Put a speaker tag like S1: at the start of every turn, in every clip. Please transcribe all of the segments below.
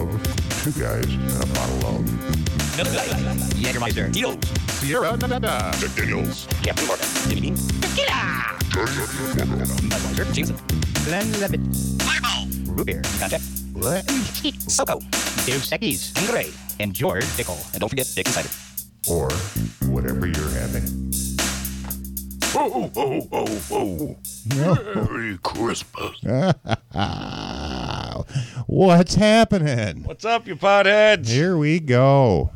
S1: two guys and a bottle of
S2: Jägermeister, Tito's,
S1: Sierra Nevada, McDaniels,
S2: Captain Morgan, Jimmy Dean, Tequila, Budweiser, Jameson, Glenn Levitt, Fireball, Root Beer, Contact, What? Soko, Dave Seckies, Gray, and George Dickel. And don't forget Dick Insider.
S1: or whatever you're having. Oh, oh, oh, oh. Merry Christmas.
S3: What's happening?
S4: What's up, you potheads?
S3: Here we go.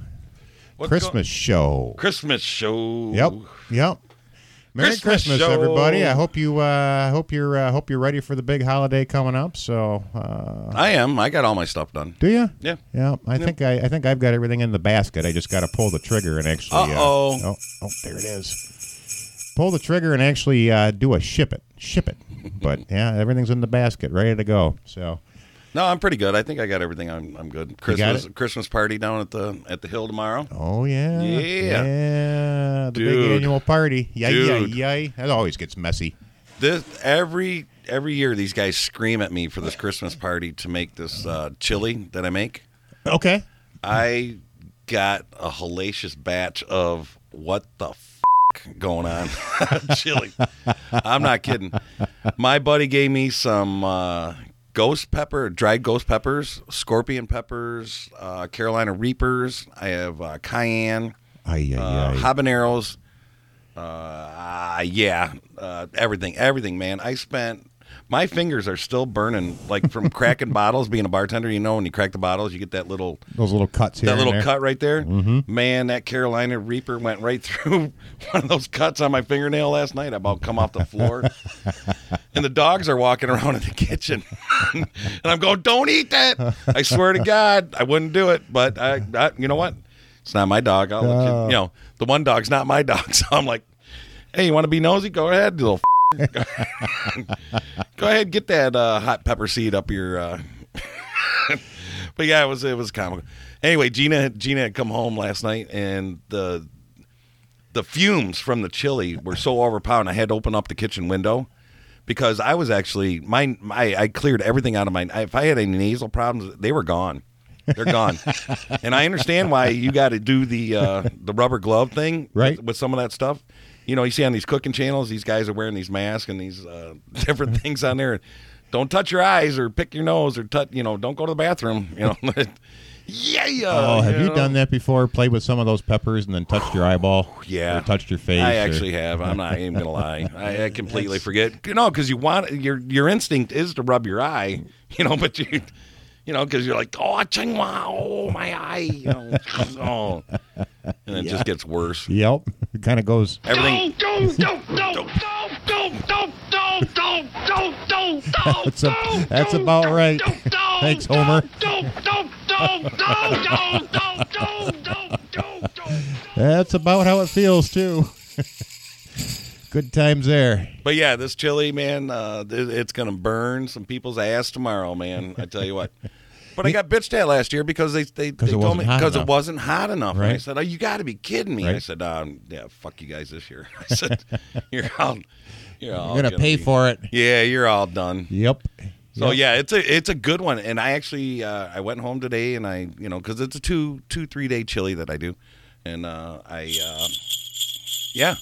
S4: What's
S3: Christmas
S4: go-
S3: show.
S4: Christmas show.
S3: Yep. Yep. Merry
S4: Christmas
S3: Christmas,
S4: show.
S3: everybody! I hope you, uh, I hope you're, uh, hope you're ready for the big holiday coming up. So, uh,
S4: I am. I got all my stuff done.
S3: do you?
S4: Yeah.
S3: Yeah, I think I, I think I've got everything in the basket. I just got to pull the trigger and actually. uh,
S4: Uh-oh.
S3: oh, oh, there it is. Pull the trigger and actually uh, do a ship it, ship it. But yeah, everything's in the basket, ready to go. So
S4: No, I'm pretty good. I think I got everything. I'm, I'm good. Christmas Christmas party down at the at the hill tomorrow.
S3: Oh yeah,
S4: Yeah.
S3: yeah, the big
S4: Dude.
S3: annual party. Yay, yay,
S4: Dude.
S3: yay! That always gets messy.
S4: This every every year these guys scream at me for this Christmas party to make this uh, chili that I make.
S3: Okay,
S4: I got a hellacious batch of what the f- going on chili. I'm not kidding. My buddy gave me some uh, ghost pepper, dried ghost peppers, scorpion peppers, uh, Carolina reapers. I have uh, cayenne,
S3: ay, ay,
S4: uh,
S3: ay.
S4: habaneros. Uh, yeah, uh, everything, everything, man. I spent. My fingers are still burning, like from cracking bottles. Being a bartender, you know, when you crack the bottles, you get that little
S3: those little cuts here. and
S4: that little
S3: there. Mm-hmm.
S4: cut right there, man, that Carolina Reaper went right through one of those cuts on my fingernail last night. I about come off the floor, and the dogs are walking around in the kitchen, and I'm going, "Don't eat that!" I swear to God, I wouldn't do it, but I, I you know what? It's not my dog. I'll let
S3: Oh.
S4: you, you know, the one dog's not my dog, so I'm like, "Hey, you want to be nosy? Go ahead, little." Go ahead, get that uh, hot pepper seed up your. Uh... but yeah, it was it was comical. Anyway, Gina Gina had come home last night, and the the fumes from the chili were so overpowering. I had to open up the kitchen window because I was actually my, my I cleared everything out of my. If I had any nasal problems, they were gone. They're gone, and I understand why you got to do the uh, the rubber glove thing,
S3: Right.
S4: With, with some of that stuff. You know, you see on these cooking channels, these guys are wearing these masks and these uh, different things on there. Don't touch your eyes or pick your nose or touch. You know, don't go to the bathroom. You know, yeah.
S3: Oh, have you
S4: uh, know?
S3: done that before? Played with some of those peppers and then touched your eyeball?
S4: Oh, Yeah.
S3: Or touched your face?
S4: I
S3: or-
S4: actually have. I'm not even gonna lie. I, I completely forget. You know, because you want your your instinct is to rub your eye. You know, but you, you know, because you're like, oh, ching wow, oh my eye, you know, oh, and it just gets worse.
S3: Yep. It kind of goes.
S4: Everything.
S3: That's, a, that's about right. Thanks, Homer. That's about how it feels too. Good times there.
S4: But yeah, this chili, man, uh, th- it's gonna burn some people's ass tomorrow, man. I tell you what. But I got bitched at last year because they they, they
S3: it
S4: told
S3: wasn't
S4: me
S3: hot
S4: because it
S3: enough.
S4: wasn't hot enough. And I
S3: Right.
S4: said, "Oh, you got to be kidding me!" I
S3: Right.
S4: said, um, "Yeah, fuck you guys this year." I said, "You're all, you're all
S3: You're gonna pay
S4: Oh, be-
S3: for it.
S4: Yeah, you're all done.
S3: Yep.
S4: So
S3: Yep.
S4: yeah, it's a it's a good one, and I actually uh, I went home today, and I you know because it's a two two three day chili that I do, and uh, I uh, yeah,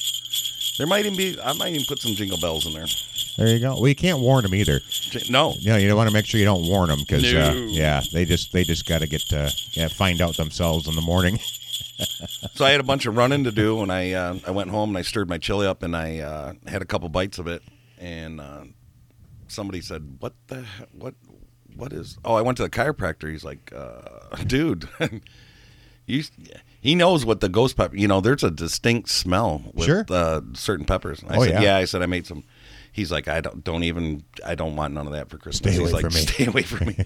S4: there might even be I might even put some jingle bells in there.
S3: There you go. Well, you can't warn them either.
S4: J- No,
S3: You know, you want to make sure you don't warn them because uh,
S4: No.
S3: yeah, they just they just got to get uh, yeah find out themselves in the morning.
S4: so I had a bunch of running to do, and I uh, I went home and I stirred my chili up, and I uh, had a couple bites of it, and uh, somebody said, "What the he- what what is?" Oh, I went to the chiropractor. He's like, uh, "Dude, you." He knows what the ghost pepper. You know, there's a distinct smell with
S3: Sure.
S4: uh, certain peppers. I
S3: Oh,
S4: said,
S3: yeah.
S4: yeah. I said I made some. He's like, I don't don't even. I don't want none of that for Christmas.
S3: Stay
S4: He's
S3: away
S4: like,
S3: from me.
S4: stay away from me.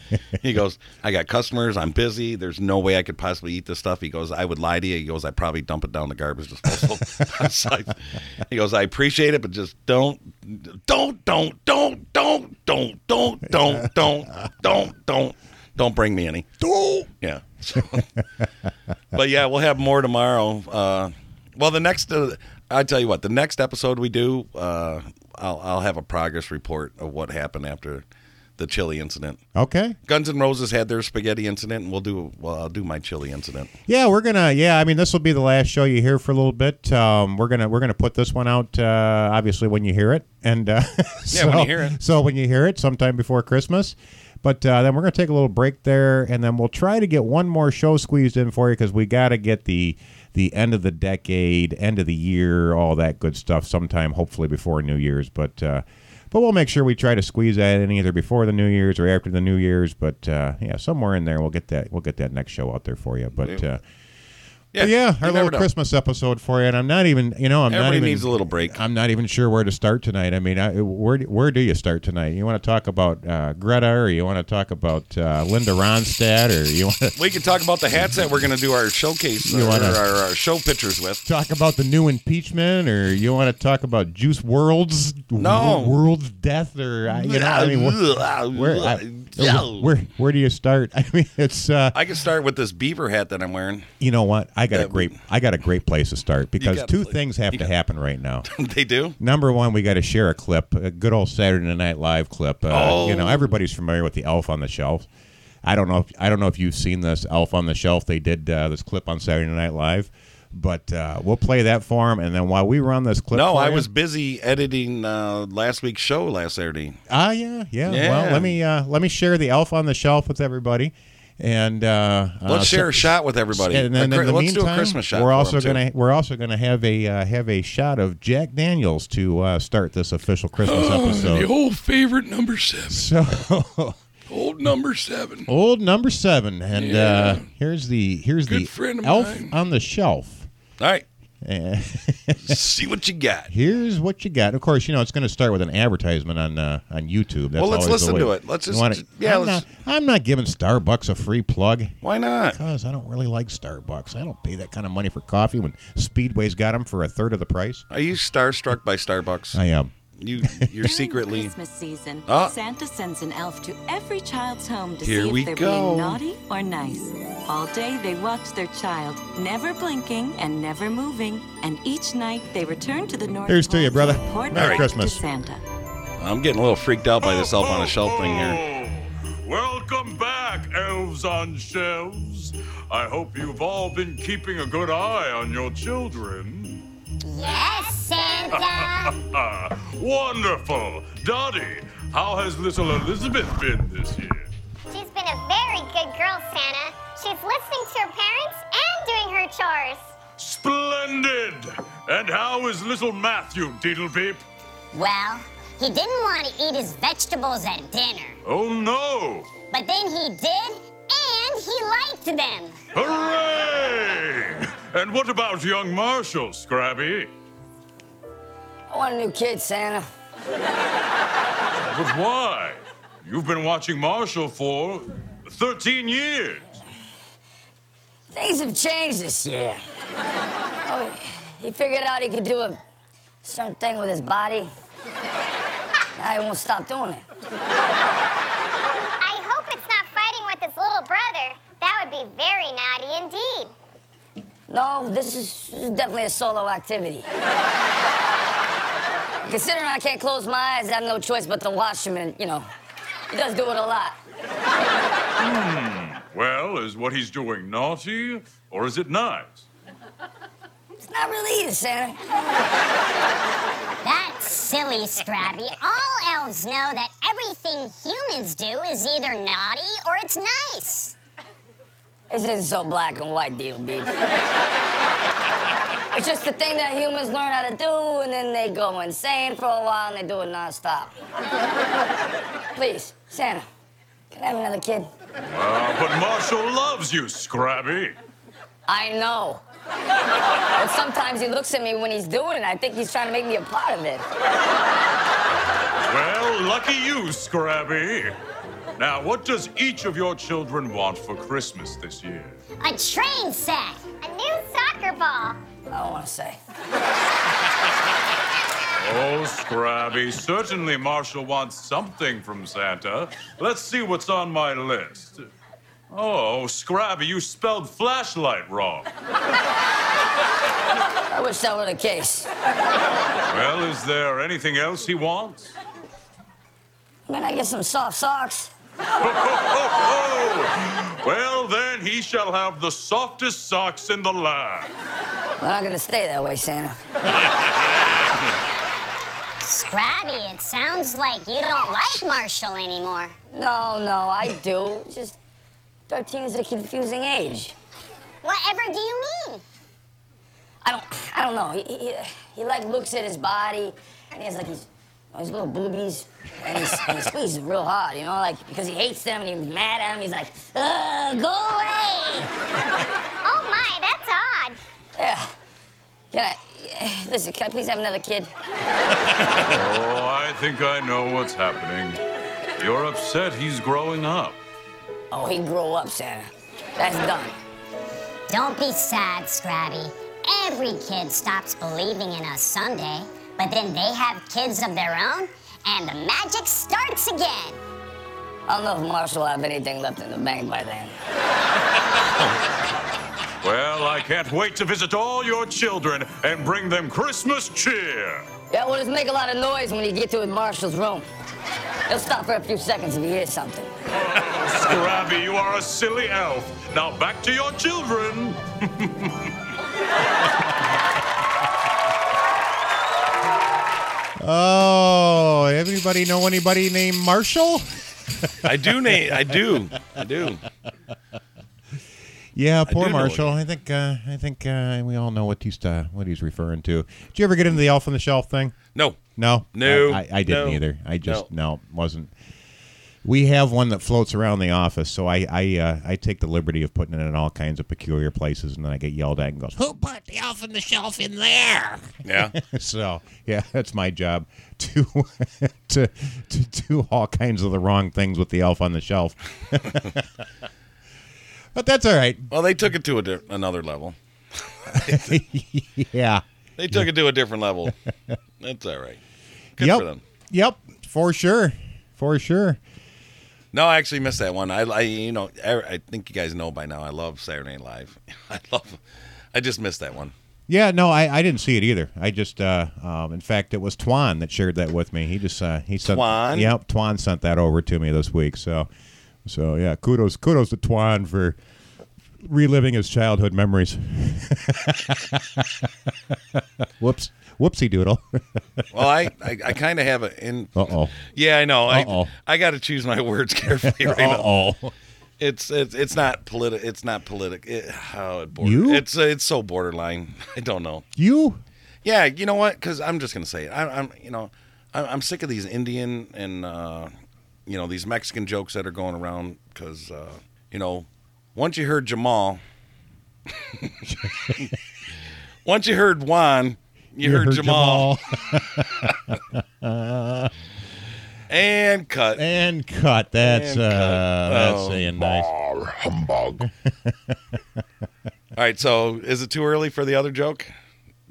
S4: he goes, I got customers. I'm busy. There's no way I could possibly eat this stuff. He goes, I would lie to you. He goes, I probably dump it down the garbage disposal. I was like, he goes, I appreciate it, but just don't, don't, don't, don't, don't, don't, don't, don't, don't, don't, don't, don't bring me any. Yeah. So, but yeah, we'll have more tomorrow. Uh, well, the next, uh, I tell you what, the next episode we do, uh, I'll, I'll have a progress report of what happened after the chili incident.
S3: Okay.
S4: Guns N' Roses had their spaghetti incident, and we'll do well. I'll do my chili incident.
S3: Yeah, we're gonna. Yeah, I mean, this will be the last show you hear for a little bit. Um, we're gonna we're gonna put this one out uh, obviously when you hear it, and uh,
S4: Yeah, when you hear it.
S3: So when you hear it, sometime before Christmas. But uh, then we're gonna take a little break there, and then we'll try to get one more show squeezed in for you because we got to get the the end of the decade, end of the year, all that good stuff. Sometime hopefully before New Year's, but. Uh, but we'll make sure we try to squeeze that in either before the New Year's or after the New Year's. But uh, yeah, somewhere in there, we'll get that we'll get that next show out there for you. But uh, yeah, yeah
S4: you
S3: our
S4: never
S3: little
S4: know.
S3: Christmas episode for you. And I'm not even, you know, I'm not
S4: Everybody
S3: even.
S4: needs a little break.
S3: I'm not even sure where to start tonight. I mean, I, where do- where do you start tonight? You want to talk about uh, Greta, or you want to talk about uh, Linda Ronstadt, or you want to
S4: We can talk about the hats that we're going to do our showcase
S3: You
S4: or
S3: wanna-
S4: our, our show pictures with.
S3: talk about the new impeachment, or you want to talk about Juice World's
S4: No.
S3: World's death, or I- you know, I mean, where, where, I- where where do you start? I mean, it's uh,
S4: I can start with this beaver hat that I'm wearing.
S3: you know what? I got
S4: Yeah,
S3: a great I got a great place to start because
S4: got a
S3: two
S4: place.
S3: things have to happen right now.
S4: they do.
S3: Number one, we got to share a clip, a good old Saturday Night Live clip. Uh,
S4: Oh.
S3: You know, everybody's familiar with the Elf on the Shelf. I don't know. If, I don't know if you've seen this Elf on the Shelf. They did uh, this clip on Saturday Night Live, but uh, we'll play that for them. And then while we run this clip,
S4: No,
S3: for
S4: I
S3: you-
S4: was busy editing uh, last week's show last Saturday.
S3: Ah, yeah, yeah,
S4: Yeah.
S3: Well, let me uh, let me share the Elf on the Shelf with everybody, and uh,
S4: Let's
S3: uh,
S4: share a
S3: so-
S4: shot with everybody.
S3: And then
S4: A
S3: in
S4: cri-
S3: the
S4: let's
S3: meantime,
S4: do a Christmas shot.
S3: we're
S4: for
S3: also
S4: 'em, too.
S3: gonna we're also gonna have a uh, have a shot of Jack Daniels to uh, start this official Christmas episode.
S4: Oh, old favorite number seven.
S3: So
S4: Old number seven.
S3: old number seven, and uh, here's the here's
S4: Good
S3: the
S4: friend of
S3: elf
S4: mine.
S3: on the shelf.
S4: All right.
S3: And
S4: See what you got.
S3: here's what you got. Of course, you know it's going to start with an advertisement on uh, on YouTube. That's
S4: Well, let's
S3: always the
S4: listen to
S3: way-
S4: it. Let's
S3: You
S4: just-
S3: wanna-
S4: yeah,
S3: I'm,
S4: let's-
S3: not, I'm not giving Starbucks a free plug.
S4: Why not?
S3: Cause I don't really like Starbucks. I don't pay that kind of money for coffee when Speedway's got them for a third of the price.
S4: Are you starstruck by Starbucks?
S3: I am.
S4: you you're
S5: During
S4: secretly
S5: Christmas season,
S4: Ah.
S5: Santa sends an elf to every child's home to
S4: Here
S5: see
S4: we
S5: if they're
S4: go.
S5: being naughty or nice. All day they watch their child, never blinking and never moving, and each night they return to the North
S3: Here's to
S5: Pole
S3: you, brother.
S5: report
S3: Merry
S5: back
S3: Christmas.
S5: to Santa.
S4: I'm getting a little freaked out by this elf on a shelf thing here.
S6: Welcome back, elves on shelves. I hope you've all been keeping a good eye on your children.
S7: Yes, Santa.
S6: Ah, wonderful. Dottie, how has little Elizabeth been this year?
S7: She's been a very good girl, Santa. She's listening to her parents and doing her chores.
S6: Splendid! And how is little Matthew, Diddlebeep?
S7: Well, he didn't want to eat his vegetables at dinner,
S6: Oh no!
S7: but then he did, and he liked them.
S6: Hooray! And what about young Marshall, Scrabby?
S8: I want a new kid, Santa.
S6: But why? You've been watching Marshall for 13 years.
S8: Things have changed this year. Oh, he figured out he could do a certain thing with his body. Now he won't stop doing it.
S7: I hope it's not fighting with his little brother. That would be very naughty indeed.
S8: No, this is, this is definitely a solo activity. Considering I can't close my eyes, I have no choice but to watch him, and you know, he does do it a lot.
S6: Hmm. Well, is what he's doing naughty or is it nice?
S8: It's not really either, Santa.
S7: That's silly, Scrabby. All elves know that everything humans do is either naughty or it's nice.
S8: It's just so black and white, DLB. it's just the thing that humans learn how to do, and then they go insane for a while and they do it nonstop. Please, Santa, can I have another kid?
S6: Uh, but Marshall loves you, Scrabby.
S8: I know. but sometimes he looks at me when he's doing it. I think he's trying to make me a part of it.
S6: Well, lucky you, Scrabby. Now, what does each of your children want for Christmas this year?
S7: A train set. A new soccer ball.
S8: I don't want to say.
S6: Oh, Scrabby, certainly Marshall wants something from Santa. Let's see what's on my list. Oh, Scrabby, you spelled flashlight wrong.
S8: I wish that were the case.
S6: Well, is there anything else he wants?
S8: Can I get some soft socks?
S6: Well, then he shall have the softest socks in the land.
S8: We're not gonna stay that way, Santa.
S7: Scrabby, it sounds like you don't like Marshall anymore.
S8: No, no, I do. It's Just 13 is a confusing age.
S7: Whatever do you mean?
S8: I don't, I don't know. He, he, he like looks at his body, and he has like his, his little boobies, and, he's, and he squeezes them real hard, you know, like because he hates them and he's mad at them. He's like, Ugh, go away.
S7: Oh my, that's odd.
S8: Yeah. Can I, listen, can I please have another kid?
S6: Oh, I think I know what's happening. You're upset he's growing up.
S8: Oh, he grow up, Santa. That's done.
S7: Don't be sad, Scrabby. Every kid stops believing in us someday, but then they have kids of their own, and the magic starts again.
S8: I don't know if Marshall will have anything left in the bank by then.
S6: Well, I can't wait to visit all your children and bring them Christmas cheer.
S8: Yeah, well, just make a lot of noise when you get to Marshall's room. He'll stop for a few seconds if he hears something.
S6: Scrabby, you are a silly elf. Now back to your children.
S3: Oh, everybody know anybody named Marshall?
S4: I do, Nate. I do. I do.
S3: Yeah, poor
S4: do know
S3: Marshall.
S4: it.
S3: I think uh, I think uh, we all know what he's uh, what he's referring to. Did you ever get into the Elf on the Shelf thing?
S4: No.
S3: No,
S4: No,
S3: I, I, I didn't
S4: no,
S3: either. I just no. wasn't. We have one that floats around the office, so I I uh, I take the liberty of putting it in all kinds of peculiar places, and then I get yelled at and goes, "Who put the elf on the shelf in there?"
S4: Yeah.
S3: so yeah, that's my job to to to do all kinds of the wrong things with the elf on the shelf. but that's all right.
S4: Well, they took it to a di- another level.
S3: Yeah.
S4: They took it to a different level. That's all right. Good
S3: yep.
S4: for them.
S3: Yep. For sure. For sure.
S4: No, I actually missed that one. I, I you know, I, I think you guys know by now. I love Saturday Night Live. I love. I just missed that one.
S3: Yeah, no, I, I didn't see it either. I just, uh, um, in fact, it was Twan that shared that with me. He just, uh, he sent,
S4: Twan?
S3: Yep, Twan sent that over to me this week. So, so yeah, kudos, kudos to Twan for reliving his childhood memories. Whoops, whoopsie doodle.
S4: Well, I, I, I kind of have a in.
S3: uh oh,
S4: Yeah, I know.
S3: Uh-oh.
S4: I, I got to choose my words carefully right
S3: uh
S4: now.
S3: oh.
S4: It's it's it's not politi- It's not politic. It, how it border.
S3: You?
S4: It's it's so borderline. I don't know.
S3: You?
S4: Yeah, you know what? Because I'm just gonna say it. I, I'm you know I'm, I'm sick of these Indian and uh, you know these Mexican jokes that are going around. Because uh, you know once you heard Jamal, once you heard Juan, you, heard, Jamal, and cut.
S3: and cut. That's
S4: And
S3: uh,
S4: cut.
S3: that's
S4: Oh.
S3: saying nice.
S1: Arr, humbug.
S4: All right, so is it too early for the other joke?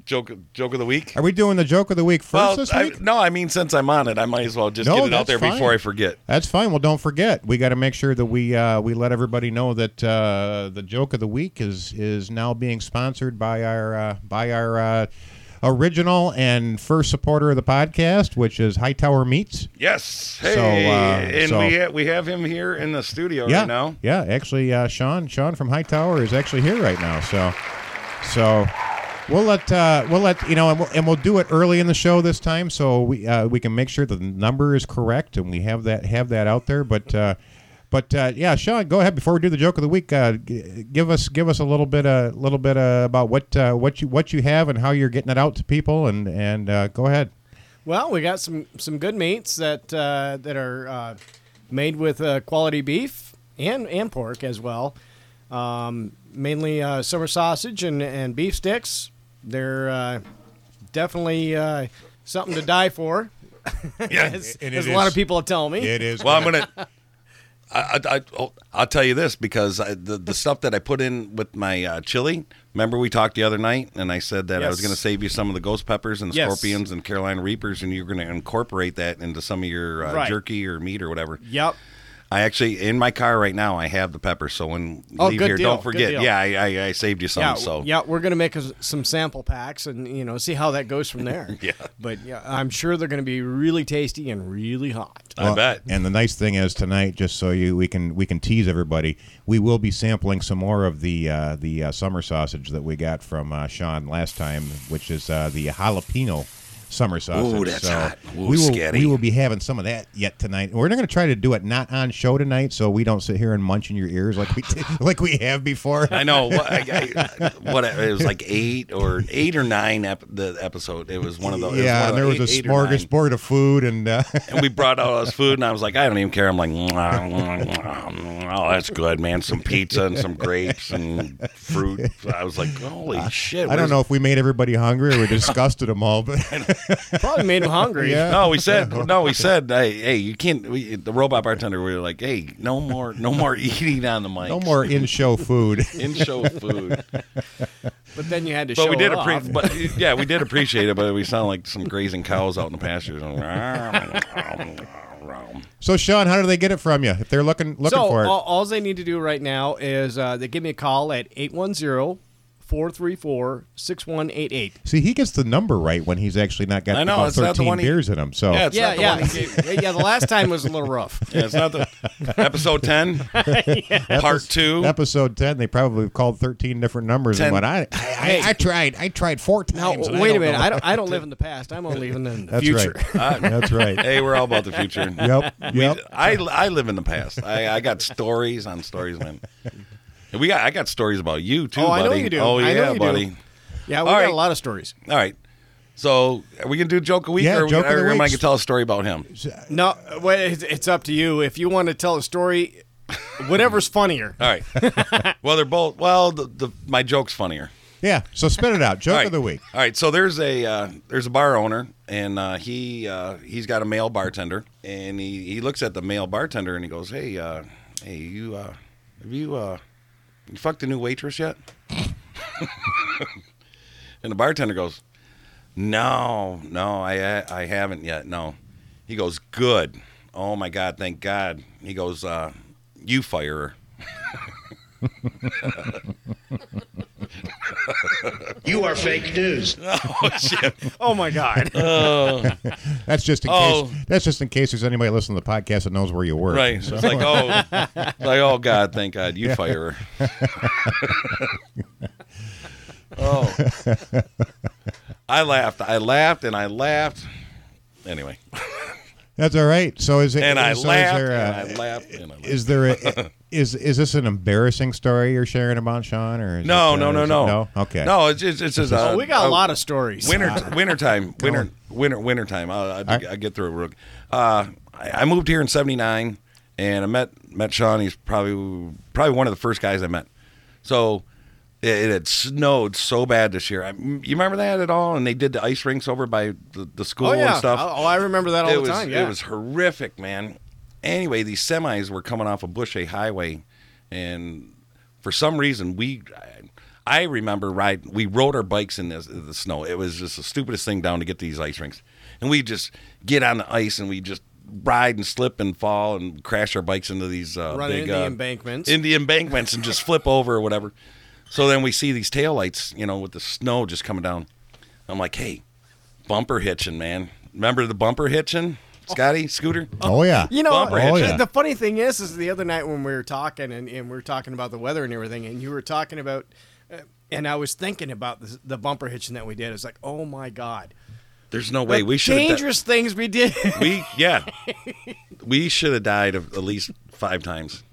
S4: Joke joke of the week.
S3: Are we doing the joke of the week first this
S4: I,
S3: week?
S4: no, I mean since I'm on it, I might as well just
S3: No,
S4: get it
S3: that's
S4: out there
S3: fine.
S4: before I forget.
S3: That's fine. Well, don't forget, we got to make sure that we uh, we let everybody know that uh, the joke of the week is is now being sponsored by our uh, by our uh, original and first supporter of the podcast, which is Hightower Meats.
S4: Yes.
S3: So,
S4: Hey,
S3: uh,
S4: and
S3: so-
S4: we ha- we have him here in the studio
S3: yeah,
S4: right now.
S3: yeah. Actually, uh, Sean Sean from Hightower is actually here right now. So, so we'll let uh, we'll let you know, and we'll, and we'll do it early in the show this time, so we uh, we can make sure the number is correct, and we have that have that out there. But uh, but uh, yeah, Sean, go ahead before we do the joke of the week. Uh, g- give us give us a little bit a little bit uh, about what uh, what you what you have and how you're getting it out to people, and and uh, go ahead.
S9: Well, we got some some good meats that uh, that are uh, made with uh, quality beef and and pork as well. Um, mainly uh, summer sausage and and beef sticks. They're uh, definitely uh, something to die for.
S4: Yes.
S3: And it
S9: As a lot
S3: is.
S9: of people have telling me.
S3: is
S4: well, I'm gonna. I, I, I, oh, I'll tell you this because I, the the stuff that I put in with my uh, chili. Remember we talked the other night, and I said that I was
S9: Yes.
S4: going to save you some of the ghost peppers and the
S9: Yes.
S4: scorpions and Carolina reapers, and you're going to incorporate that into some of your uh,
S9: Right.
S4: jerky or meat or whatever.
S9: Yep.
S4: I actually in my car right now. I have the pepper, so when you
S9: Oh,
S4: leave
S9: good
S4: here,
S9: deal,
S4: don't
S9: good
S4: forget.
S9: deal.
S4: Yeah, I, I, I saved you some.
S9: yeah,
S4: so
S9: yeah, we're gonna make us some sample packs and you know see how that goes from there.
S4: Yeah.
S9: but yeah, I'm sure they're gonna be really tasty and really hot.
S4: I bet.
S3: And the nice thing is tonight, just so you we can we can tease everybody, we will be sampling some more of the uh, the uh, summer sausage that we got from uh, Sean last time, which is uh, the jalapeno summer sausage.
S4: that's
S3: so
S4: hot. Ooh,
S3: we will
S4: scatty.
S3: we will be having some of that yet tonight. We're not going to try to do it not on show tonight, so we don't sit here and munch in your ears like we did, like we have before.
S4: I know. What, I, I, what it was like eight or eight or nine ep- the episode. It was one of those. it
S3: yeah, and
S4: one
S3: there
S4: of
S3: was
S4: the
S3: a
S4: eight- eight or nine.
S3: smorgasbord of food, and uh,
S4: and we brought out us food, and I was like, I don't even care. I'm like, "Mwah, mwah, mwah, mwah. oh, that's good, man. Some pizza and some grapes and fruit. I was like, holy shit.
S3: I don't
S4: where's-
S3: know if we made everybody hungry or we disgusted them all, but
S9: Probably made him hungry.
S3: Yeah.
S4: No, we said no. We said, hey, hey you can't. We, the robot bartender. We were like, hey, no more, no more eating on the mic.
S3: no more in-show food.
S4: in show food.
S9: but then you had to.
S4: But
S9: show
S4: we did
S9: it off.
S4: appreciate. But yeah, we did appreciate it. But we sound like some grazing cows out in the pastures.
S3: So, Sean, how do they get it from you if they're looking looking
S9: so
S3: for it?
S9: All,
S4: uh,
S9: all they need to do right now is uh, they give me a call at 810-434-6188.
S3: See, he gets the number right when he's actually not got
S4: I know,
S3: about
S4: it's not the
S3: thirteen
S4: one he-
S3: beers in him. So,
S4: Yeah, it's
S9: Yeah,
S4: not the
S9: yeah,
S4: one he
S9: yeah, yeah. The last time was a little rough.
S4: Yeah, it's not the episode ten, part two.
S3: episode ten, they probably called thirteen different numbers.
S4: Ten.
S3: And what I I, I I tried, I tried four
S9: Now,
S3: times. and I
S9: wait a
S3: don't
S9: minute.
S3: know.
S9: I don't. I don't live in the past. I'm only living in the
S3: That's
S9: future.
S3: right. That's right.
S4: Hey, we're all about the future.
S3: Yep. Yep.
S4: I, I live in the past. I, I got stories on stories, man. We got I got stories about you too,
S9: Oh, I
S4: buddy.
S9: know you do.
S4: Oh yeah,
S9: I know you do.
S4: buddy.
S9: Yeah, we
S4: All
S9: got
S4: right.
S9: a lot of stories.
S4: All right. So are we gonna do joke a week,
S3: Yeah,
S4: or,
S3: joke of the
S4: or am I
S3: week.
S4: gonna tell a story about him?
S9: No, well, it's, it's up to you. If you want to tell a story, whatever's funnier.
S4: All right. well, they're both. Well, the, the my joke's funnier.
S3: Yeah. So spit it out. Joke
S4: All right.
S3: of the week.
S4: All right, so there's a uh, there's a bar owner, and uh, he uh, he's got a male bartender, and he, he looks at the male bartender and he goes, "Hey, uh, hey, you uh, have you uh, you fucked a new waitress yet?" and the bartender goes, "No, no, I I haven't yet. No." He goes, "Good. Oh my God, thank God." He goes, uh, "You fire her."
S10: You are fake news.
S4: Oh shit! Uh,
S9: Oh my God!
S3: That's just in
S4: Oh.
S3: case. That's just in case there's anybody listening to the podcast that knows where you were.
S4: Right. It's like, oh, it's like, oh, God, thank God, you fire her. oh. I laughed. I laughed and I laughed. Anyway.
S3: That's all right. So is it?
S4: And I
S3: so
S4: laughed
S3: Is there,
S4: and
S3: a-
S4: I laughed and I laughed.
S3: is there a, is is this an embarrassing story you're sharing about Sean or is
S4: No,
S3: it, uh,
S4: no, no,
S3: is it-
S4: no.
S3: no okay
S4: No, it's it's, it's just, uh,
S9: we got a
S4: uh,
S9: lot of stories.
S4: Winter, winter time, winter, winter, winter time. I'll, I'll,
S3: right.
S4: I'll get through it. real- Uh, I, I moved here in '79, and I met met Sean. He's probably probably one of the first guys I met. So it, it had snowed so bad this year. I, you remember that at all? And they did the ice rinks over by the, the school
S9: Oh yeah.
S4: and stuff
S9: Oh, I remember that all
S4: it
S9: the
S4: was,
S9: time. Yeah.
S4: It was horrific, man. Anyway, these semis were coming off of Bushay Highway, and for some reason, we, I remember ride. We rode our bikes in this, the snow. It was just the stupidest thing down to get these ice rinks, and we just get on the ice and we just ride and slip and fall and crash our bikes into these uh,
S9: Run
S4: big
S9: into the
S4: uh,
S9: embankments.
S4: in the embankments and just flip over or whatever. So then we see these taillights, you know, with the snow just coming down. I'm like, hey, bumper hitching, man. Remember the bumper hitching, Scotty, Scooter?
S3: oh yeah
S9: You know,
S4: Bumper
S3: Oh,
S9: the-
S3: yeah.
S9: the funny thing is, is the other night when we were talking and, and we were talking about the weather and everything, and you were talking about, uh, and I was thinking about the, the bumper hitching that we did. It's like, oh my god,
S4: There's no way
S9: The
S4: Oh, we should
S9: dangerous things we did.
S4: we yeah, we should have died of at least five times.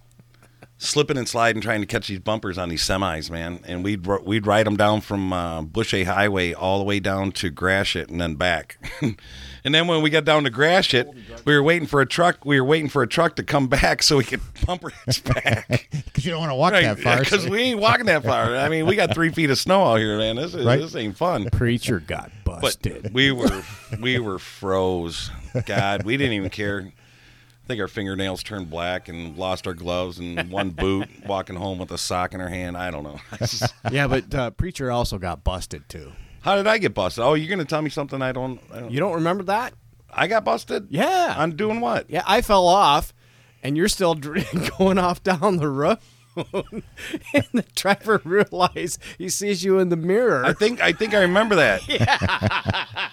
S4: Slipping and sliding, trying to catch these bumpers on these semis, man, and we'd ro- we'd ride them down from uh, Bushay Highway all the way down to Gratiot and then back, and then when we got down to Gratiot, we were waiting for a truck. We were waiting for a truck to come back so we could bumper hitch back.
S3: because you don't want to walk that far
S4: because we ain't walking that far. I mean, we got three feet of snow out here, man. This is,
S3: Right.
S4: this ain't fun.
S9: Preacher got
S4: But we were we were froze. God, we didn't even care. I think our fingernails turned black and lost our gloves and one boot. Walking home with a sock in her hand. I don't know.
S9: yeah, but uh, preacher also got busted too.
S4: How did I get busted? Oh, you're gonna tell me something I don't. I, don't,
S9: You don't remember that?
S4: I got busted.
S9: Yeah.
S4: I'm doing what?
S9: Yeah, I fell off, and you're still dr- going off down the road. and the driver realizes he sees you in the mirror.
S4: I think I think I remember that.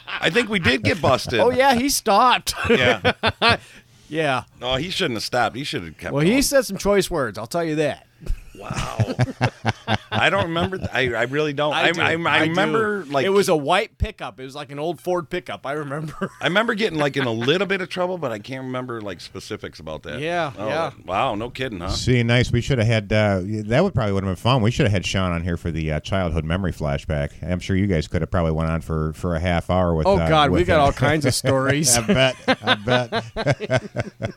S4: I think we did get busted.
S9: oh yeah, he stopped.
S4: Yeah.
S9: yeah.
S4: No, he shouldn't have stopped. He should have kept.
S9: Well,
S4: going.
S9: he said some choice words. I'll tell you that.
S4: wow. I don't remember. th- I I really don't. I I,
S9: do.
S4: I,
S9: do.
S4: remember like
S9: it was a white pickup. It was like an old Ford pickup. I remember.
S4: I remember getting like in a little bit of trouble, but I can't remember like specifics about that.
S9: Yeah,
S4: Oh,
S9: yeah.
S4: Wow. No kidding, huh?
S3: See, nice. We should have had uh, that. Would probably would have been fun. We should have had Sean on here for the uh, childhood memory flashback. I'm sure you guys could have probably went on for for a half hour with.
S9: Oh
S3: uh,
S9: God, we
S3: with
S9: got
S3: him.
S9: all kinds of stories.
S3: I bet. I bet.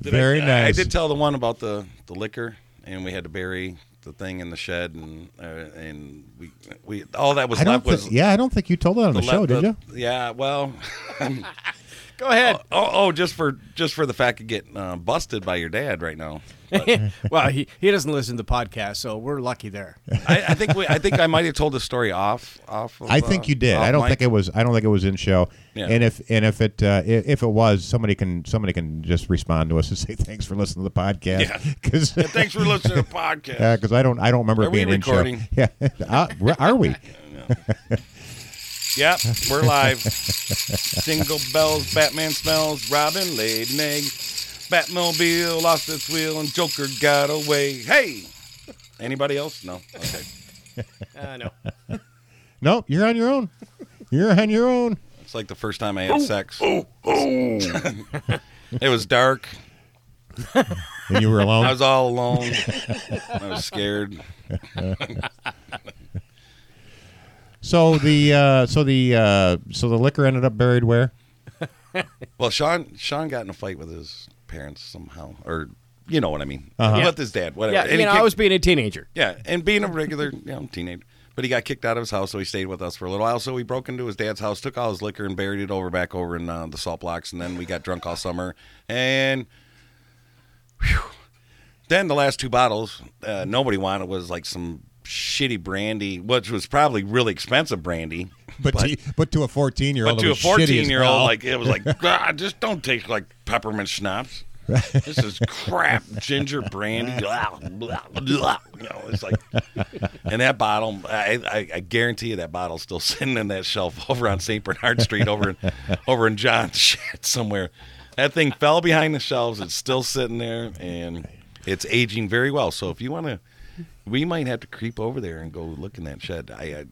S4: Did
S3: Very
S4: I, I
S3: nice.
S4: did tell the one about the the liquor, and we had to bury the thing in the shed, and uh, and we we all that was
S3: I don't.
S4: left was
S3: thi- yeah, I don't think you told that on the,
S4: le-
S3: show, did
S4: the-
S3: you?
S4: Yeah. Well.
S9: Go ahead.
S4: Oh, oh, just for just for the fact of getting uh, busted by your dad right now.
S9: well, he, he doesn't listen to podcasts, so we're lucky there.
S4: I, I think we, I think I might have told the story off off. Of,
S3: I think you did. I don't think it was. I don't think it was in show.
S4: Yeah.
S3: And if and if it uh, i- if it was, somebody can somebody can just respond to us and say thanks for listening to the podcast.
S4: Yeah.
S3: Because
S4: Thanks for listening to the podcast.
S3: because I don't I don't remember
S4: Are
S3: it
S4: we
S3: being in show.
S4: recording?
S3: Yeah. Uh, where are we?
S4: Yep, we're live. Jingle bells, Batman smells, Robin laid an egg, Batmobile lost its wheel, and Joker got away. Hey, anybody else? No. Okay.
S9: Uh, no.
S3: Nope. You're on your own. You're on your own.
S4: It's like the first time I had sex. it was dark.
S3: And you were alone.
S4: I was all alone. I was scared.
S3: so the uh, so the uh, so the liquor ended up buried where?
S4: Well, Sean Sean got in a fight with his parents somehow, or you know what I mean,
S3: Uh-huh.
S4: with his dad, whatever.
S9: Uh-huh. Yeah, you
S4: And he
S9: know, I
S4: kicked-
S9: was being a teenager.
S4: Yeah, and being a regular you know, teenager. But he got kicked out of his house, so he stayed with us for a little while. So we broke into his dad's house, took all his liquor, and buried it over back over in uh, the salt blocks. And then we got drunk all summer. And whew, then the last two bottles uh, nobody wanted was like some shitty brandy, which was probably really expensive brandy.
S3: But to, but to a 14 year old,
S4: But to a 14 year old, like it was like, God, just don't taste like peppermint schnapps. This is crap, ginger brandy. Blah, blah, blah. You know, it's like, and that bottle, I, I, I guarantee you that bottle's still sitting in that shelf over on St. Bernard Street, over in, over in John's shed somewhere. That thing fell behind the shelves. It's still sitting there, and it's aging very well. So if you want to, we might have to creep over there and go look in that shed. I,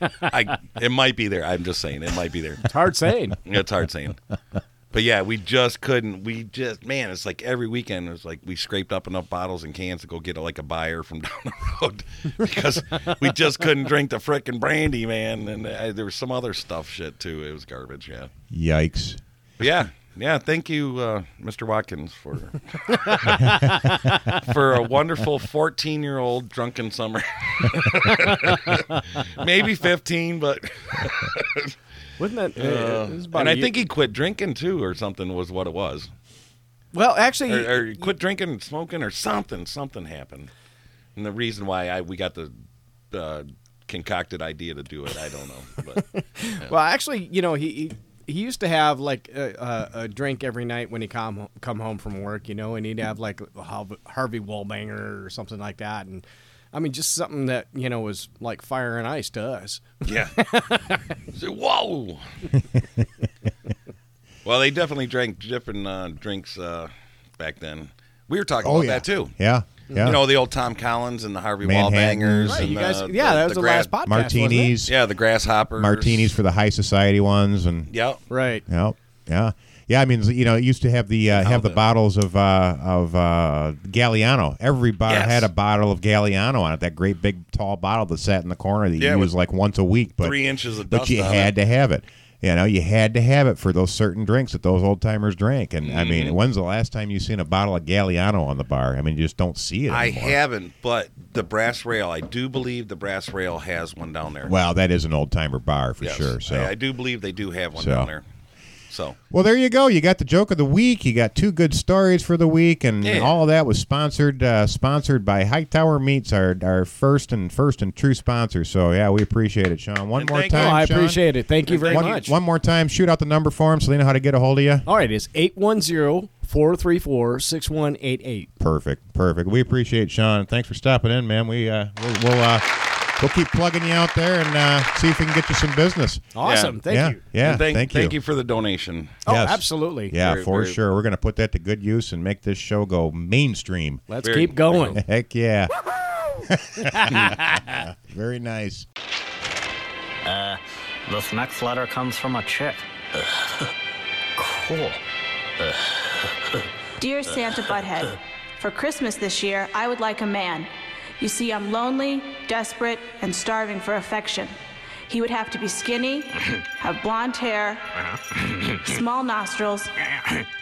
S4: I, I it might be there. I'm just saying, it might be there.
S9: It's hard saying.
S4: That's hard saying. But yeah, we just couldn't. We just man, it's like every weekend it was like we scraped up enough bottles and cans to go get like a buyer from down the road because we just couldn't drink the frickin' brandy, man. And uh, there was some other stuff shit too. It was garbage. Yeah,
S3: yikes.
S4: But yeah, yeah. Thank you, uh, Mr. Watkins, for for a wonderful fourteen-year-old drunken summer. Maybe fifteen, but Uh,
S9: Wasn't that? uh, it was about
S4: and
S9: a
S4: I
S9: year-
S4: think he quit drinking too, or something was what it was.
S9: Well, actually,
S4: or, or quit drinking and smoking or something. Something happened, and the reason why I we got the uh, concocted idea to do it, I don't know. But
S9: well, actually, you know, he he, he used to have like a, a, a drink every night when he come come home from work, you know, and he'd have like a Har- Harvey Wallbanger or something like that, and I mean, just something that you know was like fire and ice to us.
S4: yeah, So, whoa. well, they definitely drank different uh, drinks uh, back then. We were talking
S3: Oh
S4: about
S3: yeah.
S4: that too.
S3: Yeah. Yeah.
S4: You know the old Tom Collins and the Harvey
S3: Manhattan.
S4: Wallbangers.
S9: Right,
S4: and uh,
S9: you guys.
S4: the-
S9: yeah, that was the,
S4: gra-
S9: last podcast. wasn't it?
S3: martinis.
S4: Yeah, the grasshoppers.
S3: Martinis for the high society ones and
S4: Yep.
S9: Right.
S3: Yeah, yeah, yeah. I mean, you know, it used to have the uh, have the
S4: Alba.
S3: bottles of uh, of uh, Galliano. Every bar
S4: Yes.
S3: had a bottle of Galliano on it. That great big tall bottle that sat in the corner that
S4: Yeah,
S3: you
S4: with
S3: used like once a week, but
S4: three inches of
S3: But
S4: dust
S3: you
S4: on
S3: had to have it. You know, you had to have it for those certain drinks that those old timers drank. And I
S4: Mm-hmm.
S3: mean, when's the last time you seen a bottle of Galliano on the bar? I mean, you just don't see it.
S4: I
S3: anymore.
S4: haven't, but the brass rail. I do believe the brass rail has one down there.
S3: Well, that is an old timer bar for
S4: Yes.
S3: sure. So
S4: I, I do believe they do have one
S3: So.
S4: down there. So
S3: Well, there you go. You got the joke of the week. You got two good stories for the week, and
S4: Yeah.
S3: all of that was sponsored uh, sponsored by Hightower Meats, our our first and first and true sponsor. So yeah, we appreciate it, Sean. One
S4: And
S3: more
S4: thank you.
S3: time,
S9: Oh, I
S3: Sean.
S9: appreciate it. Thank you very
S3: one,
S9: much.
S3: One more time, shoot out the number for them so they know how to get a hold of you.
S9: All right, it's 810 434 6188.
S3: Perfect, perfect. We appreciate Sean. Thanks for stopping in, man. We uh, we'll we'll, uh, we'll keep plugging you out there and uh, see if we can get you some business.
S9: Awesome. Thank
S3: yeah,
S9: you.
S3: yeah.
S4: And thank,
S3: thank you.
S4: for the donation.
S9: Oh,
S3: Yes.
S9: absolutely.
S3: Yeah,
S4: Very,
S3: for
S4: very-
S3: sure. We're gonna put that to good use and make this show go mainstream.
S9: Let's
S4: Very-
S9: keep going.
S3: Heck yeah. Very nice.
S2: Uh, This next letter comes from a chick. cool.
S11: Dear Santa Butthead, for Christmas this year, I would like a man. You see, I'm lonely, desperate, and starving for affection. He would have to be skinny, have blonde hair, small nostrils,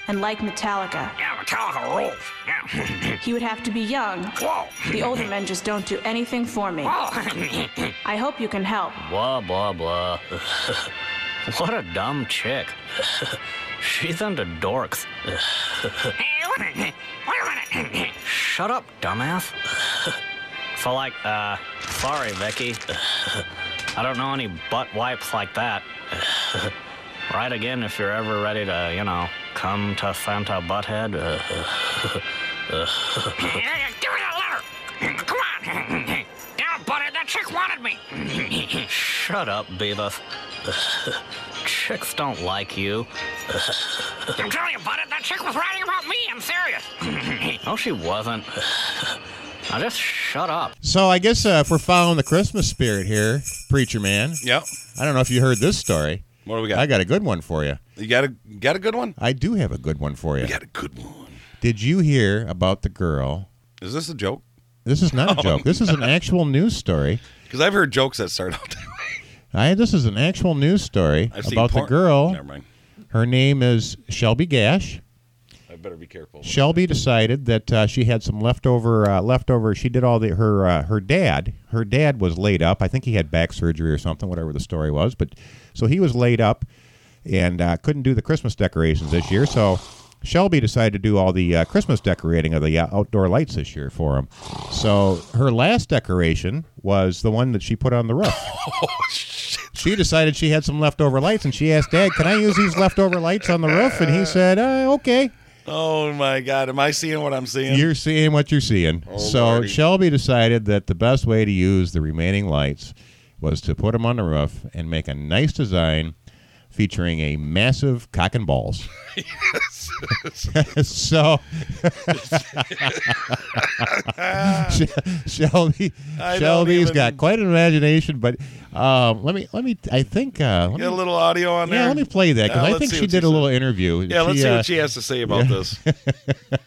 S11: and like Metallica.
S2: Yeah, Metallica rules. Yeah.
S11: He would have to be young.
S2: Whoa.
S11: The older men just don't do anything for me.
S2: Whoa.
S11: I hope you can help.
S2: blah, blah, blah. what a dumb chick. She's into dorks. hey, wait a minute. Wait a minute. Shut up, dumbass. For like, uh, sorry, Vicky. I don't know any butt wipes like that. right again if you're ever ready to, you know, come to Santa Butthead. Give me that letter. Come on. Damn, buddy, that chick wanted me. Shut up, Beavis. Chicks don't like you. I'm telling you, buddy, that chick was writing about me. I'm serious. no, she wasn't. Now just shut up.
S3: So I guess uh, if we're following the Christmas spirit here, preacher man.
S4: Yep.
S3: I don't know if you heard this story.
S4: What do we got?
S3: I got a good one for you.
S4: You got a got a good one?
S3: I do have a good one for you.
S4: You got a good one.
S3: Did you hear about the girl?
S4: Is this a joke?
S3: This is
S4: Oh,
S3: not a joke. This is an actual news story.
S4: Because I've heard jokes that start out that way.
S3: I, this is an actual news story
S4: I've seen
S3: about the
S4: porn-
S3: girl.
S4: Never mind.
S3: Her name is Shelby Gash.
S4: I better be careful.
S3: Shelby decided that uh, she had some leftover uh, leftover. She did all the her uh, her dad. Her dad was laid up. I think he had back surgery or something, whatever the story was. But so he was laid up and uh, couldn't do the Christmas decorations this year. So Shelby decided to do all the uh, Christmas decorating of the uh, outdoor lights this year for him. So her last decoration was the one that she put on the roof.
S4: Oh,
S3: She decided she had some leftover lights, and she asked Dad, "Can I use these leftover lights on the roof?" And he said, uh, "Okay."
S4: Oh my God! Am I seeing what I'm seeing?
S3: You're seeing what you're seeing. so
S4: Lordy.
S3: Shelby decided that the best way to use the remaining lights was to put them on the roof and make a nice design featuring a massive cock and balls. so She- Shelby
S4: I don't
S3: Shelby's
S4: even-
S3: got quite an imagination, but um, let me let me I think uh, let
S4: Get a
S3: me,
S4: little audio on there.
S3: yeah, let me play that
S4: Yeah,
S3: because I
S4: let's
S3: think
S4: see
S3: she
S4: what
S3: did a
S4: said.
S3: little interview.
S4: Yeah, let's see
S3: uh,
S4: what she has to say about this.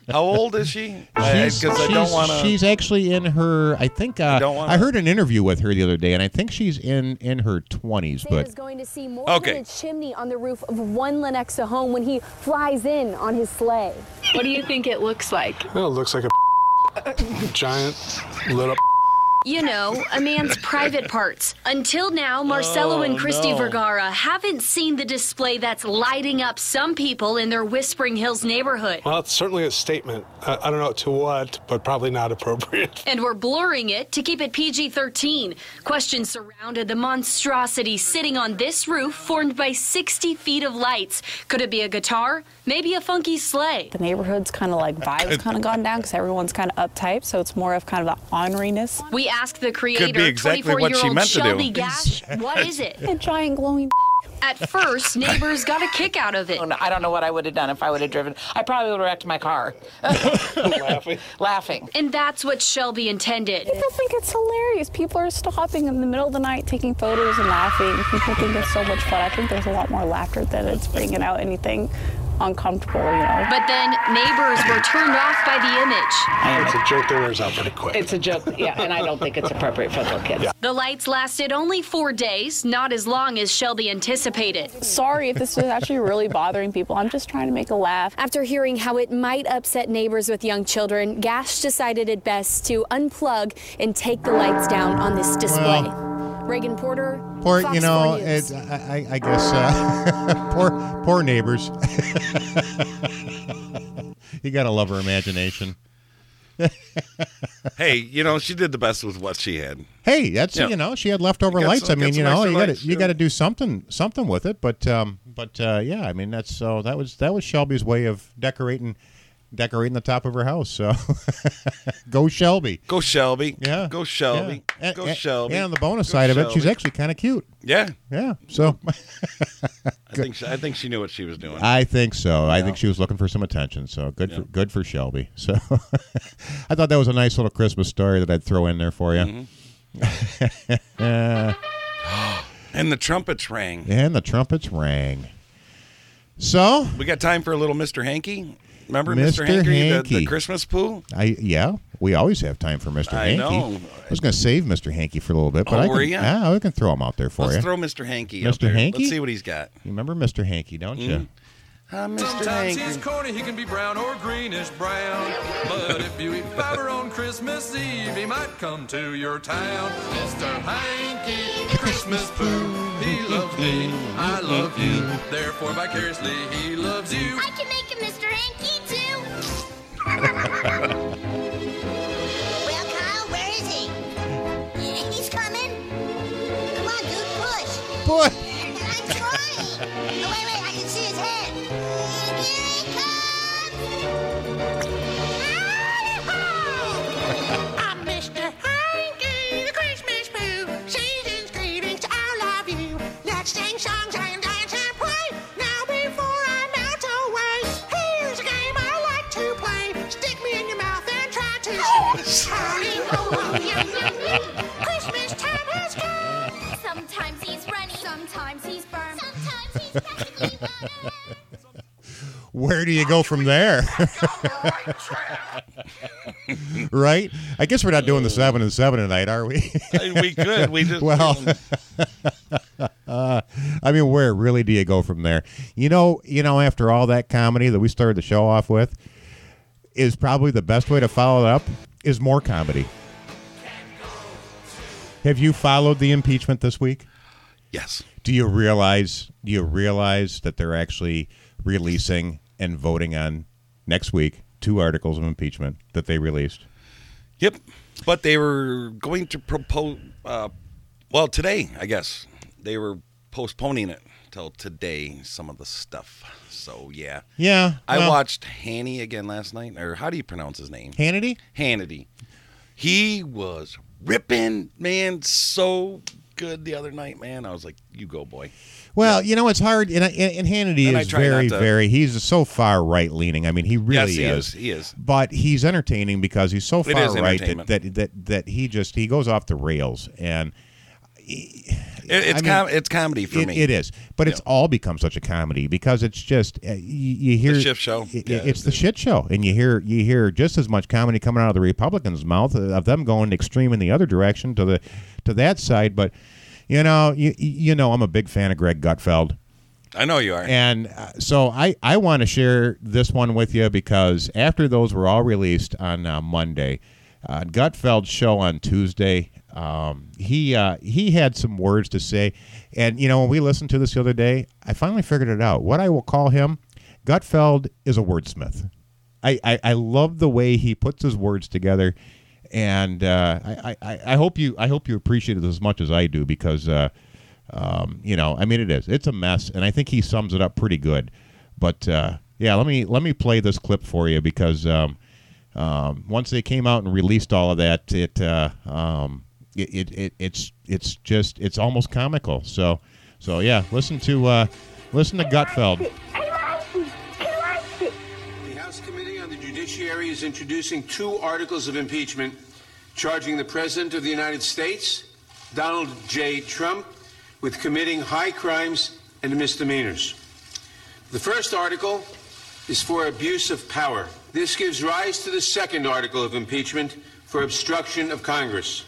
S4: How old is she? Because
S3: She's,
S4: I, don't
S3: she's-
S4: want
S3: She's actually in her. I think. Uh, I,
S4: don't wanna-
S3: heard an interview with her the other day, and I think she's in in her twenties. But
S11: going to see more
S4: Okay. than a
S11: chimney on the roof of one Lenexa home when he flies in on his sleigh. What do you think it looks like?
S12: Well, it looks like a giant lit up.
S11: You know, a man's private parts. Until now, Marcelo and Christy Vergara haven't seen the display that's lighting up some people in their Whispering Hills neighborhood.
S12: Well, it's certainly a statement. I, I don't know to what, but probably not appropriate.
S11: And we're blurring it to keep it PG 13. Questions surrounded the monstrosity sitting on this roof formed by 60 feet of lights. Could it be a guitar? Maybe a funky sleigh?
S8: The neighborhood's kind of like vibes kind of gone down because everyone's kind of uptight, so it's more of kind of the orneriness.
S11: We asked the
S4: Could be
S11: creator,
S4: exactly
S11: 24
S4: what
S11: year
S4: she
S11: old
S4: meant to do.
S11: Shelby Gash, what is it?
S8: A giant glowing.
S11: At first, neighbors got a kick out of it.
S2: I don't know what I would have done if I would have driven. I probably would have wrecked my car. laughing. Laughing.
S11: And that's what Shelby intended.
S8: People think it's hilarious. People are stopping in the middle of the night taking photos and laughing. People think it's so much fun. I think there's a lot more laughter than it's bringing out anything uncomfortable, you know.
S11: But then neighbors were turned off by the image.
S12: It's a joke that wears out pretty quick.
S2: a joke, yeah, and I don't think it's appropriate for little kids.
S11: The lights lasted only four days, not as long as Shelby anticipated.
S8: Sorry if this is actually really bothering people. I'm just trying to make a laugh.
S11: After hearing how it might upset neighbors with young children, Gash decided it best to unplug and take the lights down on this display. Reagan Porter,
S3: poor,
S11: Fox
S3: you know,
S11: 4 News.
S3: it, I, I I guess uh, poor poor neighbors. you gotta love her imagination.
S4: hey, you know, she did the best with what she had.
S3: Hey, that's
S4: Yeah.
S3: you know she had leftover
S4: Got some-
S3: lights. I
S4: got
S3: mean, you
S4: some
S3: know
S4: extra
S3: you got to
S4: lights,
S3: you
S4: yeah.
S3: got to do something something with it. But um, but uh, yeah, I mean that's so that was that was Shelby's way of decorating decorating the top of her house. So go Shelby.
S4: Go Shelby.
S3: Yeah.
S4: Go Shelby.
S3: Yeah.
S4: Go
S3: and, and-
S4: Shelby.
S3: And on the bonus
S4: Go
S3: side of it, she's
S4: Shelby.
S3: actually kind of cute.
S4: Yeah.
S3: Yeah. So
S4: I think she, I think she knew what she was doing.
S3: I think so. I think she was looking for some attention. So good for good for Shelby. So I thought that was a nice little Christmas story that I'd throw in there for you.
S4: Mm-hmm. and the trumpets rang.
S3: and the trumpets rang. So
S4: We got time for a little Mr. Hanky. Remember
S3: Mr.
S4: Mr. Hanky, the,
S3: Hanky.
S4: the Christmas poo?
S3: I yeah, we always have time for Mr.
S4: I
S3: Hanky.
S4: know.
S3: I was going to save Mr. Hanky for a little bit, but
S4: Oh,
S3: I
S4: were
S3: can,
S4: ya?
S3: yeah, I can throw him out there for
S4: Let's
S3: you.
S4: throw Mr. Hanky
S3: Mr.
S4: up there.
S3: Hanky?
S4: Let's see what he's got.
S3: you remember Mr. Hanky, don't you?
S4: Ah, Mr.
S10: Sometimes he's
S4: Hanky.
S10: corny, he can be brown or greenish brown. But if you eat fiber on Christmas Eve, he might come to your town. Mr. Hanky, Christmas poo, he loves me, I love you. Therefore, vicariously, he loves you.
S13: I can make a Mr. Hanky too. Well, Kyle, where is he? Yeah, He's coming. Come on, dude, push.
S3: Push.
S13: I'm trying. Oh, wait, wait, I can see his head. Here he comes. I'm Mr. Hanky, the Christmas poo. Season's greetings, I love you. Let's sing songs and dance and play. Now before I melt away, here's a game I like to play. Stick me in your mouth and try to say, Hurry, oh, yum, yum, yum. Christmas time has come. Sometimes he's running, sometimes he's firm, sometimes he's
S3: Where do you go from there? right? I guess we're not doing the seven and seven tonight, are we?
S4: Uh, We could. We just-
S3: well. uh, I mean, where really do you go from there? You know, you know. After all that comedy that we started the show off with, is probably the best way to follow it up is more comedy. Have you followed the impeachment this week?
S4: Yes.
S3: Do you realize? Do you realize that they're actually releasing and voting on next week two articles of impeachment that they released?
S4: Yep. But they were going to propose, uh, well, today, I guess. They were postponing it till today, some of the stuff. So, yeah.
S3: Yeah,
S4: I
S3: well-
S4: watched Hanny again last night, or how do you pronounce his name?
S3: Hannity?
S4: Hannity. He was ripping, man, so good the other night, man. I was like, you go, boy.
S3: Well, you know it's hard, and, I- and, and Hannity
S4: And I
S3: is
S4: try not
S3: very,
S4: to-
S3: very. He's so far right leaning. I mean, he really
S4: yes, he
S3: is.
S4: is. He is.
S3: But he's entertaining because he's so
S4: It
S3: far
S4: is
S3: right that,
S4: entertainment.
S3: that that that he just he goes off the rails, and
S4: It- it's,
S3: I mean,
S4: com- it's comedy for
S3: it,
S4: me.
S3: it is. But it's all become such a comedy because it's just uh, you, you hear
S4: shit show.
S3: i- i-
S4: Yeah,
S3: it's the shit show, and you hear you hear just as much comedy coming out of the Republicans' mouth uh, of them going extreme in the other direction to the to that side. But you know, you you know, I'm a big fan of Greg Gutfeld.
S4: I know you are.
S3: And uh, so I, I want to share this one with you because after those were all released on uh, Monday, uh, Gutfeld's show on Tuesday, um, he uh, he had some words to say. And, you know, when we listened to this the other day, I finally figured it out. What I will call him, Gutfeld is a wordsmith. I, I, I love the way he puts his words together. And uh, I, I- I, I hope you I hope you appreciate it as much as I do because uh, um, you know, I mean, it is. It's a mess, and I think he sums it up pretty good. But uh, yeah, let me let me play this clip for you because um, um, once they came out and released all of that, it, uh, um, it, it it it's it's just it's almost comical. So so yeah, listen to uh, listen to Gutfeld.
S14: The House Committee on the Judiciary is introducing two articles of impeachment charging the President of the United States, Donald J. Trump, with committing high crimes and misdemeanors. The first article is for abuse of power. This gives rise to the second article of impeachment for obstruction of Congress.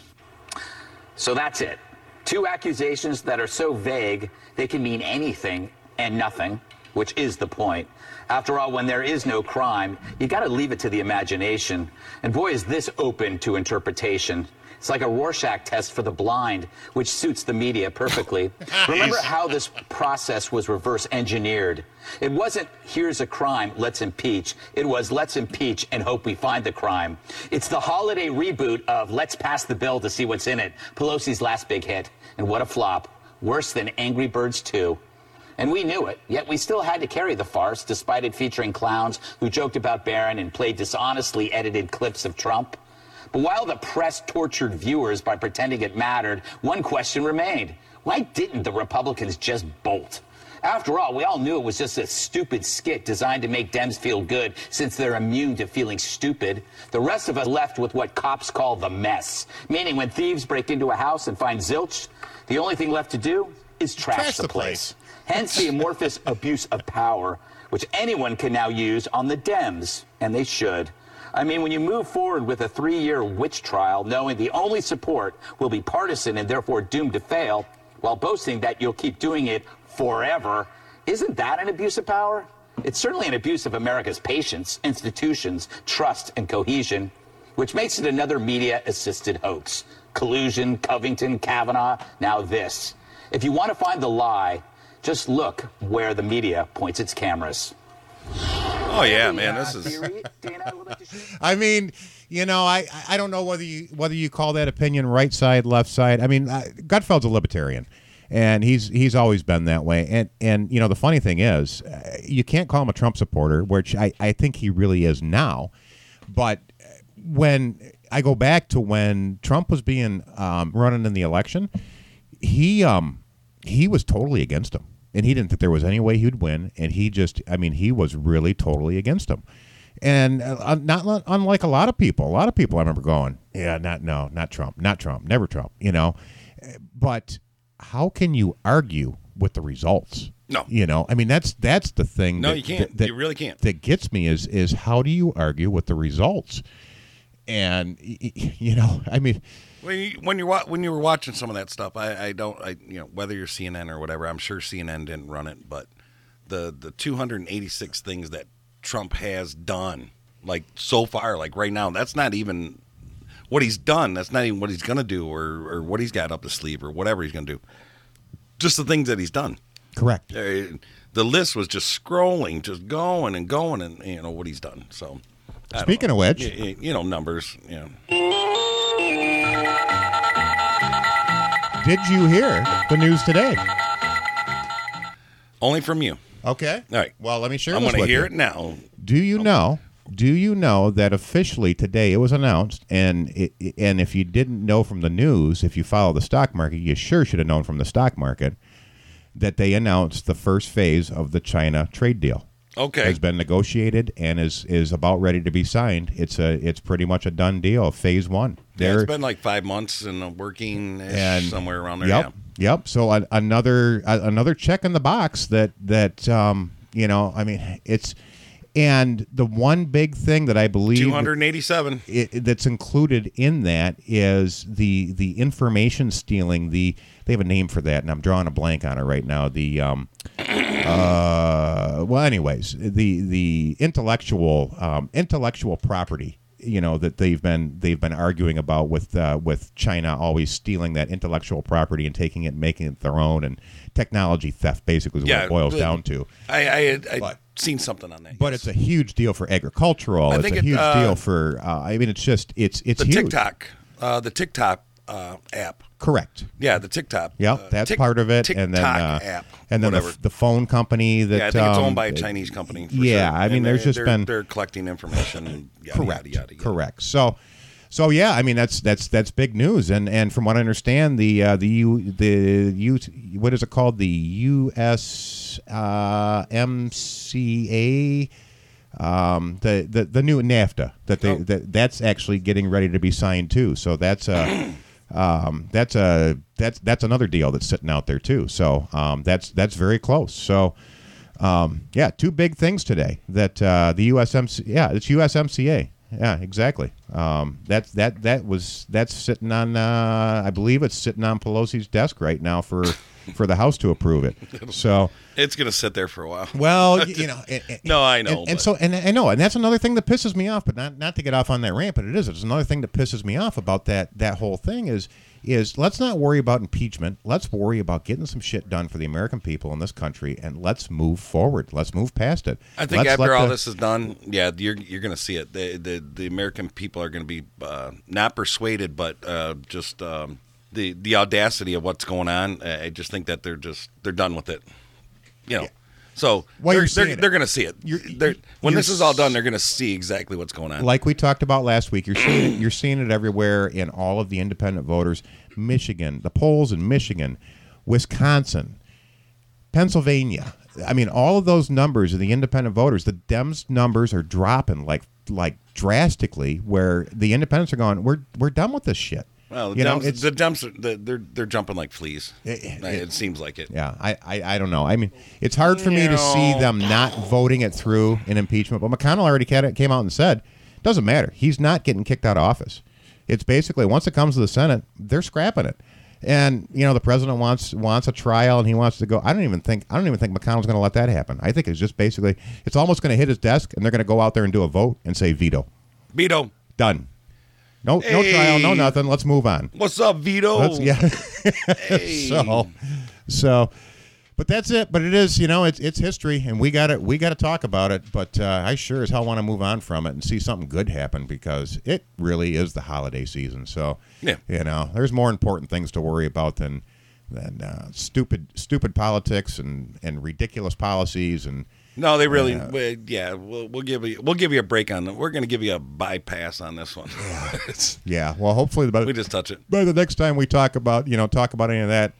S15: So that's it. Two accusations that are so vague, they can mean anything and nothing, which is the point. After all, when there is no crime, you gotta leave it to the imagination. And boy, is this open to interpretation. It's like a Rorschach test for the blind, which suits the media perfectly. Remember how this process was reverse engineered? It wasn't, here's a crime, let's impeach. It was, let's impeach and hope we find the crime. It's the holiday reboot of Let's Pass the Bill to See What's in It, Pelosi's last big hit. And what a flop. Worse than Angry Birds 2. And we knew it, yet we still had to carry the farce, despite it featuring clowns who joked about Barron and played dishonestly edited clips of Trump. But while the press tortured viewers by pretending it mattered, one question remained why didn't the Republicans just bolt? After all, we all knew it was just a stupid skit designed to make Dems feel good since they're immune to feeling stupid. The rest of us left with what cops call the mess, meaning when thieves break into a house and find zilch, the only thing left to do is trash, the place. Hence the amorphous abuse of power, which anyone can now use on the Dems, and they should. I mean, when you move forward with a three year witch trial, knowing the only support will be partisan and therefore doomed to fail, while boasting that you'll keep doing it forever, isn't that an abuse of power? It's certainly an abuse of America's patience, institutions, trust, and cohesion, which makes it another media assisted hoax. Collusion, Covington, Kavanaugh, now this. If you want to find the lie, just look where the media points its cameras.
S4: Oh yeah, man, this is.
S3: I mean, you know, I I don't know whether you whether you call that opinion right side, left side. I mean, I, Gutfeld's a libertarian, and he's he's always been that way. And and you know, the funny thing is, uh, you can't call him a Trump supporter, which I I think he really is now. But when I go back to when Trump was being um, running in the election, he um he was totally against him, and he didn't think there was any way he'd win, and he just I mean, he was really totally against him and uh, not li- unlike a lot of people. A lot of people I remember going, yeah, not no, not Trump, not Trump, never Trump. You know, but how can you argue with the results?
S4: No.
S3: you know, I mean that's that's the thing.
S4: No,
S3: that-
S4: you can't.
S3: That,
S4: You really can't.
S3: That gets me is is how do you argue with the results? And y- y- you know, I mean,
S4: When you, when you wa- when you were watching some of that stuff, I, I don't, I you know, whether you're CNN or whatever, I'm sure CNN didn't run it, but the the 286 things that Trump has done, like so far, like right now, that's not even what he's done. That's not even what he's gonna do, or or what he's got up his sleeve, or whatever he's gonna do. Just the things that he's done.
S3: Correct.
S4: Uh, the list was just scrolling, just going and going, and you know what he's done. So, I don't
S3: Speaking
S4: know.
S3: of which-
S4: Y- y- you know numbers, you know.
S3: did you hear the news today?
S4: Only from you.
S3: Okay.
S4: All right.
S3: Well, let me share
S4: I'm
S3: this
S4: gonna
S3: with
S4: hear
S3: you.
S4: it now.
S3: Do you know? Do you know that officially today it was announced, and it, and if you didn't know from the news, if you follow the stock market, you sure should have known from the stock market that they announced the first phase of the China trade deal.
S4: Okay.
S3: has been negotiated and is is about ready to be signed. It's a it's pretty much a done deal. Phase one.
S4: Yeah,
S3: They're-
S4: it's been like five months and working
S3: and
S4: somewhere around there.
S3: Yep, yep. So a, another a, another check in the box that that um, you know, I mean, it's and the one big thing that I
S4: Yeah.
S3: believe
S4: 287.
S3: it, that's included in that is the the information stealing. The they have a name for that, and I'm drawing a blank on it right now. The um, uh, well, anyways, the the intellectual um, intellectual property. You know that they've been they've been arguing about with uh, with China always stealing that intellectual property and taking it and making it their own and technology theft basically is what
S4: Yeah,
S3: it boils
S4: the-
S3: down to.
S4: I, I had I'd seen something on that.
S3: But it's a huge deal for agricultural.
S4: I
S3: It's
S4: think
S3: a
S4: it,
S3: huge
S4: uh,
S3: deal for. Uh, I mean, it's just it's it's
S4: The
S3: huge.
S4: TikTok, uh, the TikTok uh, app.
S3: Correct.
S4: Yeah, the TikTok.
S3: Yeah,
S4: uh,
S3: that's
S4: Tik-
S3: part of it,
S4: TikTok
S3: and then uh,
S4: app.
S3: and then the,
S4: whatever.
S3: f- the phone company that
S4: yeah, I think it's
S3: um,
S4: owned by a
S3: it-
S4: Chinese company. for
S3: yeah,
S4: sure.
S3: I mean,
S4: And
S3: there's
S4: they're-
S3: just
S4: they're-
S3: been
S4: they're collecting information. And yada,
S3: correct,
S4: Yada, yada,
S3: correct. So, so yeah, I mean that's that's that's big news, and and from what I understand, the uh, the U the U what is it called the U S uh, M C A um the, the the new NAFTA that
S4: Oh.
S3: they that that's actually getting ready to be signed too. So that's a um that's a that's that's another deal that's sitting out there too. So um that's that's very close. So. Um, yeah, two big things today that uh, the USMC. Yeah, it's USMCA. Yeah, exactly. Um, that's that that was that's sitting on. Uh, I believe it's sitting on Pelosi's desk right now for for the House to approve it. So.
S4: It's gonna sit there for a while.
S3: Well, you know, and- and-
S4: no, I know.
S3: And, and so, and I know, and that's another thing that pisses me off. But not not to get off on that rant, but it is. It's another thing that pisses me off about that that whole thing is is let's not worry about impeachment. Let's worry about getting some shit done for the American people in this country, and let's move forward. Let's move past it.
S4: I think
S3: Let's
S4: after
S3: let
S4: all
S3: the-
S4: this is done, yeah, you're you're gonna see it. The the, the American people are gonna be uh, not persuaded, but uh, just um, the the audacity of what's going on. I I just think that they're just they're done with it. You know. So
S3: Well,
S4: they're,
S3: you're
S4: they're,
S3: seeing it.
S4: they're going to see it. They're- when
S3: you're
S4: this is all done, they're going to see exactly what's going on.
S3: like we talked about last week, you're seeing it, you're seeing it everywhere in all of the independent voters. Michigan, the polls in Michigan, Wisconsin, Pennsylvania. I mean, all of those numbers of the independent voters, the Dems numbers are dropping like like drastically. Where the independents are going, we're we're done with this shit.
S4: well, the
S3: you know,
S4: dumps,
S3: it's Eh,
S4: the dumps are, they're- they're they're jumping like fleas. It, seems like it.
S3: yeah. I, I I don't know. I mean, it's hard for me to see
S4: No.
S3: them not voting it through in impeachment. But McConnell already ca- came out and said, doesn't matter. He's not getting kicked out of office. It's basically once it comes to the Senate, they're scrapping it. And you know the president wants wants a trial, and he wants to go. I don't even think I don't even think McConnell's going to let that happen. I think it's just basically it's almost going to hit his desk, and they're going to go out there and do a vote and say veto.
S4: Vito,
S3: Done. No no trial, no
S4: Hey.
S3: nothing. Let's move on.
S4: what's up, Vito?
S3: That's- yeah. so, so, but that's it. But it is, you know, it's it's history, and we got to we got to talk about it. But uh, I sure as hell want to move on from it and see something good happen because it really is the holiday season. So,
S4: Yeah.
S3: you know, there's more important things to worry about than than uh, stupid stupid politics and and ridiculous policies and. uh,
S4: No, they really.
S3: Yeah.
S4: Yeah, yeah we'll, we'll give you we'll give you a break on that. We're going to give you a bypass on this one. It's-
S3: Yeah, well, hopefully, by,
S4: we just touch it.
S3: by the next time we talk about, you know, talk about any of that,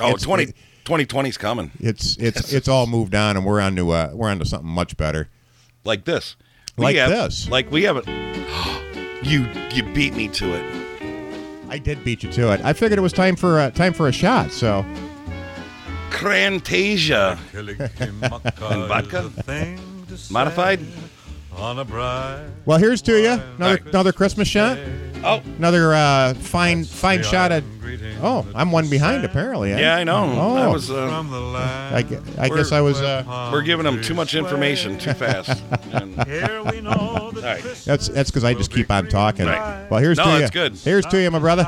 S4: Oh,
S3: It's-
S4: 20, 2020's coming
S3: it's it's it's all moved on, and we're on to uh, we're on to something much better.
S4: like this.
S3: Like
S4: have,
S3: this.
S4: Like we haven't. You you beat me to it.
S3: I did beat you to it. I figured it was time for uh, time for a shot. So
S4: Crantasia and
S6: Kilikimakka
S4: vodka
S6: is a thing to say
S4: modified.
S6: On a bride.
S3: well, here's to you another another Christmas shot.
S4: Oh,
S3: another uh, fine fine shot at. Oh, I'm one behind apparently. eh?
S4: Yeah, I know.
S3: Oh,
S4: I was. Uh,
S3: I, gue- I guess I was. Uh,
S4: we're giving them too much information too fast. And, all right.
S3: that's that's because I just keep on talking.
S4: Right.
S3: Well, here's
S4: No,
S3: to you.
S4: that's good.
S3: Here's to you, my brother.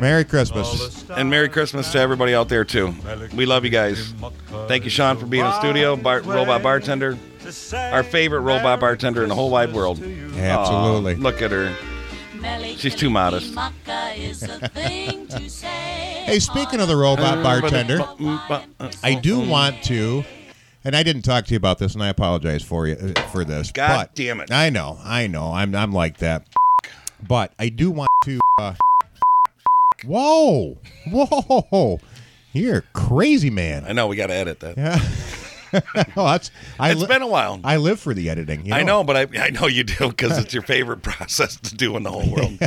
S3: Merry Christmas.
S4: And Merry Christmas to everybody out there too. We love you guys. Thank you, Sean, for being in the studio. Bar- robot bartender, our favorite robot bartender in the whole wide world.
S3: Absolutely.
S4: Aw, look at her. She's too modest.
S3: Hey, speaking of the robot bartender,
S4: mm, uh,
S3: I do
S4: um,
S3: want to, and I didn't talk to you about this, and I apologize for you uh, for this.
S4: God
S3: but
S4: damn it.
S3: I know, I know, I'm I'm like that, but I do want to. Uh, whoa, whoa, you're a crazy man.
S4: I know we got to edit that.
S3: Yeah. oh, that's. I
S4: It's
S3: li-
S4: been a while.
S3: I live for the editing. You
S4: I know, but I, I know you do because it's your favorite process to do in the whole world.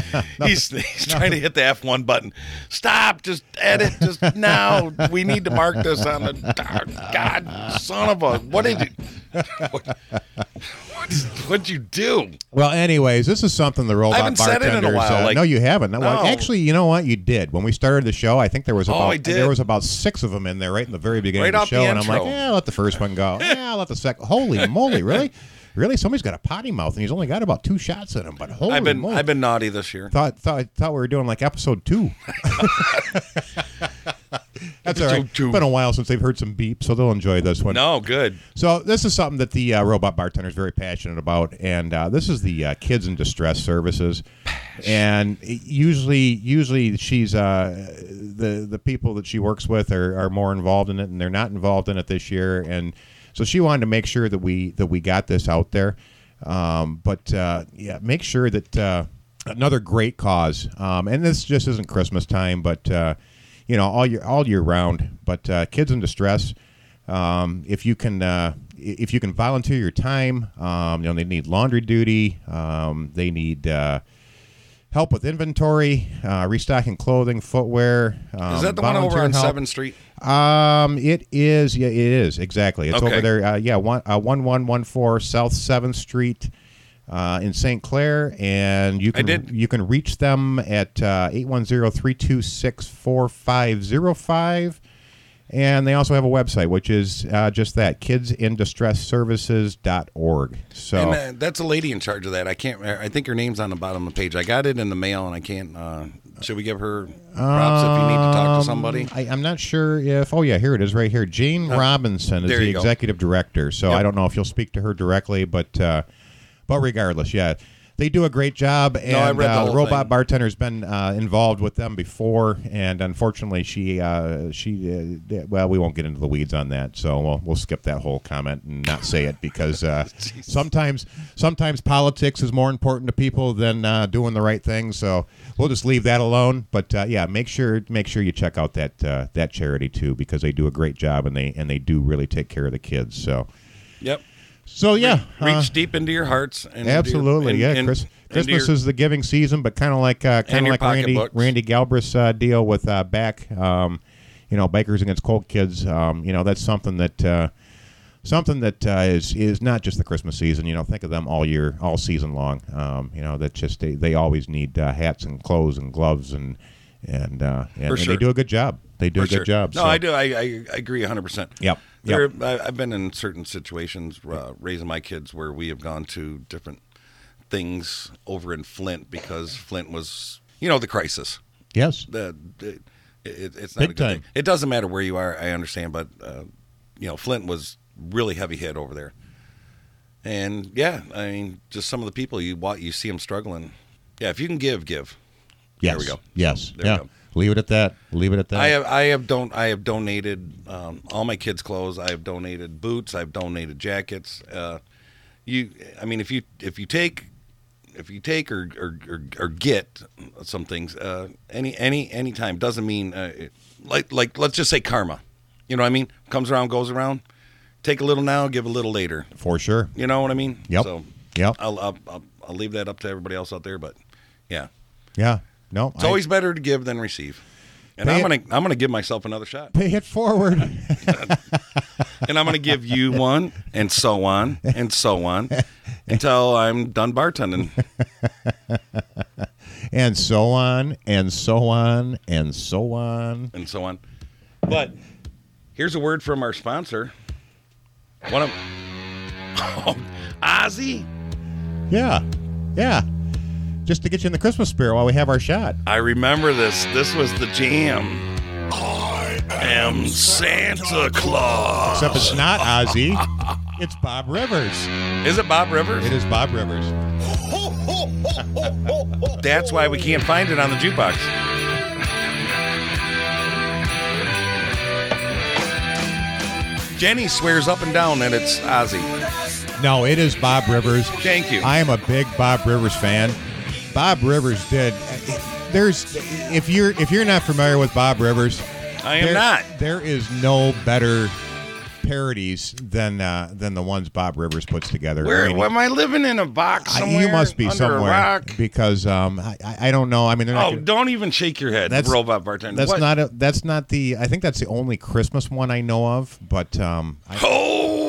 S4: he's he's trying to hit the F1 button. Stop! Just edit. Just now. We need to mark this on the. Oh, God, son of a! What did you? What, what'd you do?
S3: Well, anyways, this is something the robot
S4: haven't said it in a
S3: bartenders.
S4: while,
S3: uh,
S4: like-
S3: no, you haven't. No, well,
S4: No.
S3: actually, you know what? You did. When we started the show, I think there was
S4: Oh,
S3: about
S4: I did.
S3: there was about six of them in there right in the very beginning of
S4: Right
S3: the
S4: off the
S3: show, and I'm like,
S4: intro.
S3: yeah, let the first one go. yeah, I'll let the second. Holy moly, really? Really? Somebody's got a potty mouth, and he's only got about two shots in him. But holy
S4: I've been
S3: moly!
S4: I've been naughty this year.
S3: thought thought thought we were doing like episode two. That's all right.
S4: Episode two.
S3: Been a while since they've heard some beep, so they'll enjoy this one.
S4: No, good.
S3: So this is something that the uh, robot bartender is very passionate about, and uh, this is the uh, kids in distress services. And it- usually, usually she's uh, the the people that she works with are, are more involved in it, and they're not involved in it this year. And so she wanted to make sure that we that we got this out there. Um, but uh, yeah, make sure that uh, another great cause. Um, and this just isn't Christmas time, but uh, you know all year all year round. But uh, kids in distress um, if you can uh, i- if you can volunteer your time um, you know they need laundry duty um, they need uh, help with inventory uh, restocking clothing footwear um,
S4: Is that the one over
S3: volunteer
S4: on
S3: help.
S4: Seventh Street?
S3: um it is yeah it is exactly it's
S4: Okay.
S3: over there uh, yeah one uh, 1114 south 7th street uh, in St. Clair, and you
S4: I
S3: can
S4: did.
S3: you can reach them at uh, 810-326-4505. And they also have a website, which is uh, just that kidsindistressservices.org. So
S4: And uh, that's a lady in charge of that. I can't. I think her name's on the bottom of the page. I got it in the mail, and I can't. Uh, should we give her props if you need to talk
S3: Um,
S4: to somebody?
S3: I, I'm not sure if. Oh yeah, here it is, right here. Jane
S4: Huh.
S3: Robinson is
S4: There
S3: the
S4: you go.
S3: executive director, so I don't know if you'll speak to her directly, but uh, but regardless, yeah, they do a great job. And
S4: I read the
S3: uh,
S4: whole
S3: robot
S4: thing.
S3: bartender's been uh, involved with them before, and unfortunately, she uh, she uh, well, we won't get into the weeds on that, so we'll we'll skip that whole comment and not say it because uh, sometimes sometimes politics is more important to people than uh, doing the right thing. So we'll just leave that alone. But uh, yeah, make sure make sure you check out that uh, that charity too because they do a great job and they and they do really take care of the kids. So.
S4: Yep.
S3: So yeah,
S4: Reach
S3: uh,
S4: deep into your hearts. And into your-
S3: Absolutely,
S4: and-
S3: yeah.
S4: and-
S3: Chris,
S4: into your-
S3: Christmas is the giving season, but kind of like uh, kind of
S4: And your
S3: like Randy
S4: pocketbooks.
S3: Randy Galbraith's uh, deal with uh, back. Um, you know, bikers against cold kids. Um, you know, that's something that uh, something that uh, is is not just the Christmas season. You know, think of them all year, all season long. Um, you know, that's just they, they always need uh, hats and clothes and gloves and and uh, and, and
S4: sure.
S3: they do a good job. They do
S4: For
S3: a good
S4: sure.
S3: job.
S4: No,
S3: so.
S4: I do. I, I I agree 100%.
S3: Yep,
S4: There, I, I've been in certain situations uh, raising my kids where we have gone to different things over in Flint because Flint was, you know, the crisis.
S3: Yes.
S4: The, the- it, it's not
S3: Big
S4: a good thing.
S3: time.
S4: It doesn't matter where you are. I understand, but uh, you know, Flint was really heavy hit over there. And yeah, I mean, just some of the people you wa you see them struggling. Yeah, if you can give, give.
S3: Yes.
S4: There we go.
S3: Yes.
S4: There we
S3: yeah.
S4: go.
S3: Leave it at that. Leave it at that.
S4: I uh, have I have don't I have donated um, all my kids' clothes. I have donated boots. I've donated jackets. Uh, you, I mean, if you if you take if you take or or, or, or get some things, uh, any any any time doesn't mean uh, it- like like let's just say karma. You know what I mean? Comes around, goes around. Take a little now, give a little later.
S3: for sure.
S4: You know what I mean?
S3: Yep.
S4: So
S3: Yep.
S4: I'll I'll, I'll, I'll leave that up to everybody else out there, but yeah.
S3: Yeah. No.
S4: It's
S3: I-
S4: always better to give than receive. And
S3: Pay
S4: I'm
S3: it-
S4: gonna I'm gonna give myself another shot.
S3: pay it forward.
S4: And I'm gonna give you one and so on and so on until I'm done bartending.
S3: and so on and so on and so on.
S4: and so on. But here's a word from our sponsor. One of Ozzy.
S3: Yeah. Yeah. Just to get you in the Christmas spirit while we have our shot.
S4: I remember this. This was the jam. I am Santa Claus.
S3: Except it's not Ozzy. It's Bob Rivers.
S4: Is it Bob Rivers?
S3: It is Bob Rivers.
S4: That's why we can't find it on the jukebox. Jenny swears up and down that it's Ozzy.
S3: No, it is Bob Rivers.
S4: Thank you.
S3: I am a big Bob Rivers fan. Bob Rivers did. There's if you're if you're not familiar with Bob Rivers,
S4: I am
S3: there-
S4: not.
S3: There is no better parodies than uh, than the ones Bob Rivers puts together. I
S4: Where,
S3: mean,
S4: am I living in a box
S3: I-
S4: somewhere?
S3: you must be
S4: under
S3: somewhere
S4: A rock?
S3: because um, I, I I don't know. I mean, they're not.
S4: Oh,
S3: gonna-
S4: don't even shake your head,
S3: That's-
S4: robot bartender.
S3: that's
S4: What?
S3: not a, that's not the. I think that's the only Christmas one I know of. But um, I,
S4: Ho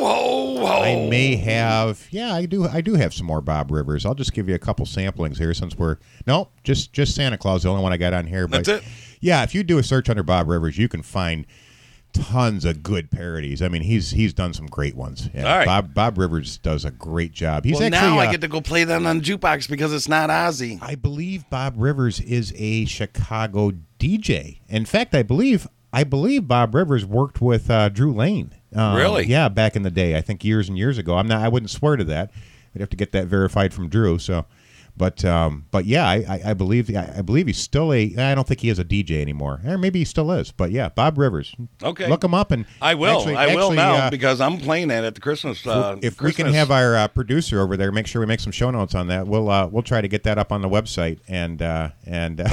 S4: ho ho!
S3: I may have. Yeah, I do. I do have some more Bob Rivers. I'll just give you a couple samplings here since we're no, just just Santa Claus, the only one I got on here. But
S4: That's it?
S3: Yeah, if you do a search under Bob Rivers, you can find tons of good parodies. I mean, he's he's done some great ones. Yeah,
S4: All right.
S3: Bob Bob Rivers does a great job. He's
S4: well,
S3: actually.
S4: now I
S3: uh,
S4: get to go play that on jukebox because it's not Ozzy.
S3: I believe Bob Rivers is a Chicago DJ. In fact, I believe I believe Bob Rivers worked with uh, Drew Lane. Um,
S4: Really?
S3: Yeah, back in the day. I think years and years ago. I'm not. I wouldn't swear to that. I'd have to get that verified from Drew. So, but um, but yeah, I, I, I believe I, I believe he's still a. I don't think he is a DJ anymore, or maybe he still is. But yeah, Bob Rivers.
S4: Okay.
S3: Look him up and
S4: I will.
S3: actually-
S4: I will
S3: actually,
S4: now
S3: uh,
S4: because I'm playing that at the Christmas. Uh,
S3: if we can
S4: Christmas-
S3: have our uh, producer over there, make sure we make some show notes on that. We'll uh, we'll try to get that up on the website. And uh, and uh,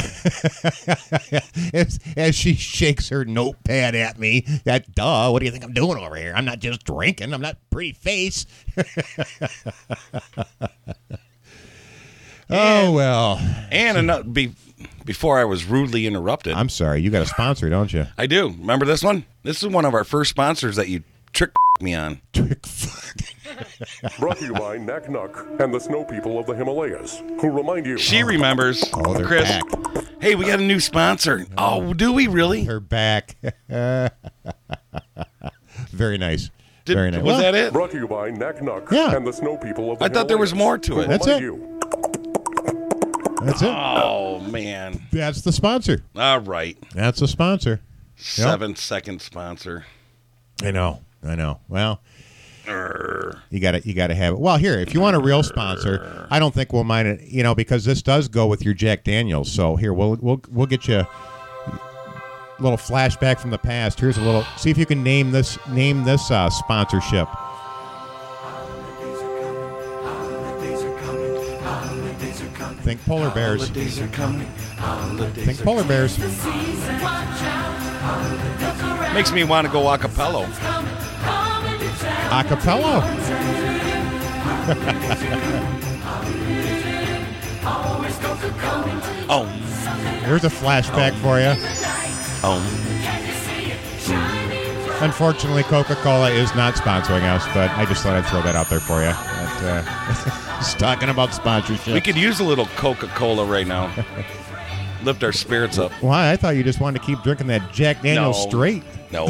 S3: as, as she shakes her notepad at me, that duh, what do you think I'm doing over here? I'm not just drinking. I'm not pretty face. oh well.
S4: and another, be, before I was rudely interrupted,
S3: I'm sorry. You got a sponsor, don't you?
S4: I do remember this one. This is one of our first sponsors that you trick me on.
S16: Brought to you by Nak Nuk and the snow people of the Himalayas, who remind you.
S4: She remembers.
S3: Oh, they're
S4: Chris.
S3: back. Oh.
S4: Hey, we got a new sponsor. Oh, do we really?
S3: Her back. very nice. very nice. Well,
S4: it?
S16: Brought to you by Knack Knuck
S3: Yeah.
S16: and the Snow People of the
S4: I thought there was
S16: Himalayas.
S4: more to it.
S16: Who
S3: That's
S16: love
S3: it.
S16: You.
S3: That's it.
S4: Oh man!
S3: That's the sponsor.
S4: All right,
S3: That's the sponsor. Yep.
S4: seven second sponsor.
S3: I know. I know. Well,
S4: Err.
S3: You got to you got to have it. Well, here, if you want a real sponsor, I don't think we'll mind it, you know, because this does go with your Jack Daniels. So here, we'll we'll we'll get you a little flashback from the past. Here's a little. See if you can name this name this uh, sponsorship. Think polar bears.
S17: Holidays are coming. Holidays
S3: Think polar bears.
S4: Makes me want to go acapella.
S3: Acapella.
S4: Oh.
S3: Here's a flashback for you. Oh. Unfortunately, Coca Cola is not sponsoring us, but I just thought I'd throw that out there for you. That, uh, just talking about sponsorship.
S4: We could use a little Coca Cola right now. Lift our spirits up.
S3: Why? I thought you just wanted to keep drinking that Jack Daniels
S4: No.
S3: straight.
S4: No.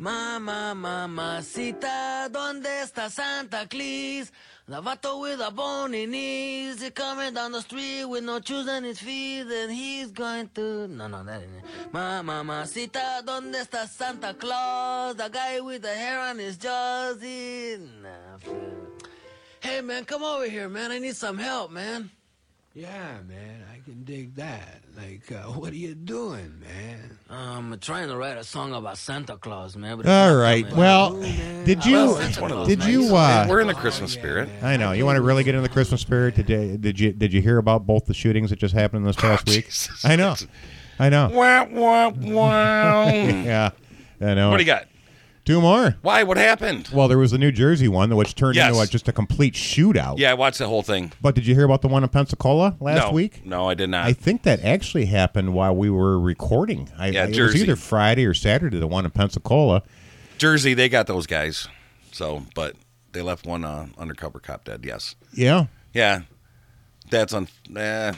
S18: Mama, mamacita, ¿dónde está Santa Claus? Lavato with a bony knees, he's coming down the street with no shoes on his feet, and he's going to. No, no, that ain't it. Ma, mamacita, ¿dónde está Santa Claus? The guy with the hair on his jaws, he. Nah, fool. Hey, man, come over here, man. I need some help, man.
S19: Yeah, man, I can dig that. Like, uh, what are you doing, man?
S18: I'm trying to write a song about Santa Claus, man. but it's
S3: All
S18: not
S3: right.
S18: coming.
S3: Well, did you? Did you? Uh,
S4: We're in the Christmas spirit.
S3: I know. You want to really get into the Christmas spirit today? Did you? Did you hear about both the shootings that just happened this past
S4: Oh,
S3: week? I know. I know.
S4: Wow, wow, wow.
S3: yeah, I know.
S4: What do you got?
S3: Two more.
S4: Why? What happened?
S3: Well, there was the New Jersey one, which turned
S4: Yes.
S3: into a, just a complete shootout.
S4: Yeah, I watched the whole thing
S3: But did you hear about the one in Pensacola Oh. last
S4: No.
S3: week?
S4: No, I did not.
S3: I think that actually happened while we were recording. I,
S4: Yeah,
S3: it
S4: Jersey.
S3: was either Friday or Saturday, the one in Pensacola.
S4: Jersey, they got those guys. So, but they left one uh, undercover cop dead. Yes.
S3: Yeah.
S4: Yeah, that's on. Uh,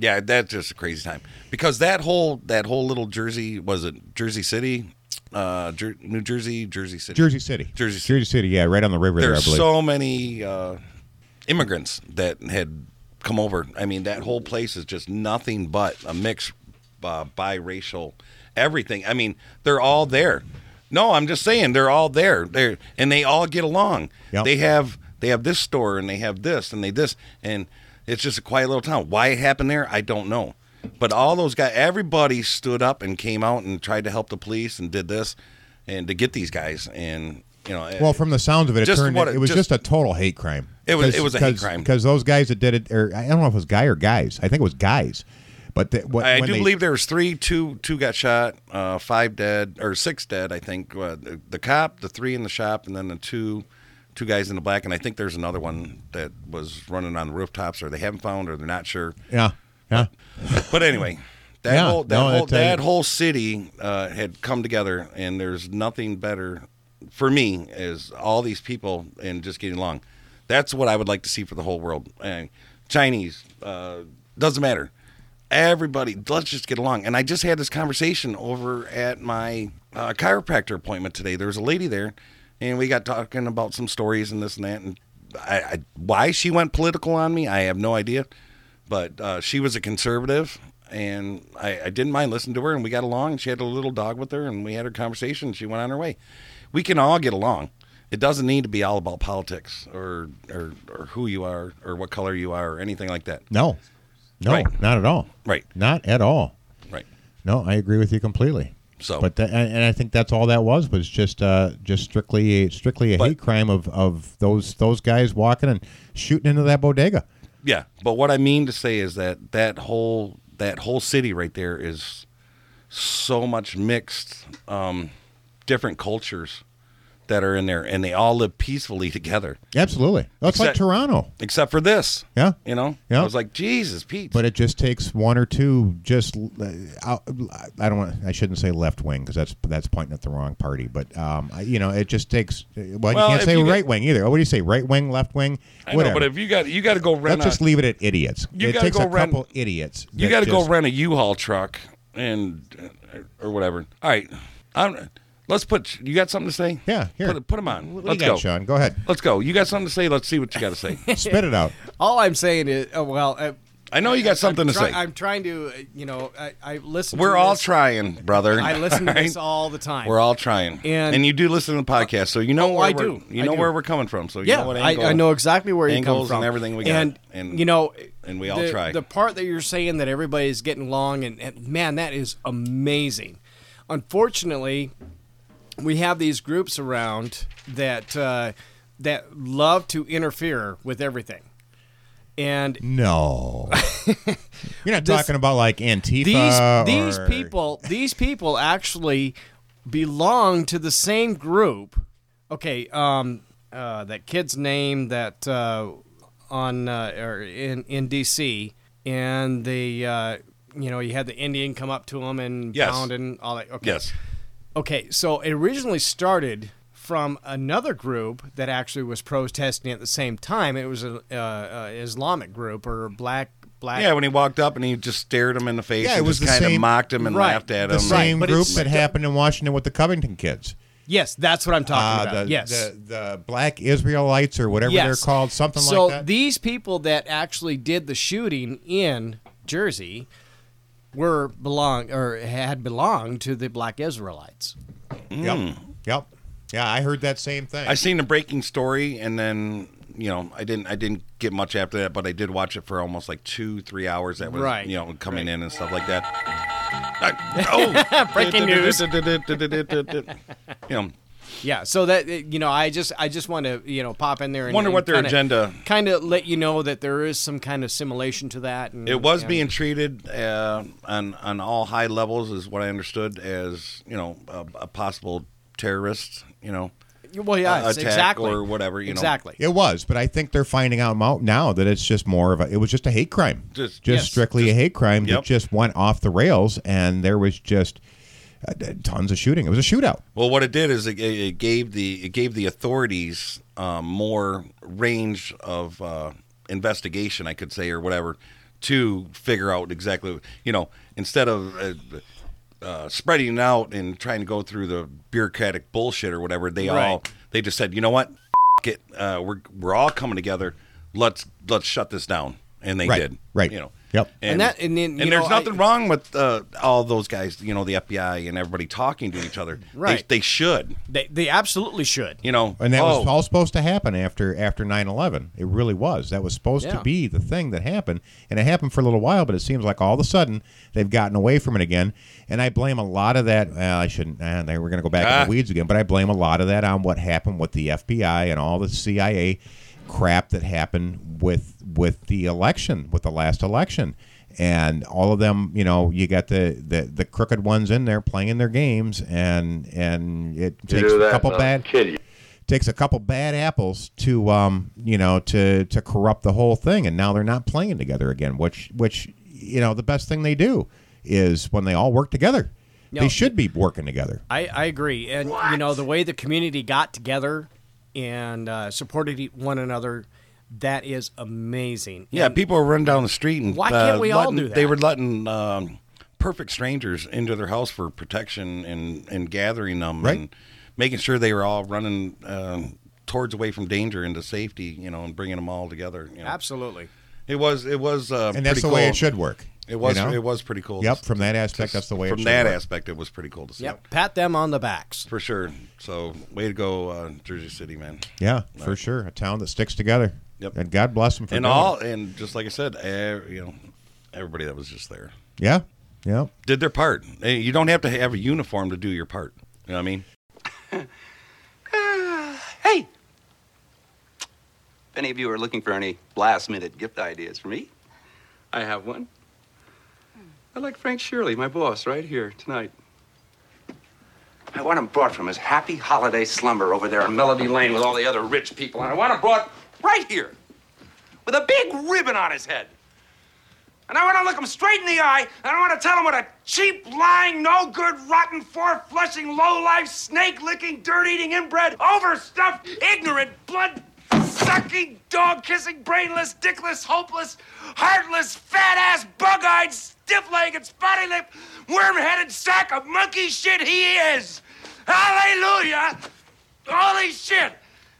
S4: yeah, that's just a crazy time because that whole that whole little Jersey was it Jersey City, uh, Jer- New Jersey, Jersey City,
S3: Jersey City.
S4: Jersey City.
S3: Jersey City, yeah, right on the river there, I
S4: There's
S3: believe.
S4: so many uh, immigrants that had come over. I mean, that whole place is just nothing but a mix, uh, biracial, everything. I mean, they're all there. No, I'm just saying they're all there. They and they all get along.
S3: Yep.
S4: They have they have this store and they have this and they this and it's just a quiet little town. Why it happened there, I don't know. But all those guys, everybody stood up and came out and tried to help the police and did this and to get these guys and you know.
S3: Well, from the sounds of it, it
S4: Just
S3: turned.
S4: what
S3: it was
S4: just-
S3: just, a total hate crime.
S4: It was- it was a hate crime.
S3: because those guys that did it, or I don't know if it was guy or guys. I think it was guys, but the, what,
S4: I
S3: when
S4: do
S3: they-
S4: believe there was three, two, two got shot, uh, five dead or six dead. I think uh, the, the cop, the three in the shop, and then the two, two guys in the black. And I think there's another one that was running on the rooftops, or they haven't found, or they're not sure.
S3: Yeah, yeah.
S4: But anyway, that
S3: Yeah,
S4: whole that
S3: no, I
S4: whole
S3: tell you-
S4: that whole city uh, had come together, and there's nothing better for me as all these people and just getting along. That's what I would like to see for the whole world. Uh, Chinese uh, doesn't matter. Everybody, let's just get along. And I just had this conversation over at my uh, chiropractor appointment today. There was a lady there, and we got talking about some stories and this and that. And I, I, why she went political on me, I have no idea but uh, she was a conservative and I, I didn't mind listening to her and we got along she had a little dog with her and we had her conversation and she went on her way we can all get along it doesn't need to be all about politics or or, or who you are or what color you are or anything like that
S3: no, no,
S4: Right.
S3: not at all.
S4: Right.
S3: not at all.
S4: Right.
S3: No, I agree with you completely.
S4: So-
S3: but tha- and and I think that's all that was was just uh, just strictly a, strictly a
S4: But-
S3: hate crime of, of those those guys walking and shooting into that bodega.
S4: yeah but what i mean to say is that that whole that whole city right there is so much mixed um, different cultures that are in there and they all live peacefully together
S3: Absolutely, that's like
S4: Except-
S3: Toronto.
S4: except for this
S3: Yeah.
S4: you know
S3: Yeah.
S4: i was like jesus pete
S3: But it just takes one or two. Just uh, out- I don't want. I shouldn't say left wing because that's that's pointing at the wrong party. But um, I- you know, it just takes. uh, Well,
S4: Well,
S3: you can't
S4: if
S3: say
S4: you get-
S3: right wing either. Oh, What do you say? Right wing, left wing,
S4: I know,
S3: whatever.
S4: but if you got you got to go rent
S3: Let's
S4: a,
S3: just leave it at idiots.
S4: you
S3: it
S4: gotta
S3: takes
S4: go
S3: a
S4: rent-
S3: couple idiots.
S4: you
S3: that
S4: got to go
S3: just-
S4: rent a U-Haul truck and uh, or whatever. All right, I'm, let's put. You got something to say?
S3: Yeah, here.
S4: Put, put 'em on.
S3: What do you
S4: let's
S3: got,
S4: go,
S3: Sean? Go ahead.
S4: Let's go. You got something to say? Let's see what you got to say.
S3: Spit it out.
S9: All I'm saying is, oh, well, I,
S4: I know you got something to
S9: try-
S4: say.
S9: I'm trying to, uh, you know, I, I listen.
S4: We're
S9: to
S4: all
S9: this.
S4: trying, brother.
S9: I listen to this
S4: right?
S9: all the time.
S4: We're all trying,
S9: And-
S4: and, you do listen to the podcast, so you know
S9: Oh,
S4: where
S9: I
S4: we're-
S9: do.
S4: You
S9: I
S4: know
S9: do.
S4: where we're coming from, so you
S9: yeah,
S4: know what
S9: I,
S4: angle,
S9: I know exactly where you come
S4: angles
S9: from
S4: and everything we got,
S9: And,
S4: and
S9: you know,
S4: and we all
S9: the,
S4: tried.
S9: The part that you're saying that everybody's getting along, and, and man, that is amazing. Unfortunately, we have these groups around that uh, that love to interfere with everything, and
S3: No. You're not
S9: This-
S3: talking about like Antifa.
S9: these
S3: or-
S9: these people these people actually belong to the same group. Okay, um, uh, that kid's name that uh, on uh, or in in D.C. and the uh, you know you had the Indian come up to him and
S4: Yes.
S9: pound and all that. Okay.
S4: Yes.
S9: Okay, so it originally started from another group that actually was protesting at the same time. It was an uh, uh, Islamic group or black black.
S4: yeah, when he walked up and he just stared him in the face.
S3: Yeah,
S4: and
S3: it was
S4: just
S3: the
S4: kind
S3: same-
S4: of mocked him and
S9: Right.
S4: laughed at
S3: the
S4: him.
S3: same
S9: But
S3: group
S9: it's-
S3: that happened in Washington with the Covington kids.
S9: Yes, that's what I'm talking
S3: Uh,
S9: about.
S3: the-
S9: yes.
S3: the- Black Israelites or whatever
S9: Yes.
S3: they're called, something
S9: so
S3: like that.
S9: these people that actually did the shooting in Jersey were belong or had belonged to the Black Israelites.
S3: Yep. Yep. Yeah, I heard that same thing.
S4: Mm. I seen the breaking story, and then you know I didn't I didn't get much after that, but I did watch it for almost like two three hours. That was
S9: Right.
S4: you know coming in and stuff like that. I- oh,
S9: Breaking news.
S4: You know,
S9: Yeah, so that eh, you know, I just I just want to you know pop in there and
S4: Wonder what their agenda-
S9: Kind of let you know that there is some kind of simulation to that. And,
S4: it was
S9: and-
S4: being treated uh, on on all high levels, is what I understood as you know a, a possible terrorist. You know,
S9: Well, yes,
S4: uh, attack
S9: exactly.
S4: or whatever. You
S9: Exactly.
S3: It was, but I think they're finding out mo- now that it's just more of a. It was just a hate crime,
S4: Just-
S3: just,
S4: Yes.
S3: strictly a hate crime
S4: yep.
S3: that just went off the rails, and there was just uh, d- tons of shooting. It was a shootout.
S4: Well, what it did is it, it it gave the it gave the authorities um, more range of uh, investigation, I could say, or whatever, to figure out exactly. You know, instead of uh, uh, spreading it out and trying to go through the bureaucratic bullshit or whatever, they all
S9: Right.
S4: they just said, you know what, F- it, uh, we're we're all coming together. Let's let's shut this down, and they
S3: Right,
S4: did.
S3: right.
S4: You know.
S3: Yep.
S9: And that- and then, you
S4: and there's
S9: know, I-
S4: nothing wrong with uh, all those guys, you know, the FBI and everybody talking to each other.
S9: Right.
S4: They, they should.
S9: They, they absolutely should.
S4: You know,
S3: And that
S4: oh,
S3: was all supposed to happen after after 9-11. It really was. That was supposed
S9: Yeah.
S3: to be the thing that happened, and it happened for a little while. But it seems like all of a sudden they've gotten away from it again. And I blame a lot of that. Well, I shouldn't. Uh, they we're going to go back
S4: Ah.
S3: in the weeds again. But I blame a lot of that on what happened with the FBI and all the CIA crap that happened with with the election, with the last election. And all of them, you know, you got the, the, the crooked ones in there playing their games, and and it takes
S20: do
S3: a
S20: that,
S3: couple
S20: and I'll
S3: bad
S20: kill you.
S3: takes a couple bad apples to um you know to to corrupt the whole thing and now they're not playing together again which which you know the best thing they do is when they all work together
S9: No.
S3: they should be working together
S9: I, I agree. And, you know, the way the community got together and uh, supported e- one another, that is amazing.
S4: yeah,
S9: And-
S4: people were running down the street and
S9: Why can't
S4: uh,
S9: we all
S4: letting-
S9: do that?
S4: They were letting um, perfect strangers into their house for protection and and gathering them
S3: Right.
S4: and making sure they were all running um towards away from danger into safety. You know, and bringing them all together. You know.
S9: Absolutely.
S4: It was it was uh,
S3: and that's the
S4: pretty
S3: way
S4: cool.
S3: it should work
S4: It was
S3: you know?
S4: it was pretty cool.
S3: yep from that aspect that's the way it
S4: from
S3: should
S4: that
S3: work.
S4: aspect it was pretty cool to see.
S9: Yep. Pat them on the backs.
S4: For sure. So way to go, uh, Jersey City, man.
S3: yeah for sure a town that sticks together
S4: Yep.
S3: and god bless them for
S4: and
S3: doing
S4: all
S3: it.
S4: and just like I said, ev- you know, everybody that was just there
S3: yeah yeah
S4: did their part. Eh, You don't have to have a uniform to do your part. You know what I mean?
S21: hey! If any of you are looking for any last minute gift ideas for me, I have one. I like Frank Shirley, my boss, right here tonight. I want him brought from his happy holiday slumber over there on Melody Lane with all the other rich people, and I want him brought right here with a big ribbon on his head.
S22: And I want to look him straight in the eye, and I want to tell him what a cheap, lying, no good, rotten, four flushing, low life, snake licking, dirt eating, inbred, overstuffed, ignorant, blood sucking, dog kissing, brainless, dickless, hopeless, heartless, fat ass, bug eyed, stiff legged, spotty lipped, worm headed sack of monkey shit he is! Hallelujah! Holy shit!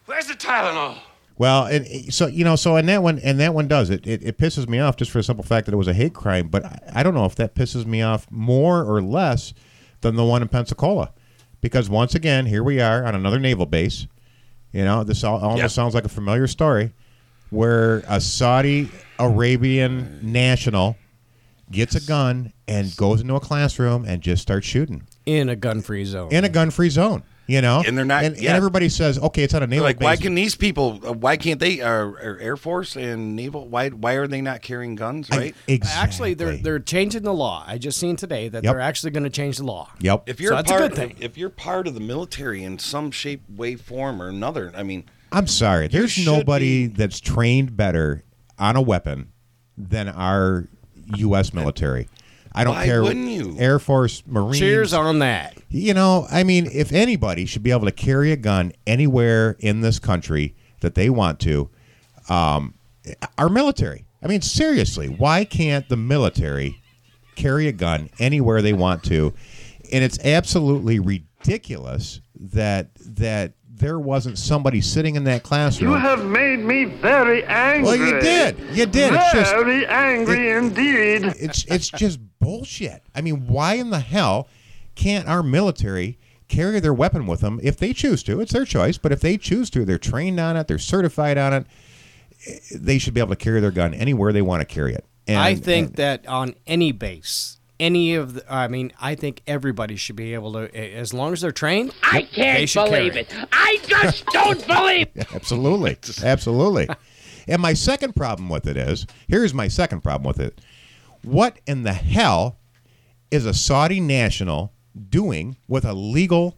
S22: Where's the Tylenol?
S3: Well, and eh, so you know, so and that one and that one does it. It, it pisses me off just for the simple fact that it was a hate crime, but I, I don't know if that pisses me off more or less than the one in Pensacola, because once again, here we are on another naval base. You know, this all, almost sounds like a familiar story, where a Saudi Arabian national gets a gun and goes into a classroom and just starts shooting
S9: in a gun free zone.
S3: in a gun-free zone. You know, and they're not. And,
S4: yeah.
S3: everybody says, "Okay, it's on a naval
S4: like,
S3: base."
S4: why can these people? Uh, why can't they? Uh, uh, Air Force and naval. Why? Why are they not carrying guns? Right.
S9: Actually, they're they're changing the law. I just seen today that
S4: Yep.
S9: they're actually going to change the law.
S3: Yep.
S4: If you're
S9: So
S4: a
S9: that's a
S4: part,
S9: good thing.
S4: if you're part of the military in some shape, way, form, or another, I mean,
S3: I'm sorry. There's
S4: should
S3: nobody that's trained better on a weapon than our U.S. military. I don't
S4: Why
S3: care.
S4: wouldn't you?
S3: Air Force, Marines.
S9: Cheers on that.
S3: You know, I mean, if anybody should be able to carry a gun anywhere in this country that they want to, um, our military. I mean, seriously, why can't the military carry a gun anywhere they want to? And it's absolutely ridiculous that that there wasn't somebody sitting in that classroom.
S20: You have made me very angry.
S3: Well, you did. You did. It's just-
S20: Very angry indeed.
S3: It's it's just bullshit. I mean, why in the hell can't our military carry their weapon with them if they choose to? It's their choice, but if they choose to, they're trained on it, they're certified on it. eh, They should be able to carry their gun anywhere they want to carry it. And
S9: I think that on any base, any of the, I mean, I think everybody should be able to, a- as long as they're trained.
S7: I
S9: they
S7: can't
S9: should
S7: believe
S9: carry
S7: it. I just don't believe
S3: absolutely, absolutely. And my second problem with it is here's my second problem with it. What in the hell is a Saudi national doing with a legal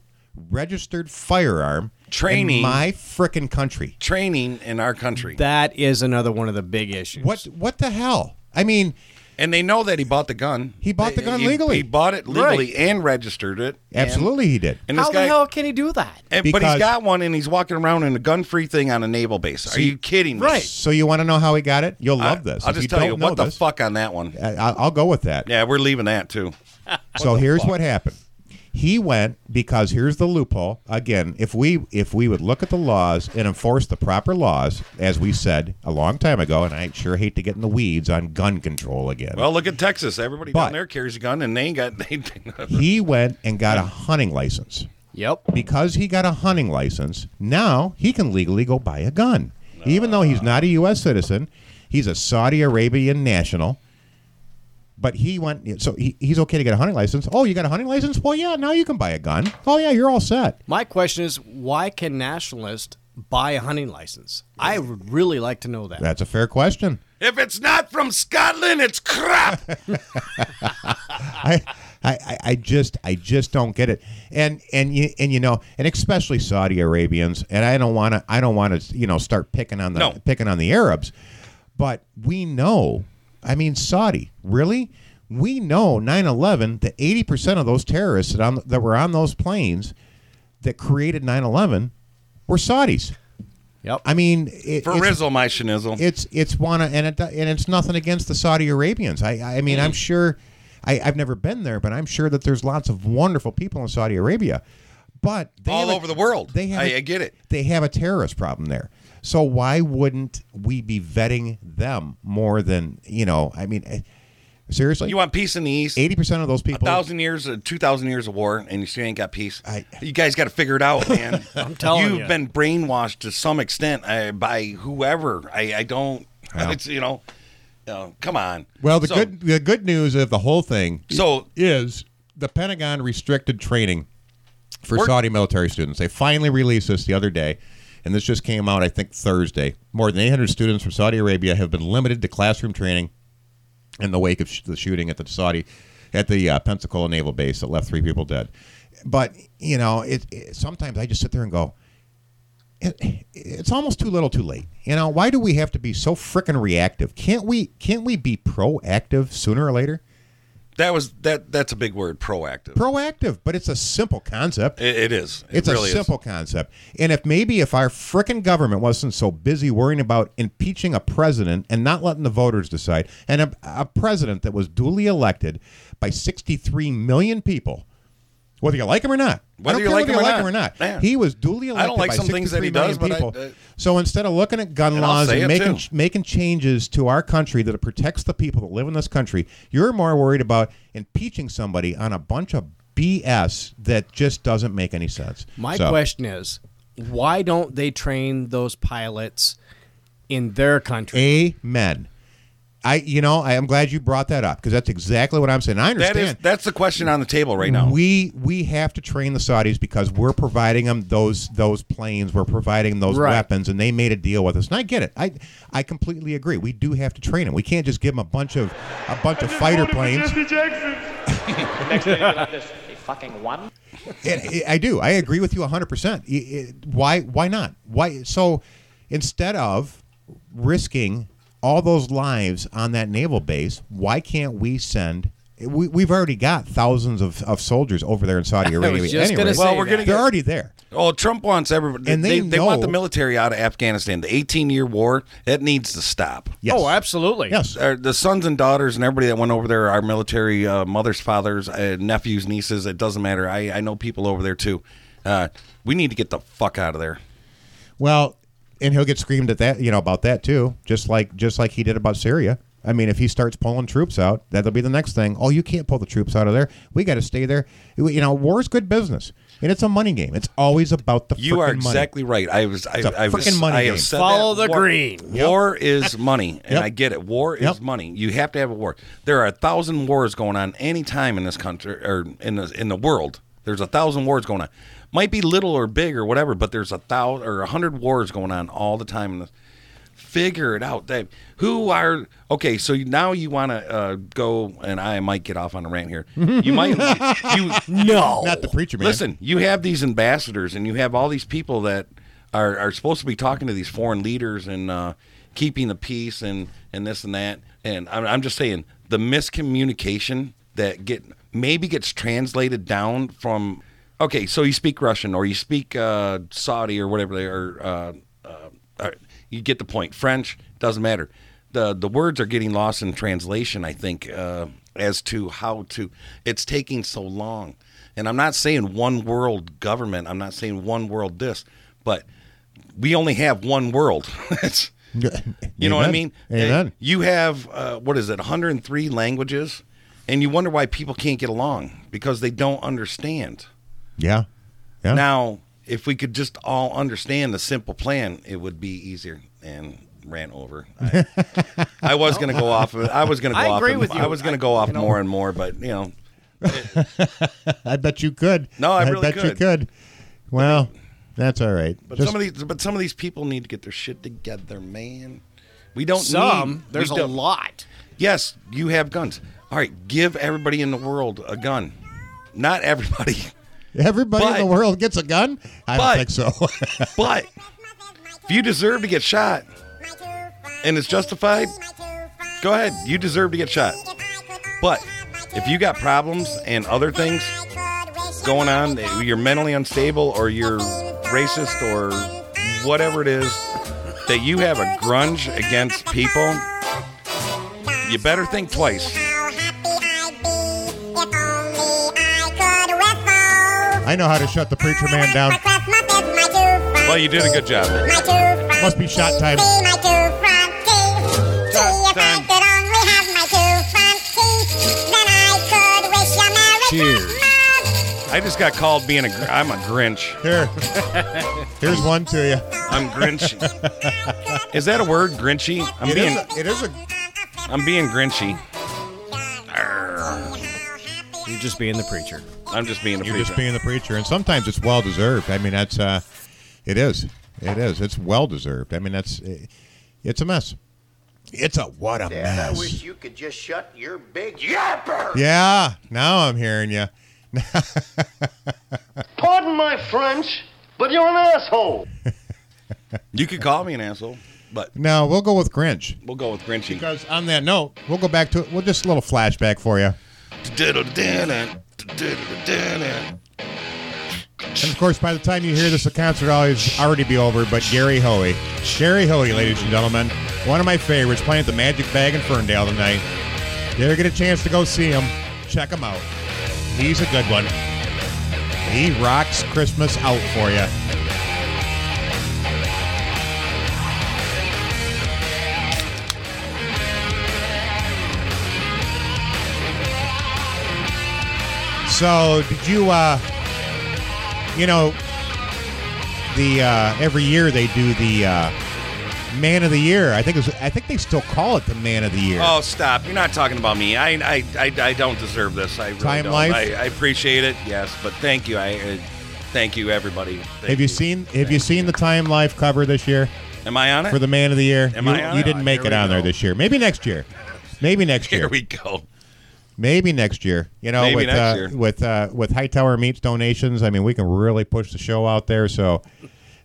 S3: registered firearm
S4: Training.
S3: in my frickin' country?
S4: training in our country.
S9: That is another one of the big issues.
S3: What what the hell? I mean,
S4: and they know that he bought the gun.
S3: He bought the gun
S4: he-
S3: legally.
S4: He bought it legally
S3: Right.
S4: and registered it. and-
S3: Absolutely, he did.
S4: And
S9: How
S4: this
S9: the
S4: guy,
S9: hell can he do that?
S4: and- but he's
S3: Because-
S4: got one, and he's walking around in a gun-free thing on a naval base. Are you kidding me?
S3: So you want to know how he got it? You'll love this.
S4: I'll
S3: If
S4: just
S3: you
S4: tell
S3: don't
S4: you
S3: know
S4: what the
S3: this-
S4: fuck on that one.
S3: I- I'll, I'll go with that.
S4: Yeah, we're leaving that too.
S3: so here's what happened. He went because here's the loophole. Again, if we if we would look at the laws and enforce the proper laws, as we said a long time ago, and I sure hate to get in the weeds on gun control again.
S4: Well, look at Texas. Everybody
S3: But-
S4: down there carries a gun, and they ain't got. They,
S3: he went and got a hunting license.
S9: Yep.
S3: Because he got a hunting license, now he can legally go buy a gun. Even though he's not a U.S. citizen, he's a Saudi Arabian national. But he went, so he, he's okay to get a hunting license. Oh, you got a hunting license? Well, yeah, now you can buy a gun. Oh, yeah, you're all set.
S9: My question is, why can nationalists buy a hunting license? I would really like to know that.
S3: That's a fair question.
S4: if it's not from Scotland, it's crap.
S3: I, I, I- I just I just don't get it. And and you and you know, and especially Saudi Arabians. And I don't want to I don't want to you know start picking on the
S4: No.
S3: picking on the Arabs, but we know. I mean, Saudi really. We know 9/11 that 80% of those terrorists that, on, that were on those planes that created 9/11 were Saudis.
S9: Yep.
S3: I mean, it,
S4: For
S3: it's-
S4: Rizzle, my schnizzle.
S3: it's it's one of- and it do- and it's nothing against the Saudi Arabians. I I mean
S4: Mm.
S3: I'm sure I, I've never been there, but I'm sure that there's lots of wonderful people in Saudi Arabia. But they
S4: all
S3: have a-
S4: over the world.
S3: They have
S4: I,
S3: a-
S4: I get it.
S3: They have a terrorist problem there. So why wouldn't we be vetting them more than you know? I mean, eh, seriously,
S4: You want peace in the East?
S3: eighty percent of those
S4: A
S3: people.
S4: thousand years, uh, two thousand years of war, and you still ain't got peace. you guys got to figure it out, man. I'm
S9: telling
S4: you've
S9: ya.
S4: been brainwashed to some extent uh, by whoever. I, I don't.
S3: Yeah.
S4: It's you know, uh, come on.
S3: Well, the
S4: So-
S3: good the good news of the whole thing
S4: So-
S3: is the Pentagon restricted training for
S4: We're-
S3: Saudi military students. They finally released this the other day, and this just came out I think Thursday. More than 800 students from Saudi Arabia have been limited to classroom training in the wake of sh- the shooting at the Saudi at the uh, Pensacola naval base that left three people dead. But you know, it, it sometimes I just sit there and go, it, it's almost too little, too late. You know, why do we have to be so frickin' reactive? Can't we can't we be proactive sooner or later?
S4: That was that. That's a big word. Proactive.
S3: Proactive, but it's a simple concept.
S4: It, it is. It
S3: it's
S4: really
S3: a
S4: is.
S3: simple concept. And if maybe if our frickin' government wasn't so busy worrying about impeaching a president and not letting the voters decide, and a, a president that was duly elected by 63 million people, whether you like him or not,
S4: Whether
S3: I
S4: you
S3: don't care
S4: like
S3: whether
S4: him or
S3: you like him or not,
S4: not. Man.
S3: he was duly
S4: I
S3: elected
S4: don't like
S3: by
S4: some things that he
S3: 63 million
S4: does,
S3: people.
S4: but I- I-
S3: so instead of looking at gun
S4: And I'll
S3: laws
S4: say
S3: and
S4: it
S3: making
S4: too.
S3: making changes to our country that protects the people that live in this country, you're more worried about impeaching somebody on a bunch of BS that just doesn't make any sense.
S9: My
S3: So,
S9: question is, why don't they train those pilots in their country?
S3: Amen. I, you know, I am glad you brought that up because that's exactly what I'm saying. I
S4: That
S3: understand.
S4: is. That's the question on the table right now.
S3: We we have to train the Saudis because we're providing them those those planes, we're providing them those
S4: Right.
S3: weapons, and they made a deal with us. And I get it. I I completely agree. We do have to train them. We can't just give them a bunch of a bunch of fighter planes.
S5: Next thing you'll have this, a fucking one.
S3: I- I do. I agree with you 100%. I- I- Why why not? Why so instead of risking all those lives on that naval base, why can't we send we, we've already got thousands of, of soldiers over there in Saudi Arabia. anyway,
S4: well, we're gonna
S3: they're
S4: get-
S3: already there.
S4: Oh, Trump wants everybody.
S3: And
S4: they,
S3: they
S4: they want
S3: know-
S4: the military out of Afghanistan. The 18 year war that needs to stop.
S3: Yes. Oh,
S9: absolutely.
S3: Yes.
S4: Our- the sons and daughters and everybody that went over there, our military uh, mothers, fathers, uh, nephews, nieces. It doesn't matter. I, I know people over there too. Uh, we need to get the fuck out of there.
S3: Well, and he'll get screamed at that, you know, about that too, just like just like he did about Syria. I mean, if he starts pulling troops out, that'll be the next thing. Oh, you can't pull the troops out of there. We got to stay there. You know, war's good business, and it's a money game. It's always about the
S4: You are
S3: frickin' money.
S4: exactly right. I was. I,
S3: It's a
S4: I was.
S3: frickin' money
S4: I have
S3: game.
S4: said
S3: Follow
S4: that.
S3: the
S4: war,
S3: green. Yep.
S4: War is money, and
S3: Yep.
S4: I get it. War is
S3: Yep.
S4: money. You have to have a war. There are a thousand wars going on any time in this country or in the in the world. There's a thousand wars going on. Might be little or big or whatever, but there's a thousand or a hundred wars going on all the time. In this. Figure it out, Dave. Who are okay? So now you want to uh, go, and I might get off on a rant here. You might you
S3: No. Not the preacher man.
S4: Listen, you have these ambassadors, and you have all these people that are, are supposed to be talking to these foreign leaders and uh, keeping the peace and and this and that. And I'm, I'm just saying the miscommunication that get maybe gets translated down from okay, so you speak Russian or you speak uh, Saudi or whatever they are. Uh, uh, uh, you get the point. French doesn't matter. The the words are getting lost in translation. I think uh, as to how to. It's taking so long, and I'm not saying one world government. I'm not saying one world this, but we only have one world. It's- you know what I mean?
S3: Amen. Amen.
S4: Uh, You have uh, what is it? 103 languages, and you wonder why people can't get along because they don't understand.
S3: Yeah. Yeah.
S4: Now, if we could just all understand the simple plan, it would be easier and ran over. I, I was going to go off. of- I was going to go
S9: I
S4: off.
S9: agree
S4: and-
S9: with you.
S4: I was going to go off more and more, but you know,
S3: I bet you could.
S4: No, I really
S3: bet you
S4: could.
S3: could. Well, that's all right.
S4: but
S3: Just-
S4: some of these, but some of these people need to get their shit together, man. We don't
S9: Some.
S4: need. we
S9: There's a
S4: don't-
S9: lot.
S4: Yes, you have guns. All right, give everybody in the world a gun. Not everybody,
S3: everybody
S4: but-
S3: in the world gets a gun. I
S4: But-
S3: don't think so.
S4: but if you deserve to get shot and it's justified, go ahead. You deserve to get shot. But if you got problems and other things going on, you're mentally unstable or you're racist or whatever it is, that you have a grunge against people, you better think twice.
S3: I know how to shut the preacher man down.
S4: Well, you did a good job.
S3: Must be shot time.
S4: Cheers. I just got called being a. Gr- I'm a Grinch.
S3: Here. Here's one to you.
S4: I'm Grinchy. Is that a word, Grinchy? I'm
S3: It
S4: being.
S3: is a- it is a.
S4: I'm being Grinchy. Arr.
S9: You're just being the preacher.
S4: I'm just being a
S3: You're
S4: preacher.
S3: just being the preacher, and sometimes it's well deserved. I mean, that's uh, it is, it is, it's well deserved. I mean, that's it's a mess. It's a what a
S23: Dad, I
S3: mess.
S23: wish you could just shut your big yapper.
S3: Yeah, now I'm hearing you.
S23: Pardon my French, but you're an asshole.
S4: You could call me an asshole, but
S3: Now we'll go with Grinch.
S4: we'll go with Grinchy.
S3: Because on that note, we'll go back to it. We'll just a little flashback for you. And of course, by the time you hear this, the concert will always already be over. But Gary Hoey, Gary Hoey, ladies and gentlemen, one of my favorites, playing at the Magic Bag in Ferndale tonight. If you ever get a chance to go see him, check him out. He's a good one. He rocks Christmas out for you. So, did you, uh, you know, the uh, every year they do the uh, Man of the Year. I think it was, I think they still call it the Man of the Year.
S4: Oh, stop! You're not talking about me. I I, I, I don't deserve this. I really
S3: Time
S4: don't.
S3: life?
S4: I, I appreciate it. Yes, but thank you. I uh, thank you, everybody. Thank
S3: have you seen Have you seen the Time Life cover this year?
S4: Am I on it?
S3: for the Man of the Year?
S4: Am
S3: you,
S4: I on
S3: you
S4: it?
S3: didn't make
S4: Here
S3: it
S4: we
S3: on there
S4: go.
S3: this year. Maybe next year. Maybe next year.
S4: Here we go.
S3: Maybe next year. You know,
S4: Maybe
S3: with
S4: next
S3: uh,
S4: year.
S3: with uh, with Hightower Meats donations, I mean, we can really push the show out there. So,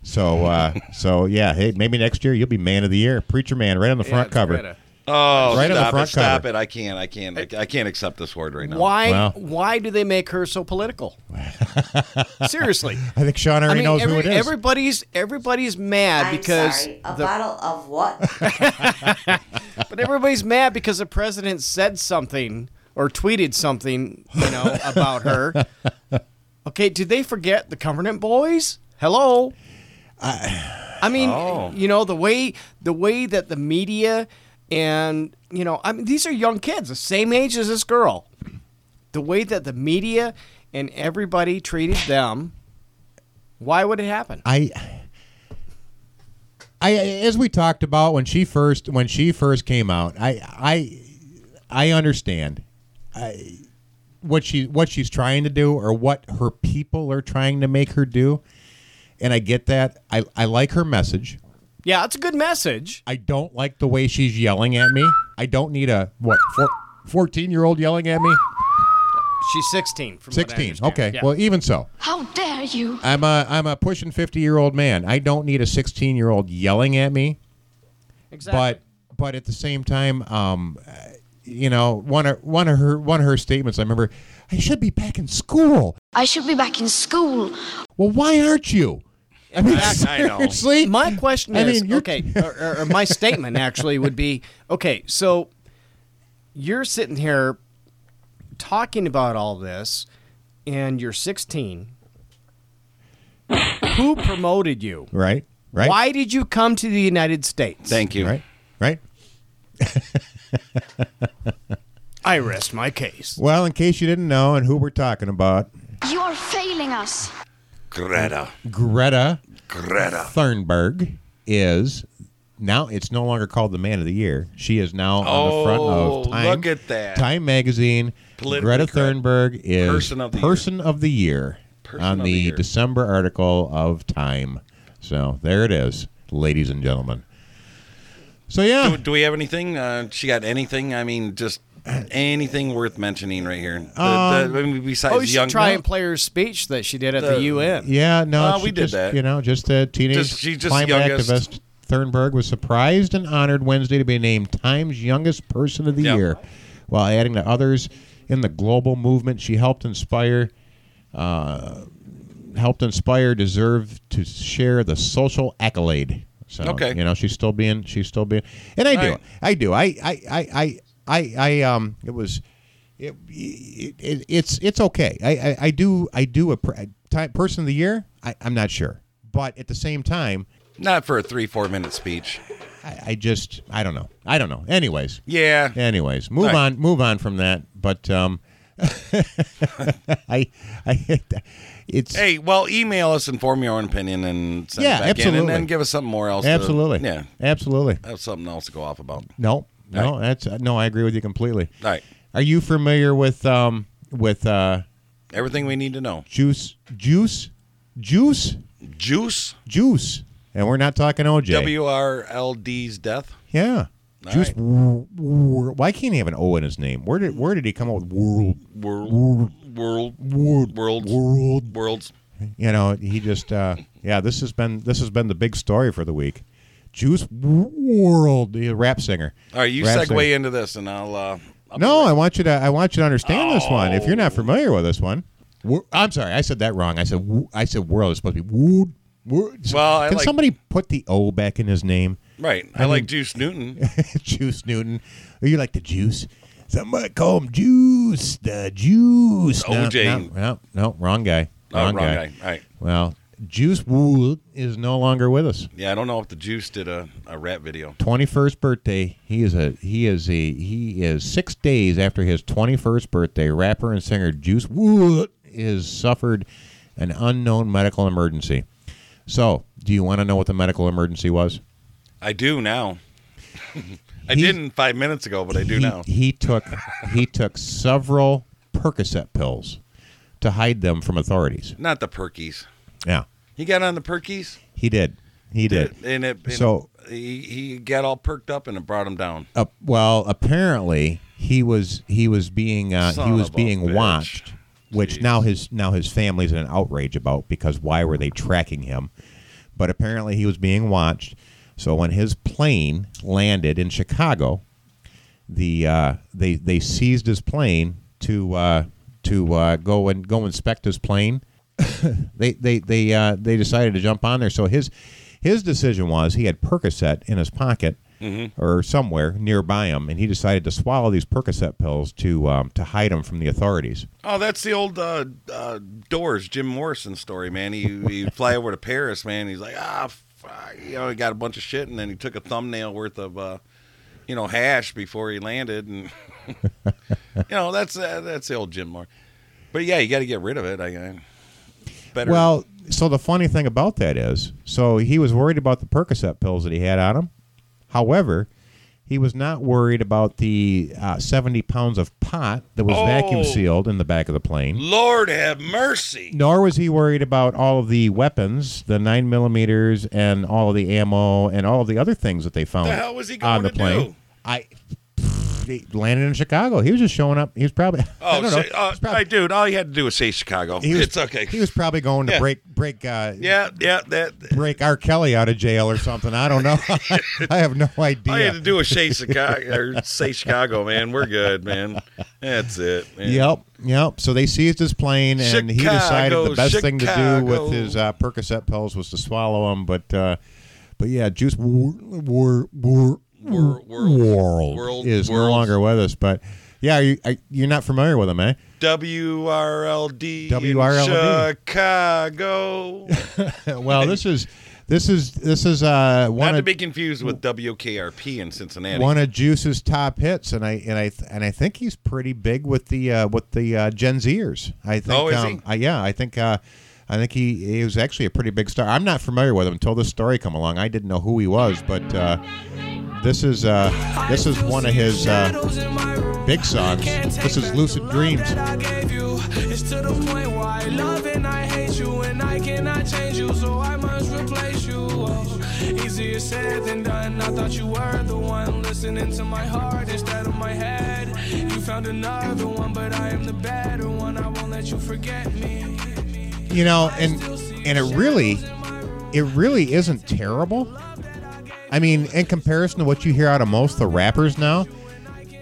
S3: so uh, so yeah. Hey, maybe next year you'll be Man of the Year, Preacher Man, right on the front cover.
S4: Oh,
S3: Right on the
S4: stop
S3: front
S4: it! Stop
S3: cover.
S4: it! I can't! I can't! I, I can't accept this word right now.
S9: Why?
S3: Wow.
S9: Why do they make her so political? Seriously,
S3: I think Sean already
S9: I mean,
S3: knows
S9: every-
S3: who it is.
S9: Everybody's everybody's mad
S1: I'm
S9: because
S1: sorry, a
S9: the-
S1: bottle of what?
S9: but everybody's mad because the president said something or tweeted something, you know, about her. Okay, did they forget the Covenant Boys? Hello. I, mean,
S10: Oh.
S9: you know the way the way that the media and you know, I mean, these are young kids, the same age as this girl. The way that the media and everybody treated them, why would it happen?
S3: I I as we talked about when she first when she first came out, I I I understand I, what she what she's trying to do or what her people are trying to make her do, and I get that. I I like her message.
S9: Yeah, it's a good message.
S3: I don't like the way she's yelling at me. I don't need a what four, 14 year old yelling at me.
S9: She's 16 from what I
S3: 16.
S9: understand.
S3: Okay.
S9: Yeah.
S3: Well, even so.
S11: How dare you?
S3: I'm a I'm a pushing 50 year old man. I don't need a 16 year old yelling at me.
S9: Exactly.
S3: But but at the same time, um, uh, you know, one of one of her one of her statements. I remember, I should be back in school.
S11: I should be back in school.
S3: Well, why aren't you? I mean,
S9: Exactly. I know.
S3: seriously.
S9: My question
S3: I
S9: is
S3: mean, you're-
S9: okay, or, or- or my statement actually would be okay, so you're sitting here talking about all this and you're 16. Who promoted you?
S3: Right. Right.
S9: Why did you come to the United States?
S4: Thank you.
S3: Right. Right.
S9: I rest my case.
S3: Well, in case you didn't know, and who we're talking about,
S11: You are failing us.
S4: Greta.
S3: Greta.
S4: Greta.
S3: Thunberg is now it's no longer called the Man of the Year. She is now on the front
S4: Oh,
S3: of Time.
S4: look at that.
S3: Time magazine.
S4: Politically
S3: Greta
S4: correct.
S3: Thunberg is
S4: Person of the
S3: Person of the Year
S4: Person
S3: on
S4: of
S3: the,
S4: the Year.
S3: December article of Time. So there it is, ladies and gentlemen. So yeah,
S4: Do, do we have anything? Uh, she got anything? I mean, just anything worth mentioning right here. The- the-
S3: Um,
S4: I mean, besides
S9: oh, you should
S4: young.
S9: try and play her speech that she did at the,
S4: The-
S9: UN.
S3: yeah, no,
S4: Uh,
S3: she
S4: we did
S3: just,
S4: that.
S3: You know, just a teenage
S4: Just- she's just
S3: climate
S4: youngest.
S3: activist. Thunberg was surprised and honored Wednesday to be named Time's youngest person of the year, while adding to others in the global movement she helped inspire. Uh, helped inspire deserve to share the social accolade. So
S4: Okay.
S3: you know she's still being she's still being, and I
S4: All
S3: do
S4: right.
S3: I do I I I I I, I um it was. It, it, it, it's it's okay. I, I, I do I do a pr- time, person of the year. I, I'm not sure, but at the same time,
S4: Not for a three, four minute speech.
S3: I, I just I don't know. I don't know. Anyways.
S4: Yeah.
S3: Anyways, move
S4: All right.
S3: on. Move on from that. But um, I I hate that. It's
S4: Hey, well, email us and form your own opinion and send
S3: Yeah,
S4: it back in and
S3: absolutely.
S4: then give us something more else. to-
S3: absolutely
S4: yeah.
S3: absolutely
S4: Have something else to go off about.
S3: no no that's no. I agree with you completely.
S4: All right.
S3: Are you familiar with um with uh
S4: Everything we need to know.
S3: juice juice juice
S4: Juice.
S3: juice? And we're not talking OJ.
S4: WRLD's death.
S3: yeah.
S4: All
S3: Juice.
S4: right.
S3: Wor- Wor- Why can't he have an O in his name? Where did where did he come up with world
S4: World.
S3: world?
S4: World.
S3: World.
S4: Worlds.
S3: World.
S4: Worlds.
S3: you know he just uh yeah this has been this has been the big story for the week juice world the rap singer
S4: All right, you
S3: Rap
S4: segue
S3: singer.
S4: into this, and I'll. Oh. Uh,
S3: no, I want you to. I want you to understand this one. If you're not familiar with this one, Wo- I'm sorry, I said that wrong. I said wo- I said world. It's supposed to be wood.
S4: Well, I
S3: Can
S4: like-
S3: somebody put the O back in his name?
S4: Right. I,
S3: I
S4: like
S3: mean-
S4: Juice Newton.
S3: Juice Newton. Or you like the juice? Some might call him Juice. The Juice. No, No,
S4: OJ.
S3: no, no, wrong guy.
S4: Oh,
S3: Wrong,
S4: wrong
S3: guy.
S4: guy. Right.
S3: Well, Juice Wood is no longer with us.
S4: Yeah, I don't know if the Juice did a, a rap video.
S3: Twenty first birthday. He is a he is a he is six days after his twenty first birthday. Rapper and singer Juice Wood is suffered an unknown medical emergency. So, do you want to know what the medical emergency was?
S4: I do now. I didn't five minutes ago, but I do
S3: he,
S4: now.
S3: He took he took several Percocet pills to hide them from authorities.
S4: Not the Perkies.
S3: Yeah,
S4: He got on the Perkies.
S3: he did. He did.
S4: And it, and
S3: so,
S4: he, he got all perked up and it brought him down.
S3: uh, well, apparently he was he was being uh, he
S4: Son
S3: was
S4: of a
S3: being
S4: bitch.
S3: watched, which now his now his family's in an outrage about because why were they tracking him? But apparently he was being watched. So when his plane landed in Chicago, the uh, they they seized his plane to uh, to uh, go and go inspect his plane. they they they uh, they decided to jump on there. So his his decision was he had Percocet in his pocket
S4: Mhm.
S3: or somewhere nearby him, and he decided to swallow these Percocet pills to um, to hide him from the authorities.
S4: Oh, that's the old uh, uh, Doors Jim Morrison story, man. He he fly over to Paris, man. He's like, ah, fuck. you know, he got a bunch of shit, and then he took a thumbnail worth of, uh, you know, hash before he landed, and you know, that's uh, that's the old Jim Morrison. But yeah, you got to get rid of it. I, I better.
S3: Well, so the funny thing about that is, so he was worried about the Percocet pills that he had on him. However, he was not worried about the uh, seventy pounds of pot that was vacuum
S4: Oh.
S3: sealed in the back of the plane.
S4: Lord have mercy.
S3: Nor was he worried about all of the weapons, the nine millimeters, and all of the ammo, and all of the other things that they found
S4: The hell was he
S3: on
S4: going
S3: the
S4: to
S3: plane.
S4: do?
S3: I they landed in Chicago. He was just showing up. He was probably I
S4: Oh,
S3: don't know.
S4: say, uh, hey, dude, all you had to do was say Chicago.
S3: He was-
S4: it's okay.
S3: He was probably going to
S4: Yeah.
S3: break break uh,
S4: Yeah, yeah, that
S3: break R. Kelly out of jail or something. I don't know. I have no idea.
S4: All you had to do was say Chicago, or say Chicago, man. We're good, man. That's it. Man.
S3: Yep, yep. So they seized his plane, and he decided the
S4: Chicago,
S3: best thing to do
S4: Chicago.
S3: with his uh, Percocet pills was to swallow them. But, uh, but yeah, Juice Wor- Wor- Wor-
S4: Wor-
S3: World,
S4: World-
S3: is no
S4: World.
S3: longer with us. But yeah, you, I, you're not familiar with him, eh?
S4: WRLD. in
S3: WRLD.
S4: Chicago.
S3: well, this is this is this is uh, one
S4: Not to
S3: of
S4: be confused with WKRP in Cincinnati.
S3: one of Juice's top hits, and I and I and I think he's pretty big with the uh, with the uh, Gen Zers. I think.
S4: Oh, is
S3: um, I, yeah, I think. Uh, I think he, he was actually a pretty big star. I'm not familiar with him until this story come along. I didn't know who he was, but uh, this is uh, this is one of his uh, big songs. This is Lucid Dreams.
S1: It's to the point why I love and I hate you, and I cannot change you, so I must replace you. Oh, easier said than done. I thought you were the one listening to my heart instead of my head. You found another one, but I am the better one. I won't let you forget me.
S3: You know, and and it really, it really isn't terrible. I mean, in comparison to what you hear out of most of the rappers now,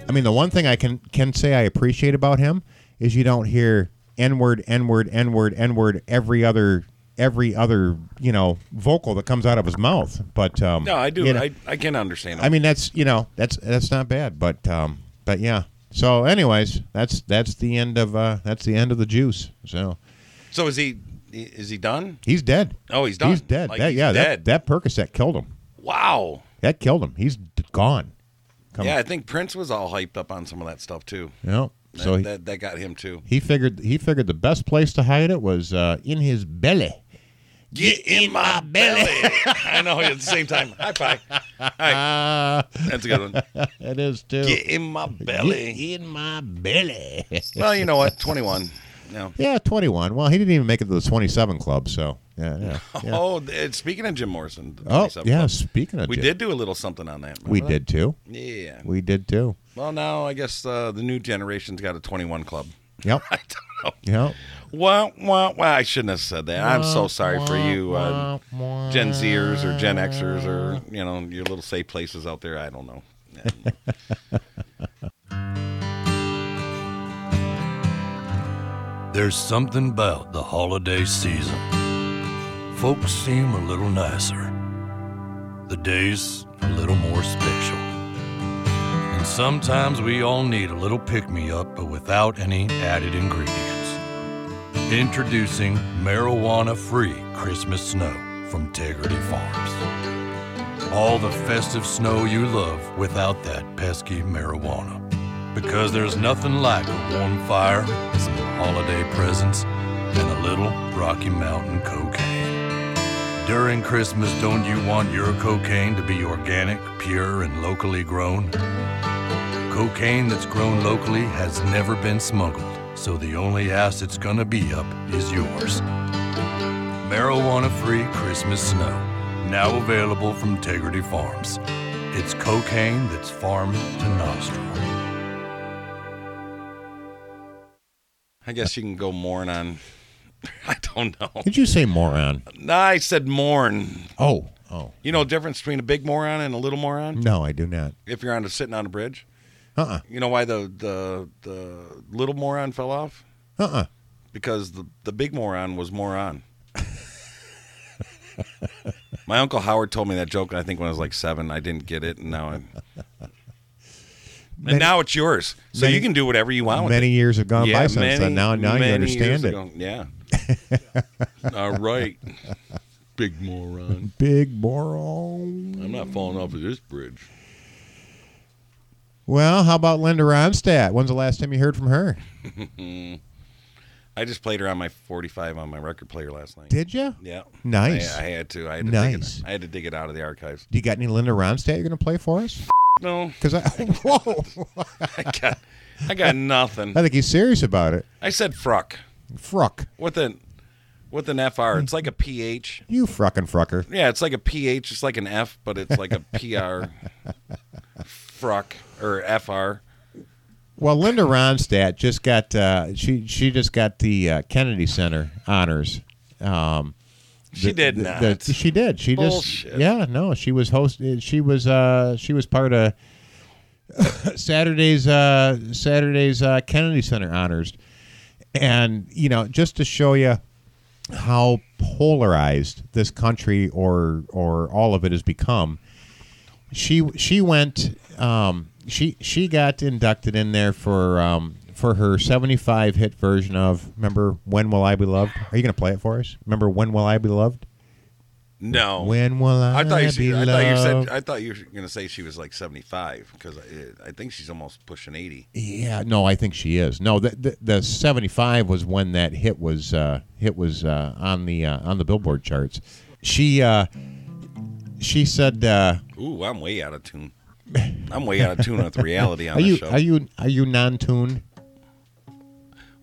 S3: I mean, the one thing I can can say I appreciate about him is you don't hear n word, n word, n word, n word every other every other you know vocal that comes out of his mouth. But um,
S4: No, I do.
S3: you know-
S4: I, I can understand.
S3: I mean, that's you know that's that's not bad. But um, but yeah. So, anyways, that's that's the end of uh, that's the end of the juice. So.
S4: so is he is he done?
S3: He's dead.
S4: Oh, he's done?
S3: He's dead.
S4: Like,
S3: that,
S4: he's
S3: yeah,
S4: dead.
S3: that that Percocet killed him.
S4: Wow.
S3: That killed him. He's d- gone. Come
S4: yeah, I think Prince was all hyped up on some of that stuff too.
S3: Yeah,
S4: That,
S3: so he-
S4: that, that got him too.
S3: He figured he figured the best place to hide it was uh, in his belly.
S4: Get in my belly. I know at the same time. High five. All right. That's a good one.
S3: Uh, it is too.
S4: Get in my belly.
S3: Get in my belly.
S4: well, you know what? 21. No.
S3: Yeah, twenty one. Well, he didn't even make it to the twenty seven club. So yeah, yeah. yeah.
S4: Oh, th- speaking of Jim Morrison. the
S3: Oh,
S4: 27
S3: yeah.
S4: Club,
S3: Speaking of,
S4: we
S3: Jim,
S4: did do a little something on that.
S3: we
S4: remember
S3: did
S4: that?
S3: too.
S4: Yeah.
S3: we did too.
S4: Well, now I guess uh, the new generation's got a 21 club.
S3: Yep.
S4: I don't know.
S3: Yep.
S4: Well, well, well, I shouldn't have said that. I'm so sorry for you, uh, Gen Zers or Gen Xers or you know your little safe places out there. I don't know.
S10: There's something about the holiday season. Folks seem a little nicer. The days a little more special. And sometimes we all need a little pick me up, but without any added ingredients. Introducing marijuana free Christmas snow from Tegrity Farms. All the festive snow you love without that pesky marijuana. Because there's nothing like a warm fire, some holiday presents, and a little Rocky Mountain cocaine. During Christmas, don't you want your cocaine to be organic, pure, and locally grown? Cocaine that's grown locally has never been smuggled, so the only ass it's gonna be up is yours. Marijuana free Christmas snow, now available from Tegrity Farms. It's cocaine that's farm to nostril.
S4: I guess you can go mourn on. I don't know.
S3: Did you say moron?
S4: No, I said mourn.
S3: Oh, oh.
S4: You know the difference between a big moron and a little moron?
S3: No, I do not.
S4: If you're on a, sitting on a bridge,
S3: Uh-uh.
S4: you know why the the the little moron fell off?
S3: Uh-uh.
S4: Because the the big moron was moron. My uncle Howard told me that joke. I think when I was like seven, I didn't get it, and now I'm.
S3: Many-
S4: and now it's yours, so
S3: many-
S4: you can do whatever you want. with
S3: Many
S4: it.
S3: years have gone
S4: Yeah,
S3: by since
S4: many-
S3: then. Now, now you
S4: many
S3: understand
S4: years
S3: it.
S4: ago. Yeah. All right, big moron.
S3: Big moron.
S4: I'm not falling off of this bridge.
S3: Well, how about Linda Ronstadt? When's the last time you heard from her?
S4: I just played her on my 45 on my record player last night.
S3: Did ya?
S4: Yeah.
S3: Nice.
S4: I, I had to. I had to Dig
S3: Nice.
S4: it, I had to dig it out of the archives.
S3: Do you got any Linda Ronstadt you're going to play for us?
S4: No.
S3: Because I, whoa.
S4: I got, I got nothing.
S3: I think he's serious about it.
S4: I said fruck
S3: Fruck.
S4: with an with an fr. It's like a ph.
S3: You fruckin' frucker.
S4: Yeah, it's like a ph. It's like an f, but it's like a pr. fruck or fr.
S3: Well, Linda Ronstadt just got uh, she she just got the uh, Kennedy Center honors. Um,
S4: She did not.
S3: she did. She
S4: Bullshit.
S3: just yeah. No, she was host. She was uh, she was part of Saturday's uh, Saturday's uh, Kennedy Center honors, and you know just to show you how polarized this country or or all of it has become. She she went um, she she got inducted in there for um, for her 75 hit version of remember when will I be loved? Are you going to play it for us? Remember when will I be loved?
S4: No.
S3: When will I,
S4: I thought you.
S3: be
S4: said- I
S3: loved?
S4: thought you said. I thought you were gonna say she was like 75 because I, I think she's almost pushing 80.
S3: Yeah, no, I think she is. No, the the, the seventy five was when that hit was uh, hit was uh, on the uh, on the Billboard charts. She uh, she said, uh,
S4: Ooh, I'm way out of tune. I'm way out of tune with reality on
S3: "Are
S4: the
S3: you
S4: show.
S3: are you are you non tuned?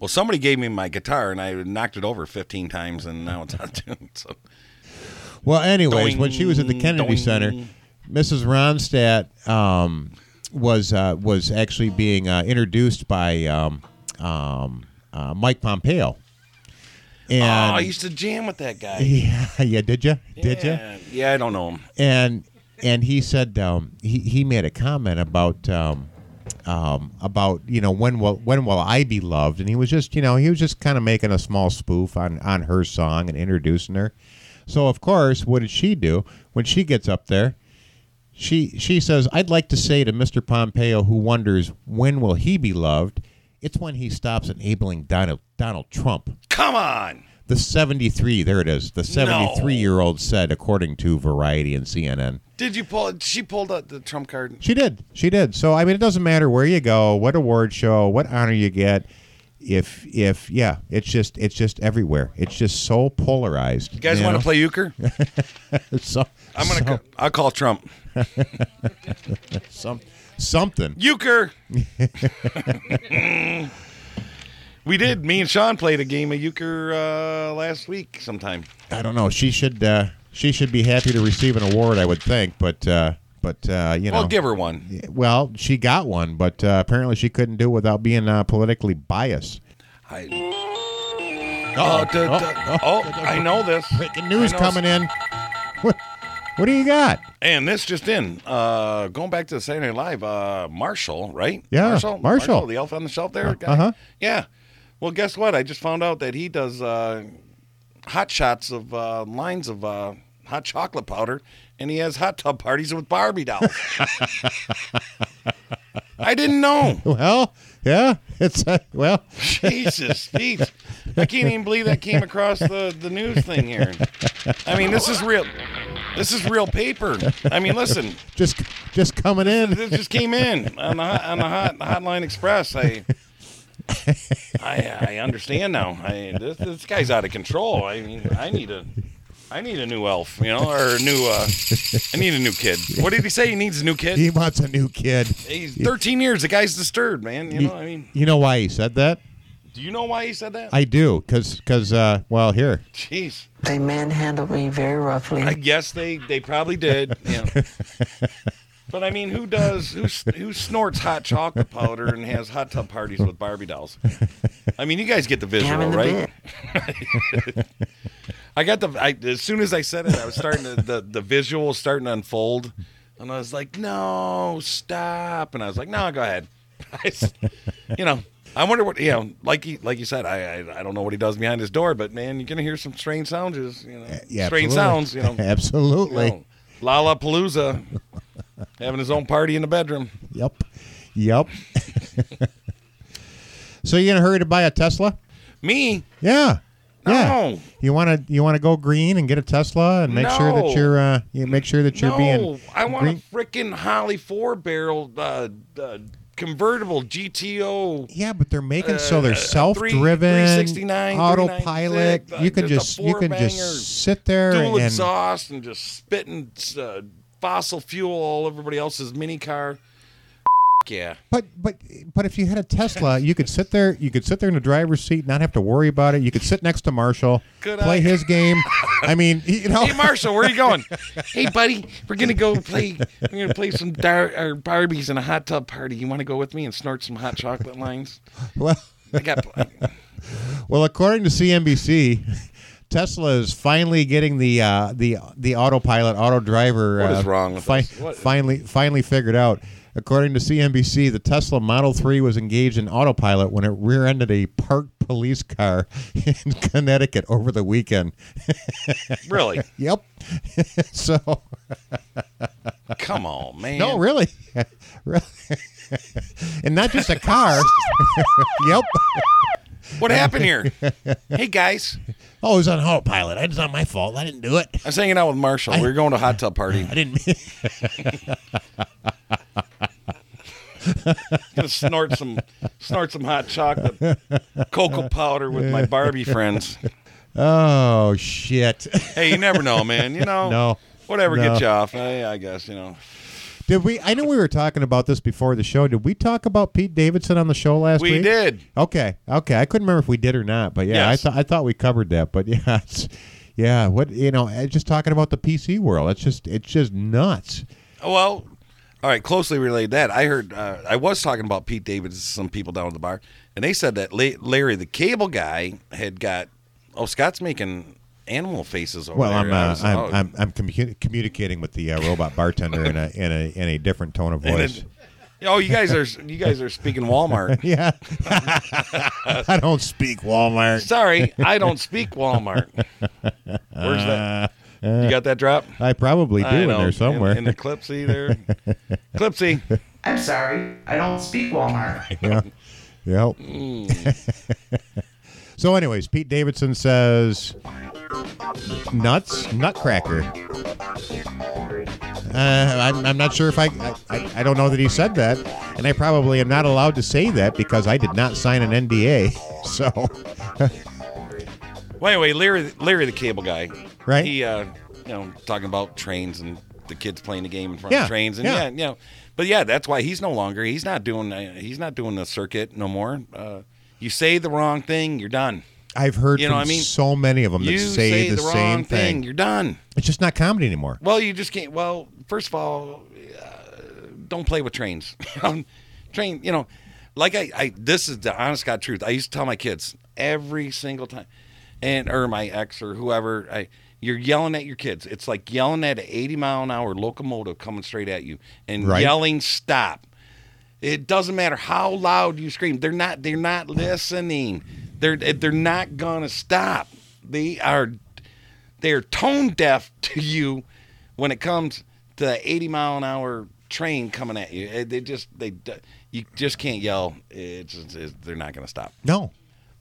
S4: Well, somebody gave me my guitar and I knocked it over 15 times and now it's on tune. So
S3: Well, anyways,
S4: Doing,
S3: when she was at the Kennedy
S4: doing.
S3: Center, Mrs. Ronstadt um, was uh, was actually being uh, introduced by um, um, uh, Mike Pompeo.
S4: oh,
S3: And
S4: I used to jam with that guy.
S3: yeah, yeah, did you? Did you?
S4: Yeah, yeah, I don't know him.
S3: and and he said um, he he made a comment about um, um, about you know when will when will I be loved, and he was just you know he was just kind of making a small spoof on on her song and introducing her. So of course, what did she do when she gets up there? She she says, "I'd like to say to Mr. Pompeo, who wonders when will he be loved, it's when he stops enabling Donald Donald Trump."
S4: Come on.
S3: The 73, there it is. The 73 year old said, according to Variety and CNN.
S4: Did you pull? She pulled out the trump card.
S3: She did. She did. So I mean, it doesn't matter where you go, what award show, what honor you get. If if yeah, it's just it's just everywhere. It's just so polarized.
S4: You guys want to play euchre?
S3: so,
S4: I'm gonna. co- I'll call Trump.
S3: Some something.
S4: Euchre. we did. Me and Sean played a game of euchre uh, last week sometime.
S3: I don't know. She should uh, she should be happy to receive an award, I would think. But uh, but uh, you know,
S4: Well, give her one.
S3: Well, she got one, but uh, apparently she couldn't do it without being uh, politically biased.
S4: I. Oh, duh,
S3: oh,
S4: duh. oh, I know this.
S3: Breaking news
S4: I know
S3: coming in. What what do you got?
S4: And this just in, uh, going back to Saturday Night Live, uh, Marshall, right?
S3: Yeah,
S4: Marshall,
S3: Marshall.
S4: the elf on the shelf there. guy?
S3: Uh-huh.
S4: Yeah. Well, guess what? I just found out that he does uh, hot shots of uh, lines of uh, hot chocolate powder, and he has hot tub parties with Barbie dolls. I didn't know.
S3: Well, yeah, it's uh, well.
S4: Jesus, Steve, I can't even believe that came across the, the news thing here. I mean, this is real. This is real paper. I mean, listen,
S3: Just, just coming in.
S4: this just came in on the hot, on the hot Hotline Express. I, I, I understand now. I, this, this guy's out of control. I mean, I need a, I need a new elf, you know, or a new. Uh, I need a new kid. What did he say? He needs a new kid.
S3: He wants a new kid.
S4: He's 13 years. The guy's disturbed, man. You know, I mean,
S3: You know why he said that?
S4: do you know why he said that?
S3: I do, cause, cause, uh, well, here.
S4: Jeez.
S2: They manhandled me very roughly.
S4: I guess they they probably did. You know. But I mean, who does who s- who snorts hot chocolate powder and has hot tub parties with Barbie dolls? I mean, you guys get the visual,
S2: Down in the
S4: right? I got the. I, as soon as I said it, I was starting to the the visual was starting to unfold, and I was like, "No, stop!" And I was like, "No, go ahead." I s- you know, I wonder what you know. Like he, like you said, I, I I don't know what he does behind his door, but man, you're gonna hear some strange sounds. just, You know,
S3: Yeah,
S4: strange
S3: absolutely.
S4: sounds. You know,
S3: Absolutely.
S4: You know, Lollapalooza, having his own party in the bedroom.
S3: Yep. Yep. so you in a hurry to buy a Tesla?
S4: Me?
S3: Yeah. Yeah.
S4: No.
S3: You want to you want to go green and get a Tesla and make sure
S4: No.
S3: that you're uh, you make sure that you're
S4: no,
S3: being
S4: I want
S3: green.
S4: a freaking Holly four barrel uh, uh, convertible GTO.
S3: Yeah, but they're making so
S4: uh,
S3: they're
S4: three-
S3: self-driven,
S4: 369,
S3: autopilot.
S4: 396,
S3: you can
S4: uh, just a
S3: just you can
S4: four-banger,
S3: just sit there
S4: dual
S3: and
S4: exhaust and just spitting uh, fossil fuel all over everybody else's mini car. yeah.
S3: But but but if you had a Tesla, you could sit there. You could sit there in the driver's seat, not have to worry about it. You could sit next to Marshall,
S4: Could
S3: play
S4: I?
S3: his game. I mean, you know,
S4: Hey Marshall, where are you going? hey buddy, we're gonna go play. We're gonna play some dar- or Barbies in a hot tub party. You want to go with me and snort some hot chocolate lines?
S3: Well,
S4: I got.
S3: well, according to CNBC, Tesla is finally getting the uh, the the autopilot, auto driver.
S4: What
S3: uh,
S4: is wrong with
S3: fi-
S4: us? What-
S3: Finally, finally figured out. According to CNBC, the Tesla Model 3 was engaged in autopilot when it rear-ended a parked police car in Connecticut over the weekend.
S4: Really?
S3: yep. so.
S4: Come on, man.
S3: No, really. really. and not just a car. yep.
S4: What happened here? Hey guys,
S3: Oh, it was on autopilot. It's not my fault. I didn't do it.
S4: I was hanging out with Marshall. we were going to a hot tub party. I
S3: didn't.
S4: gonna snort some snort some hot chocolate cocoa powder with my Barbie friends.
S3: Oh shit.
S4: Hey, you never know, man. You know,
S3: No.
S4: whatever
S3: No.
S4: gets you off. I, I guess you know.
S3: Did we? I know we were talking about this before the show. Did we talk about Pete Davidson on the show last
S4: We
S3: week?
S4: did.
S3: Okay. Okay. I couldn't remember if we did or not, but yeah,
S4: Yes.
S3: I thought I thought we covered that. But yeah, it's, yeah. What you know? I- Just talking about the PC world. It's just it's just nuts.
S4: Well, all right, closely related to that. I heard uh, I was talking about Pete Davidson to some people down at the bar, and they said that La- Larry the Cable Guy had got. Oh, Scott's making animal faces over
S3: Well,
S4: there.
S3: I'm
S4: I
S3: uh,
S4: was-
S3: I'm,
S4: oh,
S3: I'm I'm commu- communicating with the uh, robot bartender in a in a in a different tone of
S4: and
S3: voice.
S4: it- oh, you guys are you guys are speaking Walmart.
S3: yeah. I don't speak Walmart.
S4: Sorry, I don't speak Walmart. Where's that? You got that drop?
S3: I probably do
S4: I
S3: in
S4: know,
S3: there somewhere.
S4: In, in the Clipsy there. Clipsy.
S2: I'm sorry, I don't speak Walmart.
S3: yeah. Yep.
S4: Mm.
S3: so, anyways, Pete Davidson says nuts, nutcracker. Uh, I'm, I'm not sure if I, I, I don't know that he said that, and I probably am not allowed to say that because I did not sign an NDA. So,
S4: Well, anyway, Larry, Larry the Cable Guy.
S3: Right.
S4: He, uh, you know, talking about trains and the kids playing the game in front
S3: Yeah,
S4: of trains, and
S3: yeah.
S4: yeah, you know, but yeah, that's why he's no longer. He's not doing. Uh, he's not doing the circuit no more. Uh, you say the wrong thing, you're done.
S3: I've heard
S4: You know
S3: from
S4: what I mean?
S3: so many of them that
S4: You
S3: say,
S4: say
S3: the,
S4: the wrong
S3: same
S4: thing, you're done.
S3: It's just not comedy anymore.
S4: Well, you just can't. Well, first of all, uh, don't play with trains. Um, Train, you know, like I, I, this is the honest God truth. I used to tell my kids every single time, and or my ex or whoever, I, you're yelling at your kids. It's like yelling at an 80 mile an hour locomotive coming straight at you and
S3: Right.
S4: yelling stop. It doesn't matter how loud you scream. They're not. They're not listening. They're they're not gonna stop. They are they're tone deaf to you when it comes to the 80 mile an hour train coming at you. Eh, They just they d- you just can't yell. It's, it's, it's- they're not gonna stop.
S3: No.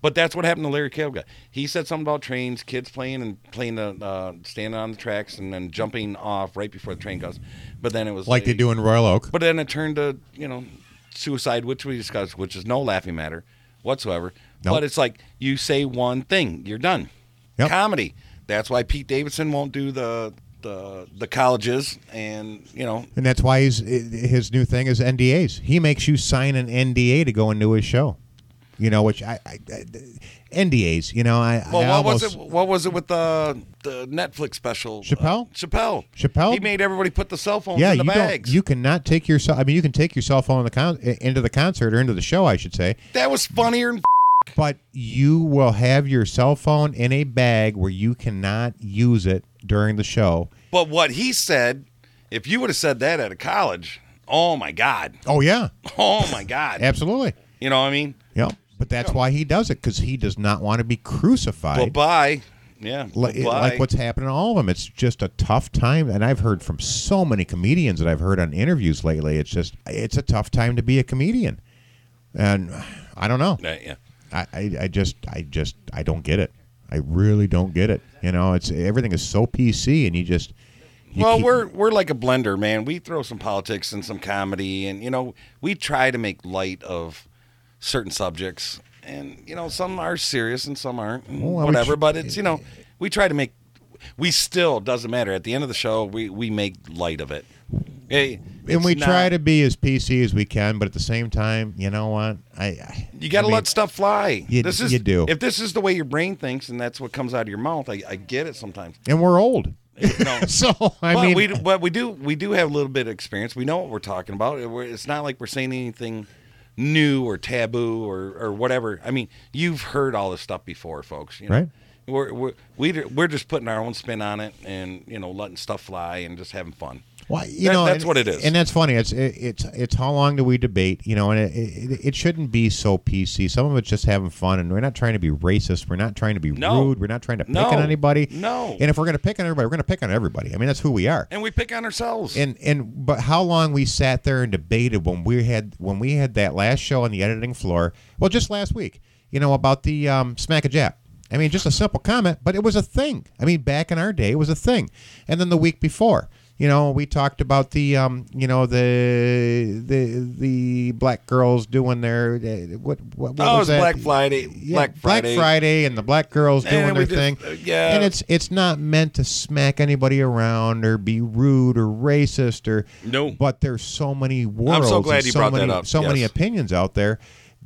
S4: But that's what happened to Larry Kevga. He said something about trains, kids playing and playing the uh, standing on the tracks and then jumping off right before the train goes. But then it was
S3: Like they do in Royal Oak.
S4: But then it turned to you know suicide, which we discussed, which is no laughing matter whatsoever.
S3: Nope.
S4: But it's like you say one thing, you're done. Comedy. That's why Pete Davidson won't do the the the colleges, and you know
S3: And that's why he's, his new thing is NDAs. He makes you sign an NDA to go into his show. You know, which I, I, I NDAs. You know, I,
S4: Well,
S3: I
S4: what
S3: almost,
S4: was it? What was it with the the Netflix special?
S3: Chappelle?
S4: Uh, Chappelle.
S3: Chappelle?
S4: He made everybody put the cell phones
S3: yeah,
S4: in the
S3: you
S4: bags.
S3: don't. You cannot take your cell. I mean, you can take your cell phone in the con- into the concert or into the show, I should say.
S4: That was funnier. Than
S3: But you will have your cell phone in a bag where you cannot use it during the show.
S4: but what he said, if you would have said that at a college, oh my god,
S3: Oh yeah,
S4: oh my god,
S3: absolutely.
S4: you know what I mean?
S3: Yep. But that's why he does it because he does not want to be
S4: Bye
S3: crucified.
S4: bye. Yeah.
S3: like,
S4: bye-bye.
S3: like what's happening to all of them. It's just a tough time, and I've heard from so many comedians that I've heard on interviews lately. It's just it's a tough time to be a comedian, and I don't know.
S4: Yeah, yeah.
S3: I, I, I just I just I don't get it. I really don't get it. You know, it's everything is so PC, and you just you
S4: well,
S3: keep-
S4: we're we're like a blender, man. We throw some politics and some comedy, and you know, we try to make light of certain subjects, and you know, some are serious and some aren't, and
S3: Well, I would
S4: whatever.
S3: tr-
S4: but it's you know, we try to make. We still doesn't matter. At the end of the show, we we make light of it. Hey,
S3: and
S4: it's
S3: we
S4: not-
S3: try to be as PC as we can, but at the same time, you know what? I, I
S4: You got
S3: I
S4: to
S3: mean,
S4: let stuff fly.
S3: you-
S4: this is
S3: you do.
S4: If this is the way your brain thinks, and that's what comes out of your mouth, I, I get it sometimes.
S3: And we're old. so I
S4: but
S3: mean,
S4: we but we do we do have a little bit of experience. We know what we're talking about. It- we're- It's not like we're saying anything new or taboo or or whatever. I mean, you've heard all this stuff before, folks. You know?
S3: Right.
S4: We're we're we're we're just putting our own spin on it, and you know, letting stuff fly and just having fun.
S3: Well, you
S4: That-
S3: know,
S4: that's
S3: and-
S4: what it is.
S3: and that's funny. It's it, it's it's how long do we debate? You know, and it, it, it shouldn't be so PC. Some of it's just having fun, and we're not trying to be racist. We're not trying to be
S4: No.
S3: rude. We're not trying to pick
S4: No.
S3: on anybody.
S4: No.
S3: And if we're gonna pick on everybody, we're gonna pick on everybody. I mean, that's who we are.
S4: and we pick on ourselves.
S3: And and but how long we sat there and debated when we had when we had that last show on the editing floor? Well, just last week, you know, about the um, smack a jap. I mean, just a simple comment, but it was a thing. I mean, back in our day, it was a thing. And then the week before, you know, we talked about the um, you know the the the black girls doing their uh, what what, what
S4: Oh, it was
S3: that?
S4: Black Friday.
S3: Yeah,
S4: Black Friday.
S3: and the black girls
S4: And
S3: doing
S4: we
S3: their
S4: just-
S3: thing.
S4: uh, yeah.
S3: And it's it's not meant to smack anybody around or be rude or racist or
S4: No.
S3: But there's so many worlds.
S4: so glad
S3: and
S4: you
S3: so
S4: brought that
S3: many,
S4: up,
S3: So many
S4: yes.
S3: opinions out there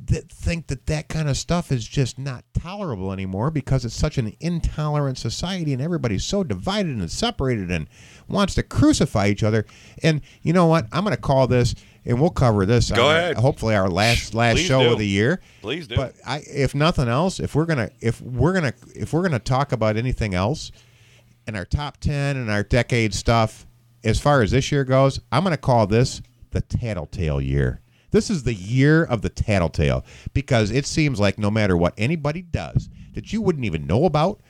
S3: that think that that kind of stuff is just not tolerable anymore because it's such an intolerant society and everybody's so divided and separated and wants to crucify each other. And you know what? I'm going to call this and we'll cover this.
S4: Go
S3: on,
S4: ahead.
S3: Hopefully, our last last
S4: Please
S3: show
S4: do.
S3: of the year.
S4: Please do.
S3: But I, if nothing else, if we're gonna if we're gonna if we're gonna talk about anything else, in our top ten and our decade stuff, as far as this year goes, I'm gonna call this the tattletale year. This is the year of the tattletale because it seems like no matter what anybody does that you wouldn't even know about,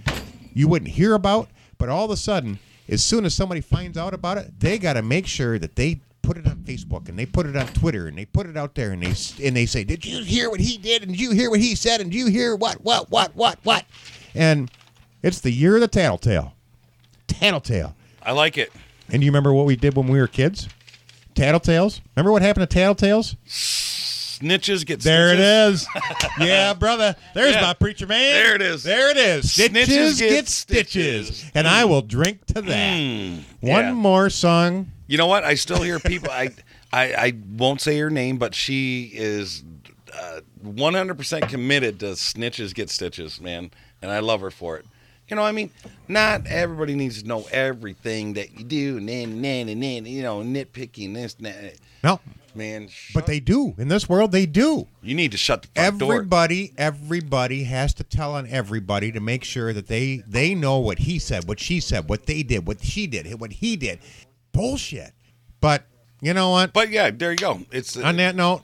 S3: you wouldn't hear about, but all of a sudden, as soon as somebody finds out about it, they got to make sure that they put it on Facebook and they put it on Twitter and they put it out there and they s- and they say, "Did you hear what he did? And did you hear what he said? And did you hear what what what what what?" And it's the year of the tattletale. Tattletale.
S4: I like it.
S3: And do you remember what we did when we were kids? Tattletales. Remember what happened to tattletales?
S4: Snitches get
S3: There it
S4: stitches.
S3: is. yeah, brother. There's my preacher man.
S4: There it is.
S3: There it is.
S4: Snitches
S3: Stitches
S4: get
S3: get, stitches. And I will drink to that. One
S4: Hmm. Mm. Yeah.
S3: more song.
S4: You know what? I still hear people. I, I, I won't say her name, but she is uh, one hundred percent committed to snitches get stitches, man, and I love her for it. You know, I mean, not everybody needs to know everything that you do, and then, then, and then, you know, nitpicking this, and that.
S3: No,
S4: man. sh-
S3: but they do. In this world, they do.
S4: You need to shut the front door.
S3: Everybody, everybody has to tell on everybody to make sure that they they know what he said, what she said, what they did, what she did, what he did. Bullshit. But you know what?
S4: But yeah, there you go. It's
S3: On that note,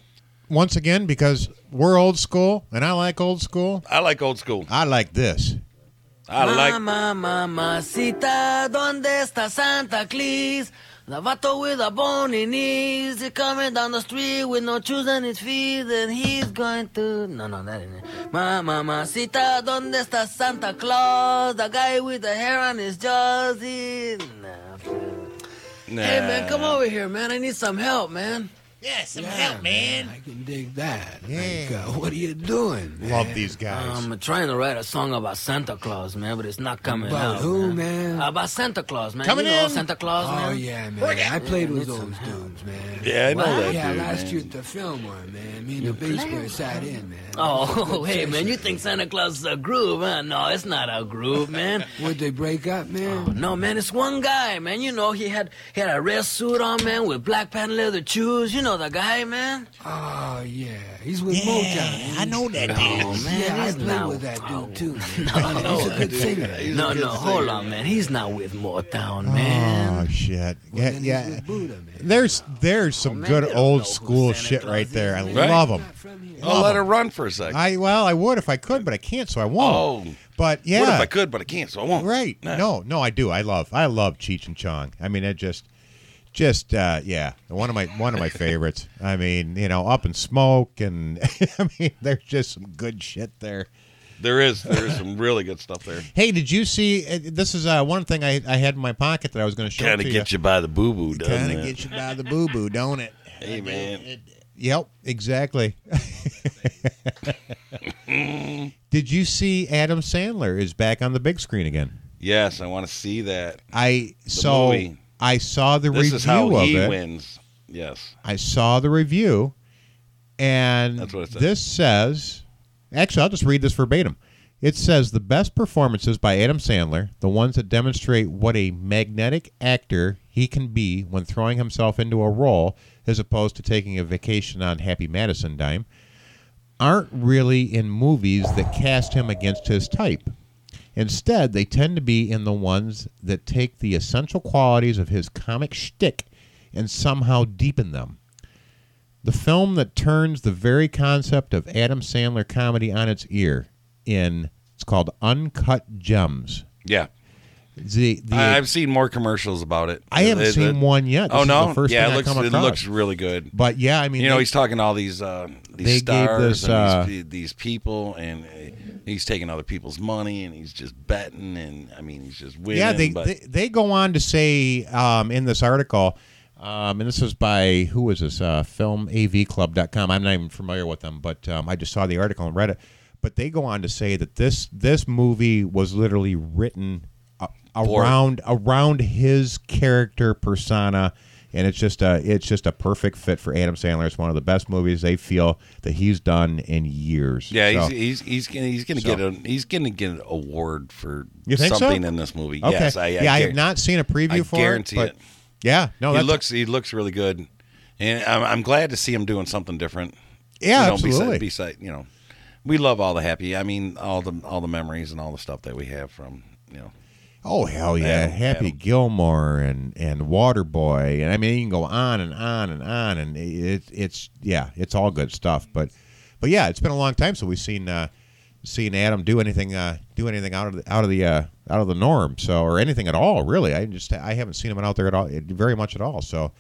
S3: once again because we're old school and I like old school.
S4: I like old school.
S3: I like this.
S4: I like
S18: Mama, mamacita, ¿dónde está Santa Claus? The vato with a bony knees, he coming down the street with no shoes on his feet, and he's going to. No, no, that ain't it. Ma, mamacita, ¿dónde está Santa Claus? The guy with the hair on his jaws, he.
S4: Nah.
S18: Hey, man, come over here, man. I need some help, man. Yeah, some help, man.
S19: I can dig that. Like, uh, what are you doing? Man?
S3: Love these guys.
S18: I'm trying to write a song about Santa Claus, man, but it's not coming
S19: About
S18: out.
S19: who, man?
S18: About Santa Claus, man.
S19: Coming
S18: you know
S19: in?
S18: Santa Claus,
S19: Oh,
S18: man.
S19: yeah, man. Bring it. I played with
S18: need
S19: those
S18: some help.
S4: Yeah, I know
S18: What?
S4: that
S19: yeah,
S4: dude.
S19: last
S4: man.
S19: year at the Fillmore, man. Me and the
S18: played
S19: bass player
S18: with
S19: sat in, man.
S18: Oh, hey, man, you think Santa Claus is a groove, huh? No, it's not a groove, man. Oh,
S19: Would they break up, man?
S18: No, man, it's one guy, man. You know, he had he had a red suit on, man, with black patent leather shoes. You know the guy, man.
S19: Oh, yeah. He's with Motown. I know that
S18: dude. man,
S19: Yeah, I
S18: he's
S19: played
S18: not-
S19: with that dude, too.
S18: No, no,
S19: He's a good singer.
S18: no, no, hold on, man. He's not with Motown, man.
S3: Oh shit! Yeah, yeah. There's there's some good old school shit right there. I
S4: Right?
S3: love 'em.
S4: I'll
S3: Love
S4: let
S3: 'em.
S4: it run for a second.
S3: I well, I would if I could, but I can't, so I won't.
S4: Oh.
S3: But yeah,
S4: What if I could, but I can't, so I won't.
S3: Right?
S4: Nah.
S3: No, no, I do. I love, I love Cheech and Chong. I mean, it just, just uh, yeah, one of my one of my favorites. I mean, you know, Up in Smoke, and I mean, there's just some good shit there.
S4: There is there is some really good stuff there.
S3: Hey, did you see? uh, This is uh, one thing I, I had in my pocket that I was going to show
S4: Kind
S3: to
S4: of get you by the boo boo, doesn't
S3: Kind
S4: it?
S3: of get you by the boo boo, don't it?
S4: Hey man,
S3: Yep, exactly. Did you see Adam Sandler is back on the big screen again?
S4: yes, I want to see that.
S3: I
S4: The
S3: so
S4: movie.
S3: I saw the
S4: this
S3: review
S4: is how
S3: of
S4: he
S3: it.
S4: wins. Yes,
S3: I saw the review, and
S4: That's what it says.
S3: this says. Actually, I'll just read this verbatim. It says the best performances by Adam Sandler, the ones that demonstrate what a magnetic actor he can be when throwing himself into a role, as opposed to taking a vacation on Happy Madison dime, aren't really in movies that cast him against his type. Instead, they tend to be in the ones that take the essential qualities of his comic shtick and somehow deepen them. The film that turns the very concept of Adam Sandler comedy on its ear in it's called Uncut Gems.
S4: yeah.
S3: The, the
S4: I, have seen more commercials about it.
S3: I haven't
S4: It- it-
S3: seen one yet. This
S4: oh
S3: is
S4: no,
S3: the first
S4: yeah,
S3: thing
S4: it
S3: I
S4: looks
S3: come
S4: it
S3: across.
S4: looks really good.
S3: But yeah, I mean,
S4: you know,
S3: they-
S4: he's talking to all these uh, these
S3: they gave
S4: stars
S3: this,
S4: and
S3: uh,
S4: these, these people, and uh, he's taking other people's money, and he's just betting, and I mean, he's just winning.
S3: yeah, they,
S4: but
S3: they they go on to say um, in this article, um, and this is by who is this? Uh, FilmAVClub.com. I'm not even familiar with them, but um, I just saw the article and read it. But they go on to say that this this movie was literally written a-
S4: For-
S3: around around his character persona. And it's just a it's just a perfect fit for Adam Sandler. It's one of the best movies they feel that he's done in years.
S4: yeah, he's,
S3: So-
S4: he's he's gonna he's gonna get a he's gonna get an award for
S3: You think so?
S4: something in this movie.
S3: Okay.
S4: Yes, I, I
S3: Yeah, I have
S4: guar-
S3: not seen a preview
S4: I
S3: for it,
S4: guarantee
S3: but- Yeah, no,
S4: he
S3: that's-
S4: looks he looks really good, and I'm, I'm glad to see him doing something different.
S3: Yeah,
S4: you know, beside-
S3: absolutely.
S4: Beside, you know, we love all the happy. I mean, all the all the memories and all the stuff that we have from you know.
S3: Oh hell yeah,
S4: Adam-
S3: Happy Gilmore and and Waterboy, and I mean you can go on and on and on, and it, it's yeah, it's all good stuff. But but yeah, it's been a long time since we've seen uh, seen Adam do anything uh, do anything out of the, out of the uh, out of the norm, so or anything at all really. I just I haven't seen him out there at all, very much at all. So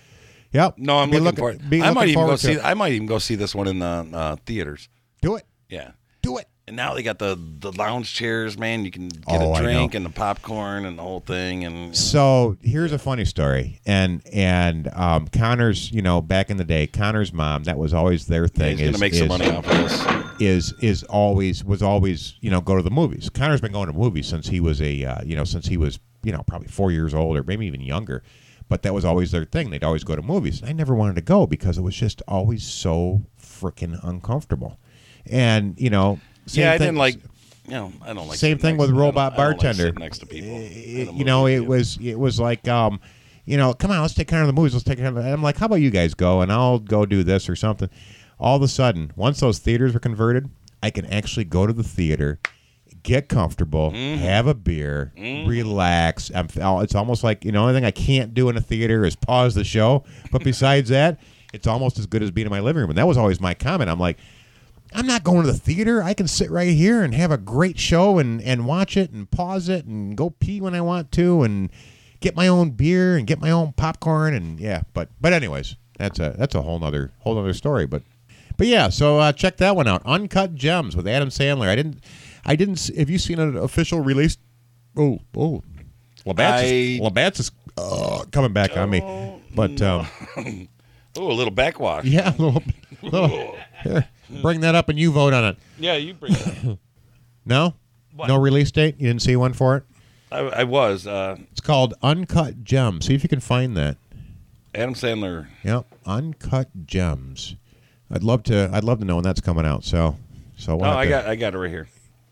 S3: yep.
S4: No, I'm
S3: Be
S4: looking,
S3: looking-
S4: for it.
S3: be
S4: I might
S3: looking
S4: even go
S3: forward to
S4: see.
S3: it.
S4: I might even go see this one in the uh, theaters.
S3: Do it.
S4: Yeah.
S3: Do it.
S4: And now they got the the lounge chairs, man. You can get
S3: Oh, I know.
S4: a drink and the popcorn and the whole thing. And
S3: So here's a funny story, and and um, Connor's, you know, back in the day, Connor's mom, that was always their thing.
S4: he's gonna
S3: is-
S4: make some
S3: is-
S4: money off of this.
S3: Is is always was always you know go to the movies. Connor's been going to movies since he was a uh, you know since he was you know probably four years old or maybe even younger. But that was always their thing. They'd always go to movies, and I never wanted to go because it was just always so freaking uncomfortable. And you know, same
S4: yeah, I
S3: thing-
S4: didn't like. You know, I don't like.
S3: same
S4: sitting
S3: thing
S4: next-
S3: with
S4: I don't-
S3: Robot
S4: I don't like
S3: Bartender. Eh,
S4: sitting next to people. in a
S3: you know,
S4: movie.
S3: it was it was like, um, you know, come on, let's take care of the movies. Let's take care of. The, and I'm like, how about you guys go and I'll go do this or something. All of a sudden, once those theaters were converted, I can actually go to the theater, get comfortable,
S4: Mm-hmm.
S3: have a beer, relax. oh, I'm, it's almost like you know, the only thing I can't do in a theater is pause the show. But besides that, It's almost as good as being in my living room. And that was always my comment. I'm like, I'm not going to the theater. I can sit right here and have a great show and, and watch it and pause it and go pee when I want to and get my own beer and get my own popcorn and yeah. But but anyways, that's a that's a whole nother whole nother story. But but yeah, so uh, check that one out. Uncut Gems with Adam Sandler. I didn't I didn't. s- Have you seen an official release? Oh oh, Labatt's is, Labatt's is uh, coming back on me. But um,
S4: Oh, a little backwash.
S3: yeah, a little, little- here, bring that up and you vote on it.
S4: Yeah, you bring it up.
S3: no?
S4: What?
S3: No release date? You didn't see one for it?
S4: I, I was uh,
S3: It's called Uncut Gems. See if you can find that.
S4: Adam Sandler.
S3: Yep, Uncut Gems. I'd love to I'd love to know when that's coming out. So so
S4: Oh,
S3: we'll have
S4: I
S3: to-
S4: got I got it right here.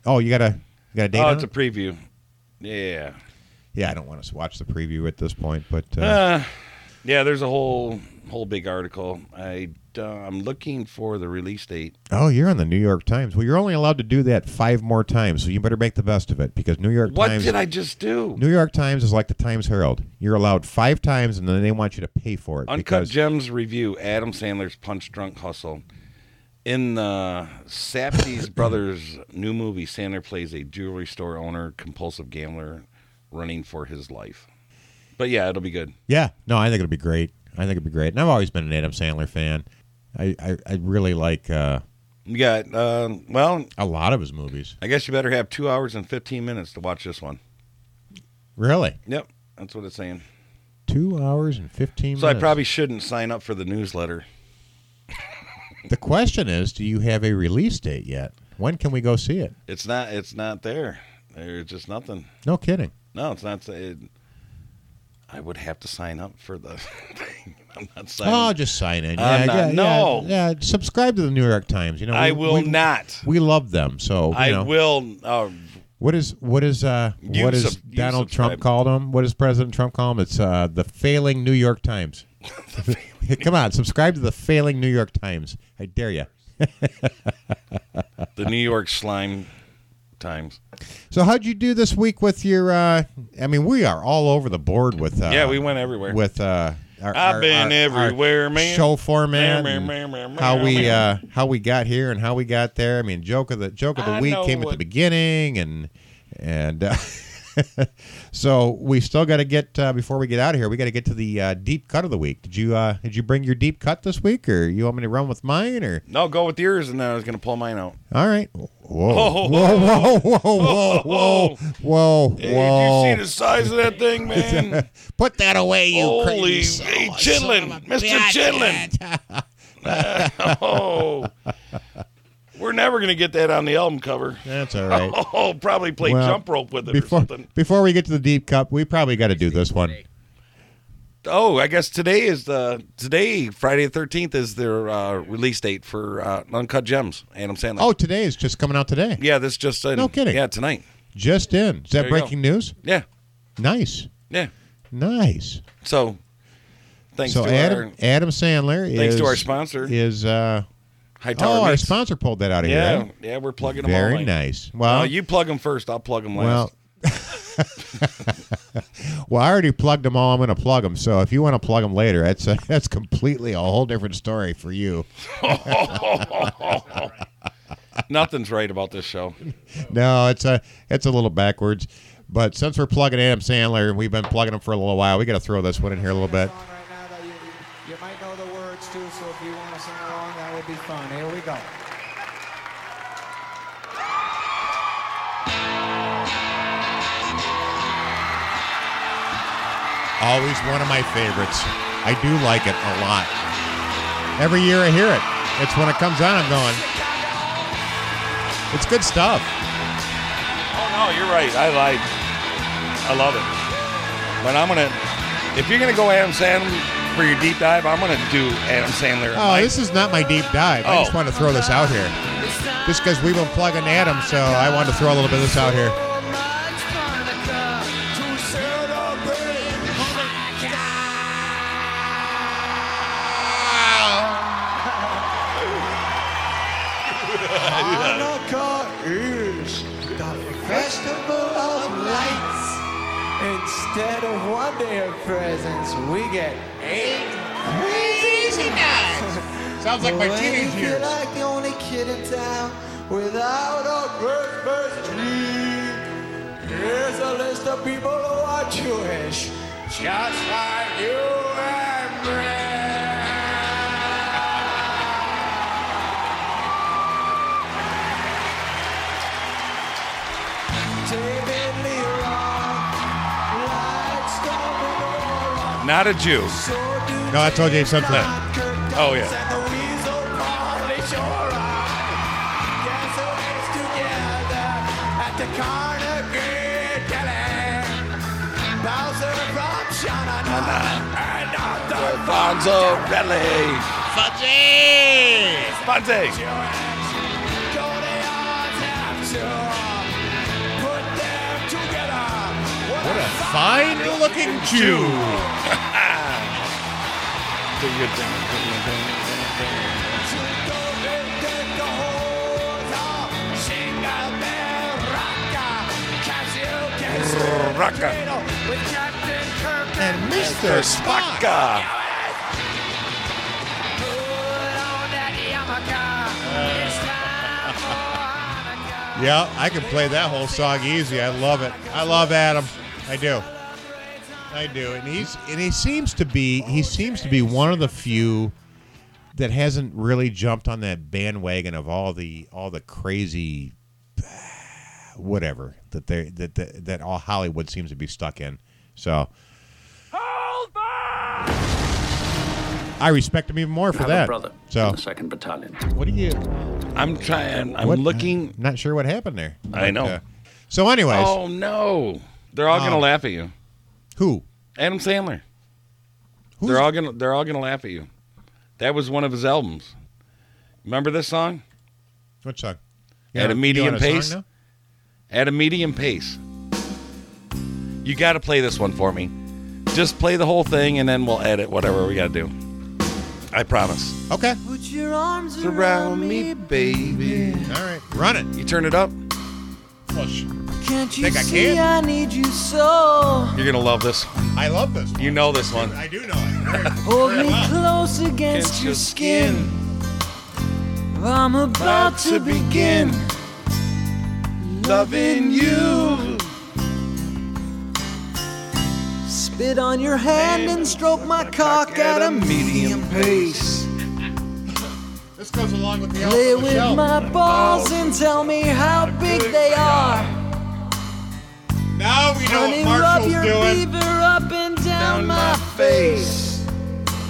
S3: Oh, you got a you got a date
S4: oh,
S3: on
S4: it's
S3: it?
S4: a preview. Yeah.
S3: yeah, I don't want to watch the preview at this point, but uh,
S4: Uh, yeah, there's a whole whole big article. I uh, I'm looking for the release date.
S3: Oh, you're on the New York Times. Well, you're only allowed to do that five more times, so you better make the best of it because New York
S4: What
S3: Times.
S4: did I just do?
S3: New York Times is like the Times Herald. You're allowed five times, and then they want you to pay for it.
S4: Uncut
S3: because
S4: Gems review: Adam Sandler's Punch Drunk Hustle. In the Safdie's brothers' new movie, Sandler plays a jewelry store owner, compulsive gambler, running for his life. But yeah, it'll be good.
S3: Yeah, no, I think it'll be great. I think it'll be great, and I've always been an Adam Sandler fan. I I, I really like uh,
S4: You got uh, well
S3: a lot of his movies.
S4: I guess you better have two hours and fifteen minutes to watch this one.
S3: Really,
S4: Yep, that's what it's saying.
S3: two hours and fifteen.
S4: So I
S3: minutes.
S4: probably shouldn't sign up for the newsletter.
S3: the question is, do you have a release date yet? When can we go see it?
S4: It's not. It's not there. There's just nothing.
S3: No kidding.
S4: No, it's not. It, I would have to sign up for the thing. I'm not signing.
S3: Oh, just sign in. Yeah,
S4: I'm not-
S3: yeah, yeah,
S4: no.
S3: yeah, Subscribe to the New York Times. You know,
S4: I will not.
S3: We love them. So you
S4: I
S3: know.
S4: will. Uh,
S3: What is what is uh
S4: You
S3: what is
S4: sub- you
S3: Donald
S4: subscribe.
S3: Trump called them? What does President Trump call them? It's uh the failing New York Times. Come on, subscribe to the failing New York Times. I dare you.
S4: the New York Slime Times.
S3: so how'd you do this week with your? uh I mean, we are all over the board with. Uh,
S4: Yeah, we went everywhere.
S3: with. uh our,
S4: I've
S3: our-
S4: been
S3: our- our
S4: everywhere, man.
S3: Show format,
S4: Man,
S3: and
S4: man, man, man,
S3: how we uh,
S4: man.
S3: how we got here and how we got there. I mean, joke of the joke of the
S4: I
S3: week
S4: know
S3: came at
S4: what-
S3: the beginning, and and uh, so we still got to get uh, before we get out of here. We got to get to the uh, deep cut of the week. Did you uh, did you bring your deep cut this week, or you want me to run with mine, or
S4: No, go with yours, and then I was gonna pull mine out.
S3: all right? Whoa, whoa,
S4: Oh.
S3: whoa, whoa, whoa, whoa, whoa,
S4: Hey,
S3: whoa!
S4: did you see the size of that thing, man?
S3: Put that away, you
S4: Holy,
S3: crazy
S4: hey,
S3: son of
S4: Chitlin,
S3: a
S4: Mr.
S3: bitch.
S4: Chitlin. oh, we're never gonna get that on the album cover.
S3: That's all right.
S4: Oh, probably play
S3: Well,
S4: jump rope with it
S3: before,
S4: or something.
S3: Before we get to the deep cup, we probably got to do this one.
S4: Oh, I guess today is the today Friday the thirteenth is their uh, release date for uh, Uncut Gems. Adam Sandler.
S3: Oh, today is just coming out today.
S4: yeah, this just in.
S3: No kidding.
S4: Yeah, tonight.
S3: Just in. Is
S4: There
S3: that
S4: you
S3: breaking news?
S4: Yeah,
S3: Nice.
S4: yeah.
S3: Nice.
S4: So thanks
S3: so
S4: to
S3: Adam
S4: our
S3: Adam Sandler
S4: Thanks
S3: is
S4: to our sponsor.
S3: is uh
S4: Hightower
S3: Oh, our
S4: Meats.
S3: sponsor pulled that out of
S4: yeah,
S3: here. right?
S4: yeah, we're plugging them
S3: Very
S4: all in.
S3: nice. Well,
S4: No, you plug them first. I'll plug them last.
S3: well, well, I already plugged them all. I'm going to plug them. So if you want to plug them later, that's that's completely a whole different story for you.
S4: Nothing's right about this show.
S3: no, it's a it's a little backwards. But since we're plugging Adam Sandler and we've been plugging him for a little while, we got to throw this one in here a little bit.
S8: You might know the words too, so if you want to sing along, that would be fun. Here we go.
S3: Always one of my favorites. I do like it a lot. Every year I hear it. It's when it comes on, I'm going. It's good stuff.
S4: Oh no, you're right. I lied. I love it. But I'm gonna, if you're gonna go Adam Sandler for your deep dive, I'm gonna do Adam Sandler.
S3: Oh, this is not my deep dive. I just
S4: Oh.
S3: want to throw this out here. Just because we've been plugging Adam, so I wanted to throw a little bit of this out here.
S8: Hanukkah is the festival of lights. Instead of one day of presents, we get eight crazy
S12: she does. Sounds like my
S13: When you
S12: teenage
S13: feel
S12: years.
S13: like the only kid in town without a Christmas tree. Here's a list of people who are Jewish, just like you and me. David Lee Roth, Light Stone,
S4: Not a Jew.
S3: No, I told you something.
S4: Oh yeah.
S13: at the Carnegie Deli. Bowser from Shannon and Arthur
S4: Bonzo
S13: Fudgy!
S4: Fudgy!
S13: What
S12: a fine looking Jew.
S4: Rocka.
S13: And
S4: Mr. Spocka.
S3: Yeah, I can play that whole song easy. I love it. I love Adam. I do. I do. And he's and he seems to be he seems to be one of the few that hasn't really jumped on that bandwagon of all the all the crazy whatever that they that that, that all Hollywood seems to be stuck in. So I respect him even more for
S24: have
S3: that.
S24: a brother
S3: So
S24: in the second battalion.
S3: What do you?
S4: I'm trying. I'm
S3: What?
S4: looking.
S3: not sure what happened there. uh,
S4: I know.
S3: so, anyways,
S4: Oh no! They're all gonna
S3: Oh.
S4: laugh at you.
S3: Who?
S4: Adam Sandler. They're all gonna. They're all gonna laugh at you. That was one of his albums. Remember this song?
S3: What song?
S4: At a medium
S3: You want a song
S4: pace.
S3: now?
S4: At a medium pace. You got to play this one for me. Just play the whole thing, and then we'll edit whatever we got to do. I promise.
S3: Okay.
S13: Put your arms
S4: Surround me, baby.
S3: All right, run it.
S4: You turn it up.
S13: Can't you
S4: Think I
S13: see I need you so?
S4: You're gonna love this.
S3: I love this.
S4: You know this one.
S3: I do know it.
S13: Hold me close against your skin. I'm about to begin loving you. Spit on your hand and stroke my cock at a medium pace.
S3: This goes along with the
S13: Play with my balls and tell me how big they are.
S3: Now we know
S13: Honey,
S3: what
S13: rub
S3: Marshall's
S13: your
S3: doing.
S13: beaver up and down, my face.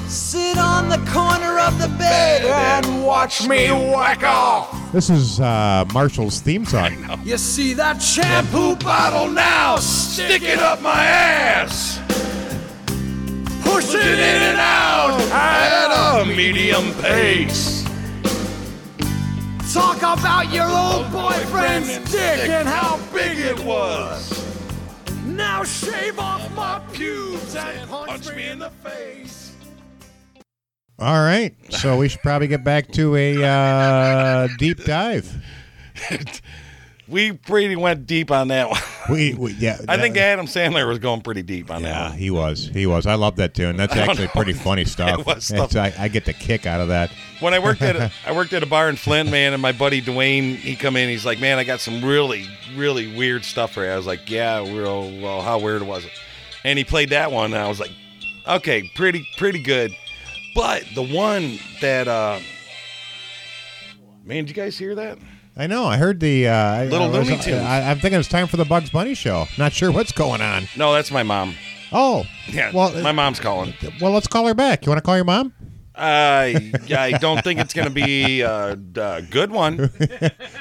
S13: Sit on the corner of the bed and watch me whack off.
S3: This is uh, Marshall's theme song.
S13: You see that shampoo bottle now? Stick it up my ass.
S4: Push it in and out at a medium pace.
S13: Talk about your old boyfriend's dick and how
S4: big it was.
S13: Now shave off my pubes and punch me in the face.
S3: All right, so we should probably get back to a uh, deep dive.
S4: We pretty went deep on that one.
S3: We, we yeah.
S4: I think
S3: that-
S4: Adam Sandler was going pretty deep on that one.
S3: he was. He was. I love that tune. That's
S4: I don't
S3: actually
S4: know.
S3: pretty funny stuff.
S4: It was
S3: It's- I, I get the kick out of that.
S4: When I worked at a, I worked at a bar in Flint, man, and my buddy Dwayne, he come in, he's like, "Man, I got some really, really weird stuff for you." I was like, "Yeah, well, well how weird was it?" And he played that one, and I was like, "Okay, pretty, pretty good." But the one that, uh, man, did you guys hear that?
S3: I know. I heard the uh, I-
S4: Little
S3: I was-
S4: Looney Tunes.
S3: I, I'm thinking it's time for the Bugs Bunny show. Not sure what's going on.
S4: No, that's my mom.
S3: Oh,
S4: Yeah,
S3: Well,
S4: my mom's calling.
S3: well, let's call her back. You want to call your mom?
S4: I I don't think it's gonna be a, a good one.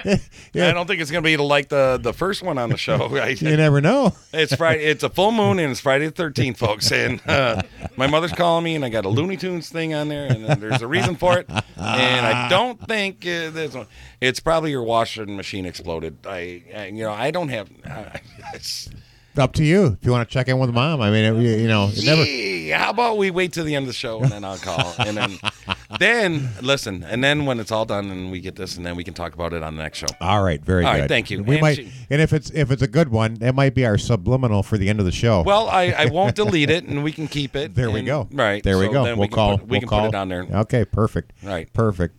S4: I don't think it's gonna be like the the first one on the show. I,
S3: You never know.
S4: It's Friday. It's a full moon, and it's Friday the thirteenth, folks. And uh, my mother's calling me, and I got a Looney Tunes thing on there, and then there's a reason for it. And I don't think uh, this one. It's probably your washing machine exploded. I, I you know, I don't have. I, it's-
S3: Up to you. If you want to check in with mom, I mean, it, you know, it never.
S4: Gee, how about we wait till the end of the show and then I'll call, and then then listen, and then when it's all done and we get this, and then we can talk about it on the next show.
S3: All right, very
S4: All
S3: good.
S4: right, thank you.
S3: We
S4: And
S3: might,
S4: she-
S3: and if it's if it's a good one, that might be our subliminal for the end of the show.
S4: Well, I, I won't delete it, and we can keep it.
S3: Oh. there we
S4: and-
S3: go.
S4: Right
S3: there we
S4: so
S3: go.
S4: then
S3: We'll
S4: can
S3: call.
S4: Put, we
S3: we'll
S4: can
S3: call.
S4: put it on there.
S3: Okay, perfect.
S4: Right.
S3: perfect.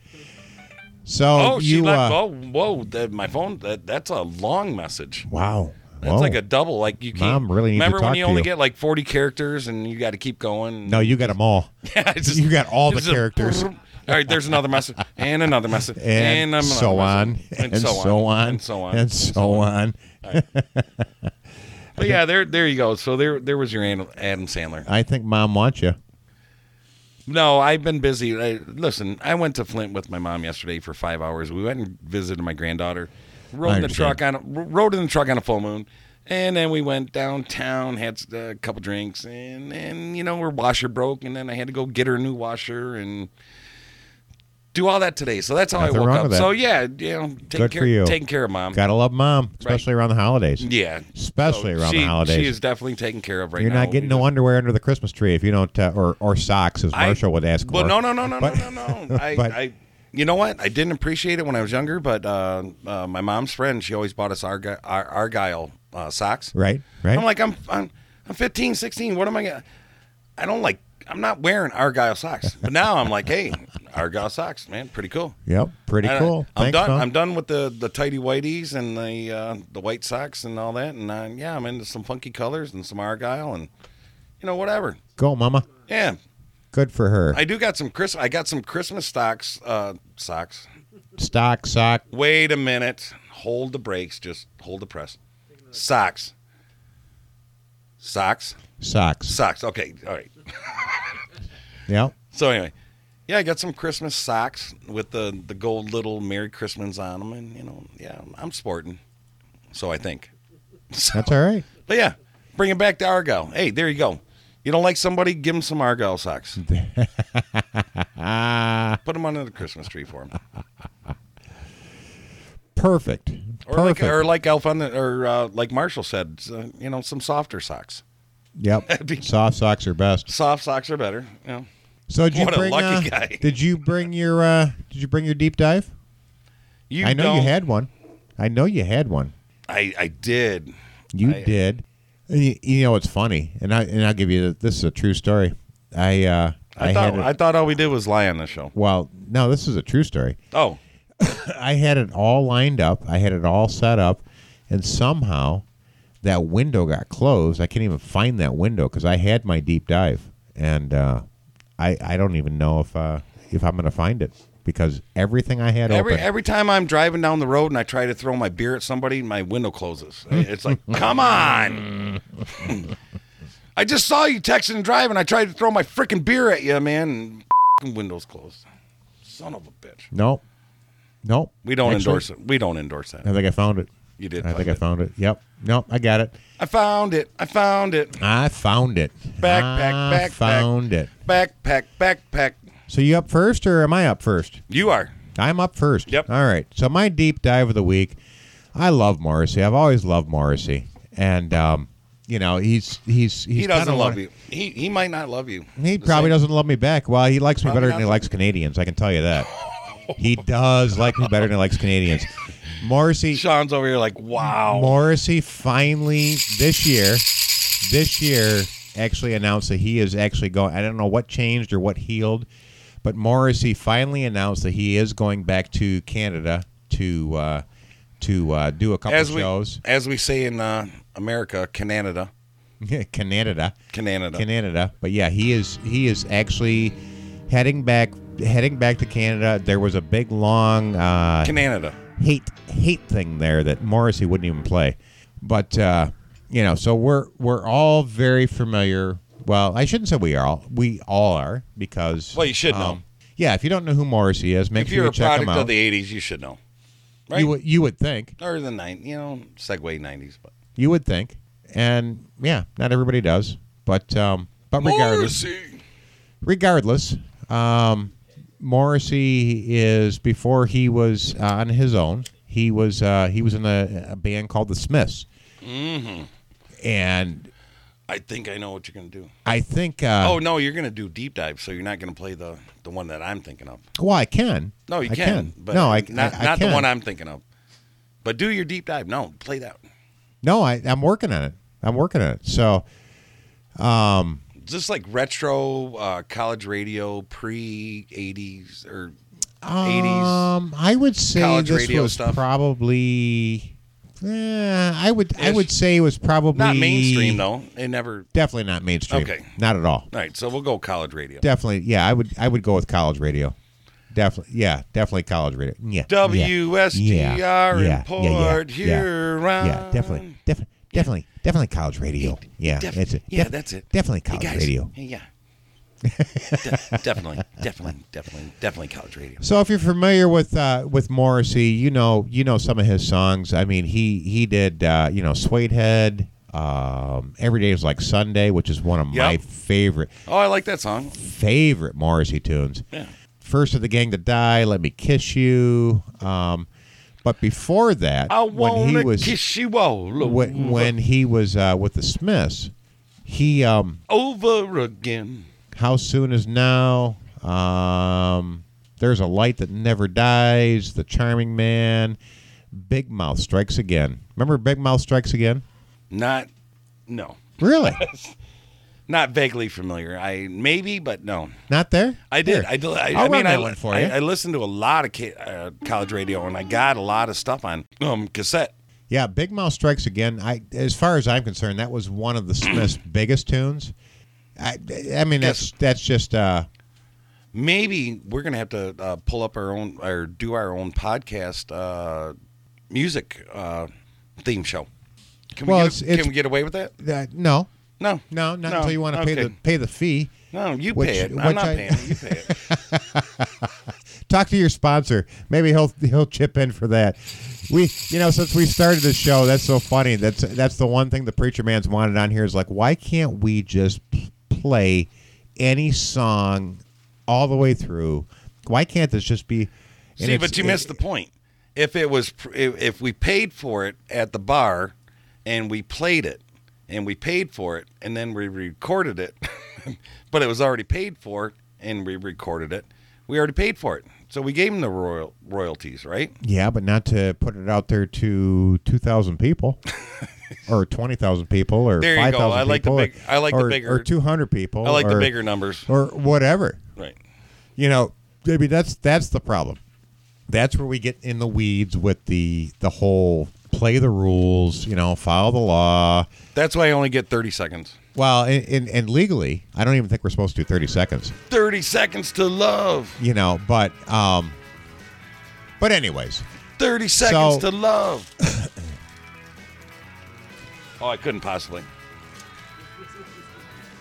S3: So
S4: oh,
S3: you
S4: she left.
S3: uh,
S4: oh, whoa! That, my phone. That, that's a long message.
S3: wow,
S4: That's
S3: Whoa.
S4: like a double. Like you can't.
S3: Mom really need to
S4: remember
S3: talk
S4: when you
S3: to
S4: only
S3: you.
S4: get like forty characters and you got to keep going.
S3: no. You got them all.
S4: Yeah, it's just-
S3: you got all the
S4: it's just a-
S3: characters.
S4: all right, there's another message and another message
S3: and,
S4: another
S3: so on,
S4: message,
S3: and, so on,
S4: and so on
S3: and so on.
S4: But yeah, there there you go. So there there was your Adam Adam Sandler.
S3: I think mom wants you.
S4: No, I've been busy. I, listen, I went to Flint with my mom yesterday for five hours. We went and visited my granddaughter. Rode
S3: I
S4: in the
S3: understand.
S4: truck on a, rode in the truck on a full moon, and then we went downtown, had s- a couple drinks, and and you know her washer broke, and then I had to go get her a new washer and do all that today. So that's how
S3: Nothing
S4: I woke
S3: wrong
S4: up.
S3: with that.
S4: So yeah, you know, taking
S3: Good
S4: care,
S3: for you.
S4: taking care of mom.
S3: Gotta love mom, especially around the holidays.
S4: Yeah,
S3: especially
S4: So
S3: around
S4: she,
S3: the holidays.
S4: She is definitely taken care of right
S3: You're
S4: now.
S3: not getting no underwear under the Christmas tree if you don't, uh, or or socks, as
S4: I-
S3: Marshall would ask
S4: Well,
S3: for.
S4: no, no, no, no,
S3: But-
S13: Oh,
S4: no, no, no. I,
S3: but-
S4: I, you know what? I didn't appreciate it when I was younger, but uh, uh, my mom's friend, she always bought us Arg- Ar- Argyle uh, socks.
S3: Right, right.
S4: I'm like, I'm, I'm, I'm 15, 16. What am I gonna? I don't like. I'm not wearing Argyle socks. But now I'm like, hey, Argyle socks, man, pretty cool.
S3: Yep, pretty
S4: I-
S3: cool.
S4: I'm
S3: Thanks,
S4: done.
S3: Mom.
S4: I'm done with the the tidy whiteys and the uh, the white socks and all that. And uh, yeah, I'm into some funky colors and some Argyle and you know whatever.
S3: Go, Mama.
S4: Yeah,
S3: Good for her.
S4: I do got some Chris. I got some Christmas stocks. Uh, socks.
S3: Stock, sock.
S4: Wait a minute. Hold the brakes. Just hold the press. Socks. Socks.
S3: Socks.
S4: Socks. Okay. All right.
S3: Yep.
S4: So anyway, yeah, I got some Christmas socks with the the gold little Merry Christmas on them, and you know, yeah, I'm- I'm sporting. So I think.
S3: That's all right.
S4: But yeah, bring it back to Argyle. Hey, there you go. You don't like somebody? Give them some Argyle socks.
S3: Ah.
S4: Put them under the Christmas tree for them.
S3: Perfect.
S4: Or
S3: Perfect.
S4: like, or like Elf on the, or uh, like Marshall said, uh, you know, some softer socks.
S3: yep. Soft socks are best.
S4: Soft socks are better. You know.
S3: So did you
S4: what
S3: bring?
S4: a lucky
S3: uh,
S4: guy.
S3: Did you bring your? Uh, did you bring your deep dive?
S4: You
S3: I know you
S4: don't-
S3: had one. I know you had one.
S4: I I did.
S3: You
S4: I-
S3: did. And you, you know it's funny, and I and I'll give you this is a true story. I uh,
S4: I,
S3: had
S4: thought
S3: it-
S4: I thought all we did was lie on the show.
S3: Well, no, this is a true story.
S4: Oh.
S3: I had it all lined up. I had it all set up, and somehow that window got closed. I can't even find that window because I had my deep dive, and uh, I I don't even know if uh, if I'm gonna find it because everything I had
S4: Every
S3: open.
S4: every time I'm driving down the road and I try to throw my beer at somebody, my window closes. It's like, come on. I just saw you texting and driving. I tried to throw my freaking beer at you, man, and windows closed. Son of a bitch.
S3: no, no,
S4: We don't
S3: Actually,
S4: endorse it. We don't endorse that.
S3: I think I found it.
S4: You did
S3: I think
S4: find
S3: I
S4: it.
S3: found it. Yep. No, I got it.
S4: I found it. I found it.
S3: I found it.
S4: Backpack,
S3: I
S4: backpack.
S3: Found it.
S4: Backpack, backpack.
S3: So you up first, or am I up first?
S4: You are.
S3: I'm up first.
S4: Yep.
S3: All right. So my deep dive of the week. I love Morrissey. I've always loved Morrissey, and um, you know he's he's, he's
S4: He doesn't
S3: kinda
S4: love
S3: one-
S4: you. He he might not love you.
S3: He
S4: The
S3: probably
S4: same.
S3: doesn't love me back. Well, he likes me
S4: Probably
S3: better than he
S4: not.
S3: likes Canadians. I can tell you that. he does like me better than he likes Canadians. Morrissey.
S4: Sean's over here like, wow.
S3: Morrissey finally this year, this year actually announced that he is actually going. I don't know what changed or what healed, but Morrissey finally announced that he is going back to Canada to uh, to uh, do a couple
S4: as we
S3: shows.
S4: as we say in uh, America, Canada,
S3: Canada,
S4: Canada.
S3: Canada. But yeah, he is he is actually heading back heading back to Canada. There was a big long uh,
S4: Canada.
S3: hate hate thing there that Morrissey wouldn't even play. But uh, you know, so we're we're all very familiar. Well, I shouldn't say we are all. We all are because um,
S4: Well, you should know.
S3: Yeah, if you don't know who Morrissey is, make
S4: if
S3: sure
S4: you're
S3: you
S4: a
S3: check him
S4: product
S3: out.
S4: of the '80s, you should know, right?
S3: You would you would think
S4: or the '90s, you know, segue '90s. But
S3: you would think, and yeah, not everybody does. But um, but regardless, regardless, um, Morrissey is before he was uh, on his own. He was uh, he was in a, a band called the Smiths.
S4: hmm
S3: and
S4: Mm-hmm. I think I know what you're going to do.
S3: I think. Uh,
S4: oh no, you're going to do deep dive, so you're not going to play the the one that I'm thinking of.
S3: Well, I can.
S4: No, you
S3: I
S4: can. But
S3: no, I
S4: not,
S3: I- I
S4: not
S3: can.
S4: the one I'm thinking of. But do your deep dive. No, play that.
S3: No, I, I'm working on it. I'm working on it. So, um,
S4: Just like retro uh, college radio, pre '80s or
S3: um, I would say
S4: college
S3: this
S4: radio
S3: was
S4: stuff.
S3: probably. eh, I would. I would say it was probably
S4: not mainstream though. It never.
S3: Definitely not mainstream.
S4: Okay.
S3: Not at all.
S4: All right, so we'll go college radio.
S3: Definitely. Yeah, I would. I would go with college radio. Definitely. Yeah. Definitely college radio. Yeah. yeah,
S4: WSTR
S3: yeah, yeah,
S4: in
S3: yeah, yeah,
S4: Port Huron.
S3: Yeah. Definitely. Definitely. Definitely. Definitely college radio. Yeah.
S4: Def-
S3: it's a-
S4: yeah,
S3: def-
S4: that's it.
S3: Definitely
S4: Hey,
S3: college
S4: guys.
S3: radio.
S4: Hey, yeah. De- definitely, definitely, definitely, definitely college radio.
S3: So if you're familiar with uh, with Morrissey, you know you know some of his songs. I mean, he he did uh, you know Suede Head. Um, Every day is like Sunday, which is one of my
S4: Yep.
S3: favorite
S4: Oh, I like that song.
S3: favorite Morrissey tunes.
S4: Yeah.
S3: First of the Gang to Die, Let Me Kiss You. Um, but before that,
S4: I
S3: when he
S4: wanna
S3: was
S4: kiss you all
S3: when,
S4: over.
S3: when he was uh, with the Smiths, he um,
S4: Over again.
S3: how soon is now? Um, there's a light that never dies. The charming man. Big Mouth strikes again. Remember Big Mouth strikes again?
S4: Not, no,
S3: Really?
S4: not vaguely familiar. I maybe, but no.
S3: Not there?
S4: I did.
S3: Here.
S4: I did. I,
S3: I'll
S4: I
S3: run
S4: mean,
S3: that
S4: I,
S3: one for
S4: I,
S3: you.
S4: I listened to a lot of ca- uh, college radio, and I got a lot of stuff on um, cassette.
S3: Yeah, Big Mouth Strikes Again. I, as far as I'm concerned, that was one of the Smiths' biggest tunes. I, I mean, that's that's just uh,
S4: Maybe we're gonna have to uh, pull up our own or do our own podcast uh, music uh, theme show. Can
S3: Well,
S4: we
S3: it's-
S4: get,
S3: it's-
S4: can we get away with that?
S3: that, no,
S4: No,
S3: no, not
S4: No,
S3: until you want to pay the
S4: okay.
S3: pay the fee.
S4: No, you
S3: which-
S4: pay it. I'm
S3: which
S4: not
S3: I-
S4: paying it. You pay it.
S3: Talk to your sponsor. Maybe he'll he'll chip in for that. We, you know, since we started the show, that's so funny. That's that's the one thing the preacher man's wanted on here is like, why can't we just p- play any song all the way through? Why can't this just be? and
S4: See,
S3: it's-
S4: but you
S3: it-
S4: missed the point. If it was, pr- if, if we paid for it at the bar, and we played it, and we paid for it, and then we recorded it, but it was already paid for, and we recorded it. We already paid for it, so we gave them the royal royalties, right?
S3: Yeah, but not to put it out there to two thousand people, or twenty thousand people, or
S4: There you
S3: five
S4: go.
S3: thousand.
S4: I like the
S3: people,
S4: big-
S3: Or,
S4: I like the
S3: or-
S4: bigger-
S3: or two hundred people.
S4: I like the
S3: or-
S4: bigger numbers.
S3: or whatever.
S4: Right.
S3: You know, maybe that's that's the problem. That's where we get in the weeds with the the whole play the rules. You know, follow the law.
S4: That's why I only get thirty seconds.
S3: Well, and, and, and legally, I don't even think we're supposed to do thirty seconds.
S4: Thirty seconds to love.
S3: You know, but um, but anyways,
S4: Thirty seconds
S3: So-
S4: to love. oh, I couldn't possibly.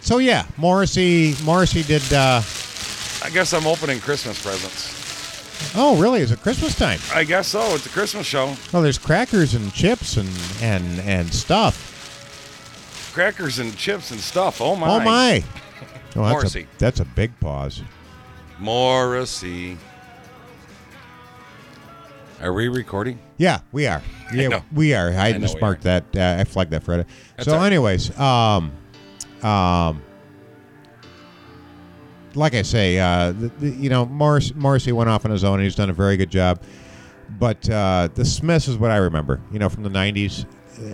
S3: so yeah, Morrissey Morrissey did. Uh,
S4: I guess I'm opening Christmas presents.
S3: oh, really? Is it Christmas time?
S4: I guess so. It's a Christmas show.
S3: Well, there's crackers and chips and and and stuff.
S4: crackers and chips and stuff. Oh my!
S3: Oh my! Oh, that's
S4: Morrissey.
S3: A, that's a big pause.
S4: Morrissey. Are we recording?
S3: Yeah, we are. Yeah,
S4: know.
S3: we are. I,
S4: I know
S3: just
S4: we
S3: marked that. Uh, I flagged that Friday.
S4: That's
S3: so,
S4: all right.
S3: anyways, um, um, like I say, uh, the, the, you know, Morris, Morrissey went off on his own, and he's done a very good job. But uh, the Smiths is what I remember. You know, from the '90s. uh,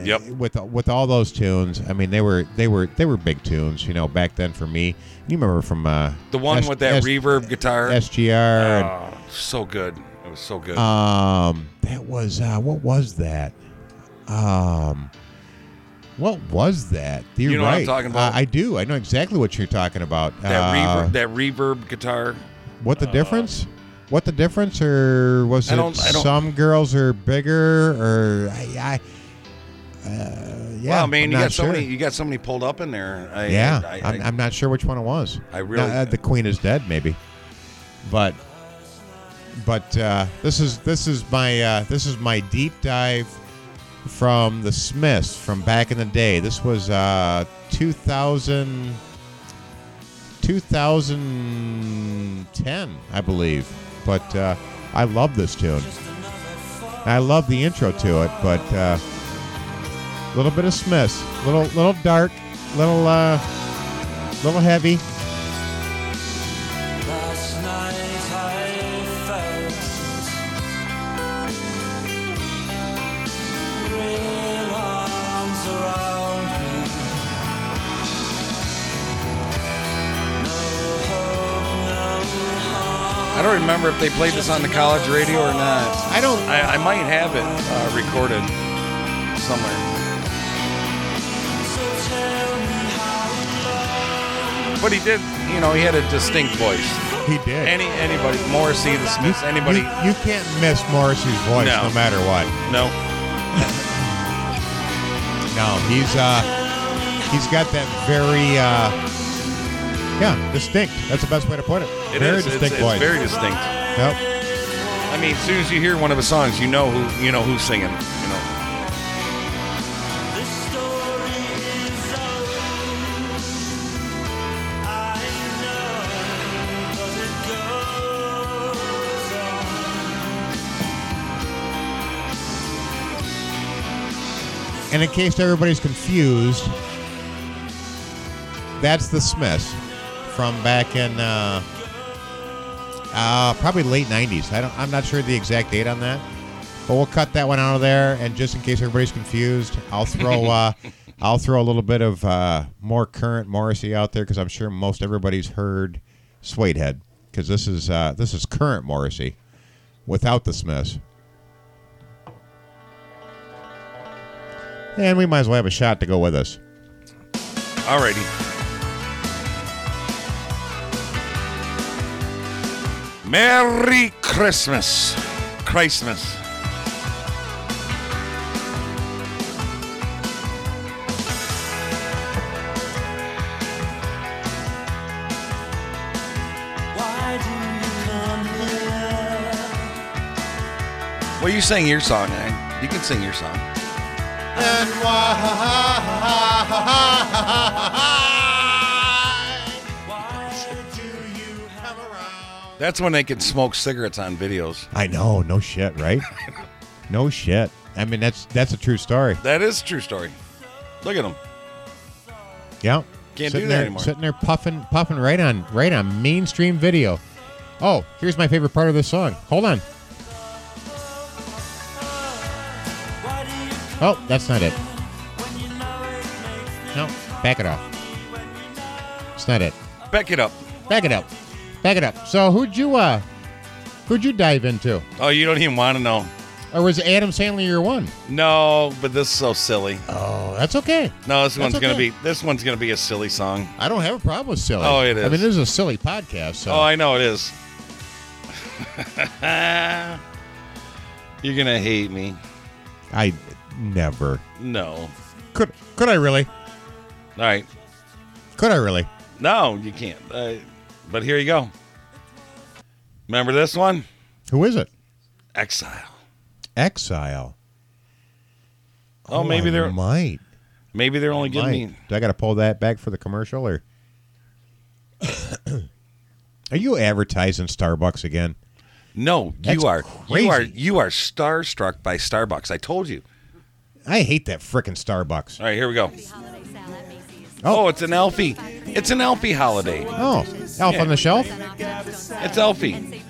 S4: Yep.
S3: With with all those tunes, I mean, they were they were they were big tunes. You know, back then for me, you remember from uh,
S4: The one
S3: S-
S4: with that
S3: S-
S4: reverb guitar.
S3: SGR. and-
S4: Oh, so good. It was so good.
S3: um, that was uh, what was that? Um, what was that? You're
S4: You know what
S3: right.
S4: I'm talking about?
S3: Uh, I do. I know exactly what you're talking about.
S4: that
S3: Uh,
S4: reverb. That reverb guitar.
S3: What the difference? What the difference? Or was
S4: I
S3: it
S4: don't- I don't-
S3: some girls are bigger? Or I, I uh, yeah.
S4: wow, man,
S3: I'm
S4: you
S3: not
S4: got so
S3: sure.
S4: many. You got so many pulled up in there. I,
S3: yeah,
S4: I,
S3: I,
S4: I,
S3: am I'm not sure which one it was.
S4: I really-
S3: Now, uh, the Queen is dead, maybe, but but uh, this is this is my uh, this is my deep dive from the Smiths from back in the day. This was uh, 2000 2010, I believe. But uh, I love this tune. I love the intro to it, but. Uh, little bit of Smiths, little little dark, little, uh, little heavy.
S7: Last night I felt real arms around me.
S4: I don't remember if they played this on the college radio or not.
S3: I don't.
S4: I, I might have it uh, recorded somewhere.
S7: So tell me how love
S4: But he did, you know, he had a distinct voice.
S3: He did.
S4: Any anybody, Morrissey, the Smiths, anybody?
S3: You, you can't miss Morrissey's voice
S4: No.
S3: no, matter what.
S4: no.
S3: No, he's uh, he's got that very uh, yeah, distinct. That's the best way to put it.
S4: It
S3: very
S4: is. It's-
S3: distinct
S4: it's
S3: voice.
S4: very distinct.
S3: Yep.
S4: I mean, as soon as you hear one of his songs, you know who you know who's singing. You know.
S7: this story is old. I know, but it goes
S3: And in case everybody's confused, that's the Smiths from back in uh, uh, probably late '90s. I don't. I'm not sure the exact date on that, but we'll cut that one out of there. And just in case everybody's confused, I'll throw uh, I'll throw a little bit of uh, more current Morrissey out there because I'm sure most everybody's heard Suede Head because this is uh, this is current Morrissey without the Smiths. And we might as well have a shot to go with us.
S4: Alrighty. Merry Christmas. Christmas.
S7: Why do you come here?
S4: Well, you sang your song, man. You can sing your song.
S7: And why?
S4: That's when they can smoke cigarettes on videos.
S3: I know, no shit, right? no shit. I mean, that's that's a true story.
S4: That is a true story. Look at them.
S3: Yeah.
S4: Can't
S3: sitting
S4: do that
S3: there,
S4: anymore.
S3: Sitting there puffing, puffing right on, right on mainstream video. Oh, here's my favorite part of this song. Hold on. Oh, that's not it. No, back it up. It's not it.
S4: Back it up.
S3: Back it up. Back it up. So who'd you uh, who'd you dive into,
S4: Oh, you don't even want to know.
S3: or was Adam Sandler your one?
S4: No, but this is so silly.
S3: Oh, that's okay.
S4: No, this
S3: That's
S4: one's gonna
S3: okay.
S4: be this one's gonna be a silly song.
S3: I don't have a problem with silly.
S4: Oh, it
S3: I
S4: is.
S3: mean, this is a silly podcast. So.
S4: Oh, I know it is. You're gonna hate me.
S3: I never.
S4: No.
S3: Could could I really?
S4: All right.
S3: Could I really?
S4: No, you can't. Uh, but here you go. Remember this one?
S3: Who is it?
S4: Exile.
S3: Exile.
S4: Oh, maybe
S3: I
S4: they're
S3: might.
S4: maybe they're only giving
S3: might.
S4: me.
S3: Do I got to pull that back for the commercial or? are you advertising Starbucks again?
S4: No,
S3: That's
S4: you are.
S3: crazy.
S4: You are. You are starstruck by Starbucks. I told you.
S3: I hate that frickin' Starbucks.
S4: All right, here we go. Oh, it's an Elfie. It's an Elfie holiday.
S3: Oh, Elf on the Shelf.
S4: It's Elfie.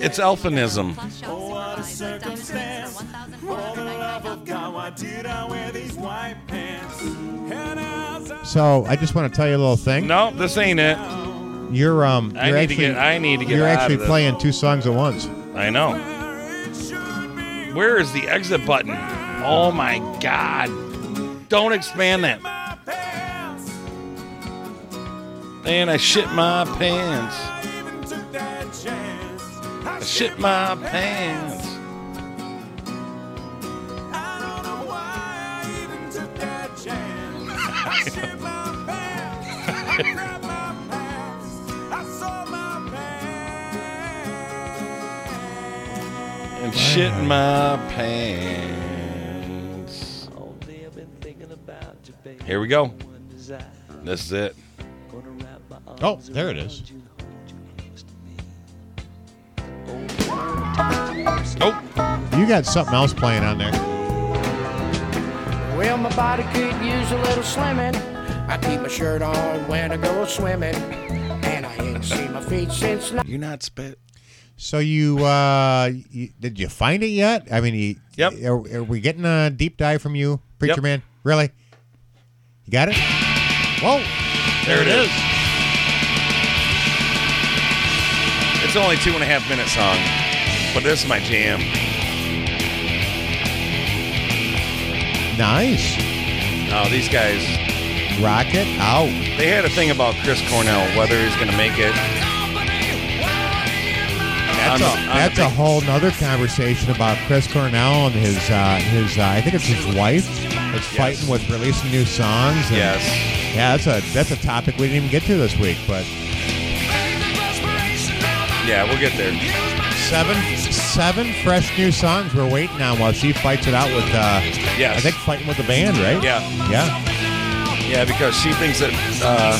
S4: It's Elfinism.
S7: Oh, what a circumstance. For the love of God, why did I wear these white pants? And as I
S3: So I just want to tell you a little thing.
S4: No, this ain't it.
S3: You're um.
S4: I
S3: you're
S4: need to
S3: actually,
S4: get- I need to get
S3: You're
S4: out of
S3: actually
S4: this.
S3: playing two songs at once.
S4: I know. Where is the exit button? Oh my God. Don't expand that. And I shit my pants. I shit my pants. And shit my pants. Here we go. This is it.
S3: Oh, there it is.
S4: Oh.
S3: You got something else playing on there.
S6: Well, my body could use a little slimming. I keep my shirt on when I go swimming, and I ain't seen my feet since. ni-
S4: You're not spit.
S3: So you, uh, you did you find it yet? I mean, you, yep. Are, are we getting a deep dive from you, preacher
S4: Yep.
S3: man? Really? You got it? Whoa!
S4: There it is. It's only two and a half minute song, but this is my jam.
S3: Nice.
S4: Oh, these guys.
S3: Rocket out.
S4: They had a thing about Chris Cornell, whether he's going to make it.
S3: That's, a, that's a whole nother conversation about Chris Cornell and his uh, his uh, I think it's his wife that's fighting with releasing new songs. and-
S4: Yes.
S3: Yeah, that's a that's a topic we didn't even get to this week, but
S4: Yeah, we'll get there.
S3: seven seven fresh new songs we're waiting on while she fights it out with uh
S4: Yes.
S3: I think fighting with the band, right?
S4: Yeah.
S3: Yeah.
S4: Yeah, because she thinks it uh,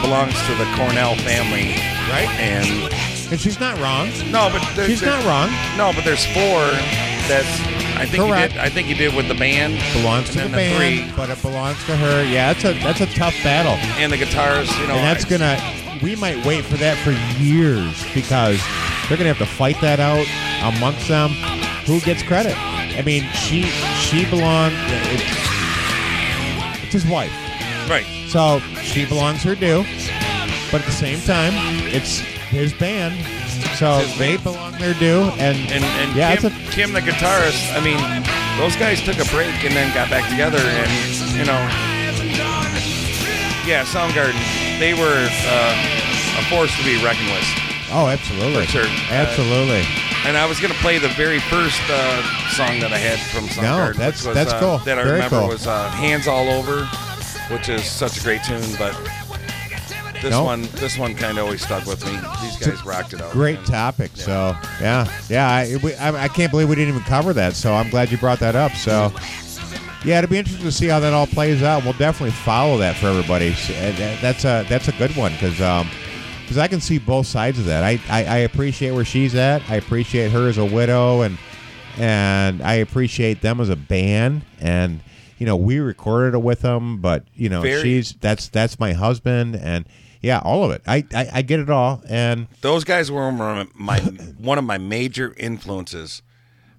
S4: belongs to the Cornell family, right? And
S3: And she's not wrong.
S4: no, but there-
S3: She's
S4: there-
S3: not wrong.
S4: No, but there's four. That's I think
S3: Correct.
S4: you did. I think you did with the band
S3: Belongs to
S4: and
S3: the
S4: then
S3: band,
S4: three
S3: but it belongs to her. Yeah, that's a that's a tough battle.
S4: and the guitarist. You know,
S3: and that's
S4: I-
S3: gonna we might wait for that for years because they're gonna have to fight that out amongst them who gets credit i mean she she belongs it's his wife
S4: Right.
S3: so she belongs her due but at the same time it's his band so they belong their due and,
S4: and, and
S3: yeah it's
S4: Kim,
S3: a
S4: Kim the guitarist. I mean, those guys took a break and then got back together, and you know, yeah, Soundgarden, they were uh, a force to be reckoned with.
S3: oh absolutely
S4: For sure.
S3: absolutely
S4: And I was gonna play the very first uh, song that I had from Soundgarden. which
S3: that's-
S4: was,
S3: that's
S4: uh,
S3: cool.
S4: That I
S3: Very
S4: remember
S3: cool.
S4: was uh, "Hands All Over," which is such a great tune, but. This
S3: Nope.
S4: one, this one kind of always stuck with me. These guys rocked it out.
S3: Great topic. So yeah, yeah. I, we, I, I can't believe we didn't even cover that. So I'm glad you brought that up. So yeah, it'll be interesting to see how that all plays out. We'll definitely follow that for everybody. S- uh, that- That's a that's a good one because I can see both sides of that. I, I I appreciate where she's at. I appreciate her as a widow and and I appreciate them as a band and. You know, we recorded it with them, but you know,
S4: Very-
S3: she's that's that's my husband, and yeah, all of it. I, I I get it all, and
S4: Those guys were my, my one of my major influences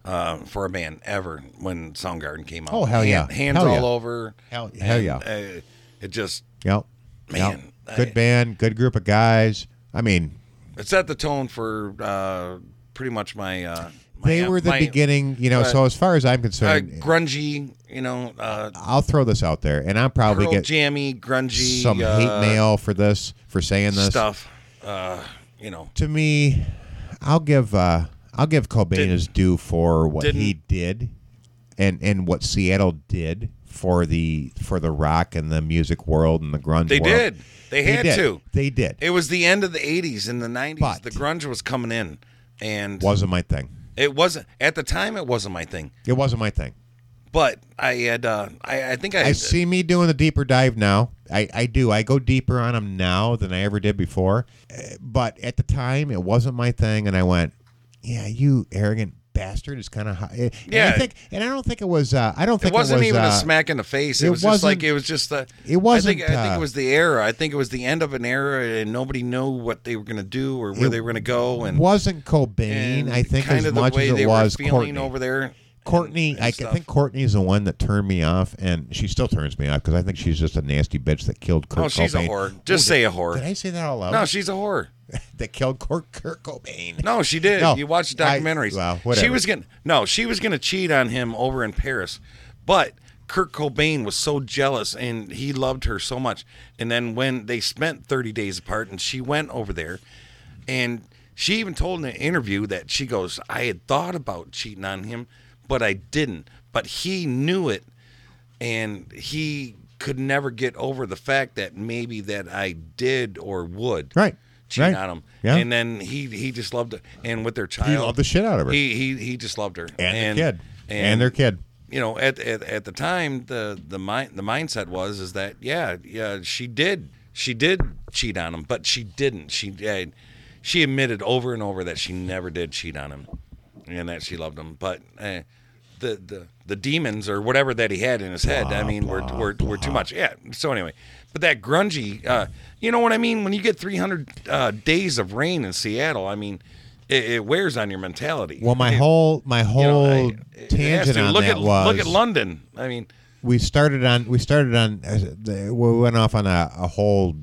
S4: uh, for a band ever when Soundgarden came out.
S3: Oh, hell yeah.
S4: Hand- hands
S3: Hell
S4: all
S3: yeah.
S4: over.
S3: Hell- hell yeah.
S4: uh, it just
S3: Yep.
S4: Man,
S3: Yep. Good band, good group of guys. I mean,
S4: it set the tone for uh, pretty much my. Uh, my
S3: they were the
S4: my-
S3: beginning, you know.
S4: uh,
S3: so as far as I'm
S4: uh,
S3: concerned,
S4: grungy, you know, uh,
S3: I'll throw this out there, and I'll probably
S4: pearl
S3: get
S4: jammy, grungy,
S3: some
S4: uh,
S3: hate mail for this for saying this
S4: stuff. Uh, you know,
S3: To me, I'll give uh, I'll give Cobain his due for what he
S4: didn't-
S3: did, and and what Seattle did for the for the rock and the music world and the grunge.
S4: They
S3: world.
S4: did. They had
S3: did.
S4: to.
S3: They did.
S4: It was the end of the '80s and the '90s. the grunge was coming in, and
S3: Wasn't my thing.
S4: It wasn't at the time. It wasn't my thing,
S3: It wasn't my thing.
S4: but I had. Uh, I, I think I.
S3: I see me doing the deeper dive now. I, I do. I go deeper on them now than I ever did before. Uh, But at the time, it wasn't my thing, and I went, "Yeah, you arrogant bastard." It's kind of high. And
S4: Yeah.
S3: I think, and I don't think it was. Uh, I don't think
S4: it wasn't
S3: was,
S4: even
S3: uh,
S4: a smack in the face. It,
S3: it
S4: was just like
S3: wasn't-
S4: it was just the.
S3: it wasn't,
S4: I think, I think
S3: uh,
S4: it was the era. I think it was the end of an era, and nobody knew what they were going to do or where
S3: It
S4: they were going to go. And
S3: wasn't Cobain.
S4: and
S3: I think
S4: kind
S3: as
S4: of the
S3: much
S4: way
S3: as
S4: they
S3: it
S4: were
S3: was
S4: feeling
S3: Courtney.
S4: over there.
S3: Courtney, I
S4: stuff.
S3: think Courtney's the one that turned me off, and she still turns me off because I think she's just a nasty bitch that killed Kurt
S4: oh, she's a
S3: Cobain.
S4: whore. Just
S3: Oh,
S4: say
S3: did-
S4: a whore.
S3: Did I say that all out?
S4: No, she's a whore.
S3: that killed Kurt, Kurt Cobain.
S4: No, she did.
S3: No,
S4: you watched the
S3: I-
S4: documentaries.
S3: well, whatever.
S4: She was gonna no, she was gonna cheat on him over in Paris, but Kurt Cobain was so jealous and he loved her so much. And then when they spent 30 days apart and she went over there and she even told in an interview that she goes, I had thought about cheating on him, but I didn't. But he knew it and he could never get over the fact that maybe that I did or would
S3: Right.
S4: cheat
S3: Right.
S4: on him.
S3: Yeah.
S4: And then he he just loved her. And with their child,
S3: loved the shit out of her.
S4: He he, he just loved her and,
S3: their kid. And their kid.
S4: You know, at, at at the time, the the mind the mindset was is that yeah yeah she did she did cheat on him, but she didn't. She uh, she admitted over and over that she never did cheat on him, and that she loved him. But uh, the, the the demons or whatever that he had in his head. I mean, we're, we're, we're too much. Yeah. So anyway, but that grungy, uh, you know what I mean? When you get 300 uh, days of rain in Seattle, I mean, it, it wears on your mentality.
S3: Well, my
S4: It-
S3: whole my whole
S4: it has
S3: tangent
S4: to.
S3: on
S4: look
S3: that
S4: at,
S3: was
S4: look at London. I mean,
S3: we started on we started on uh, the- we went off on a, a whole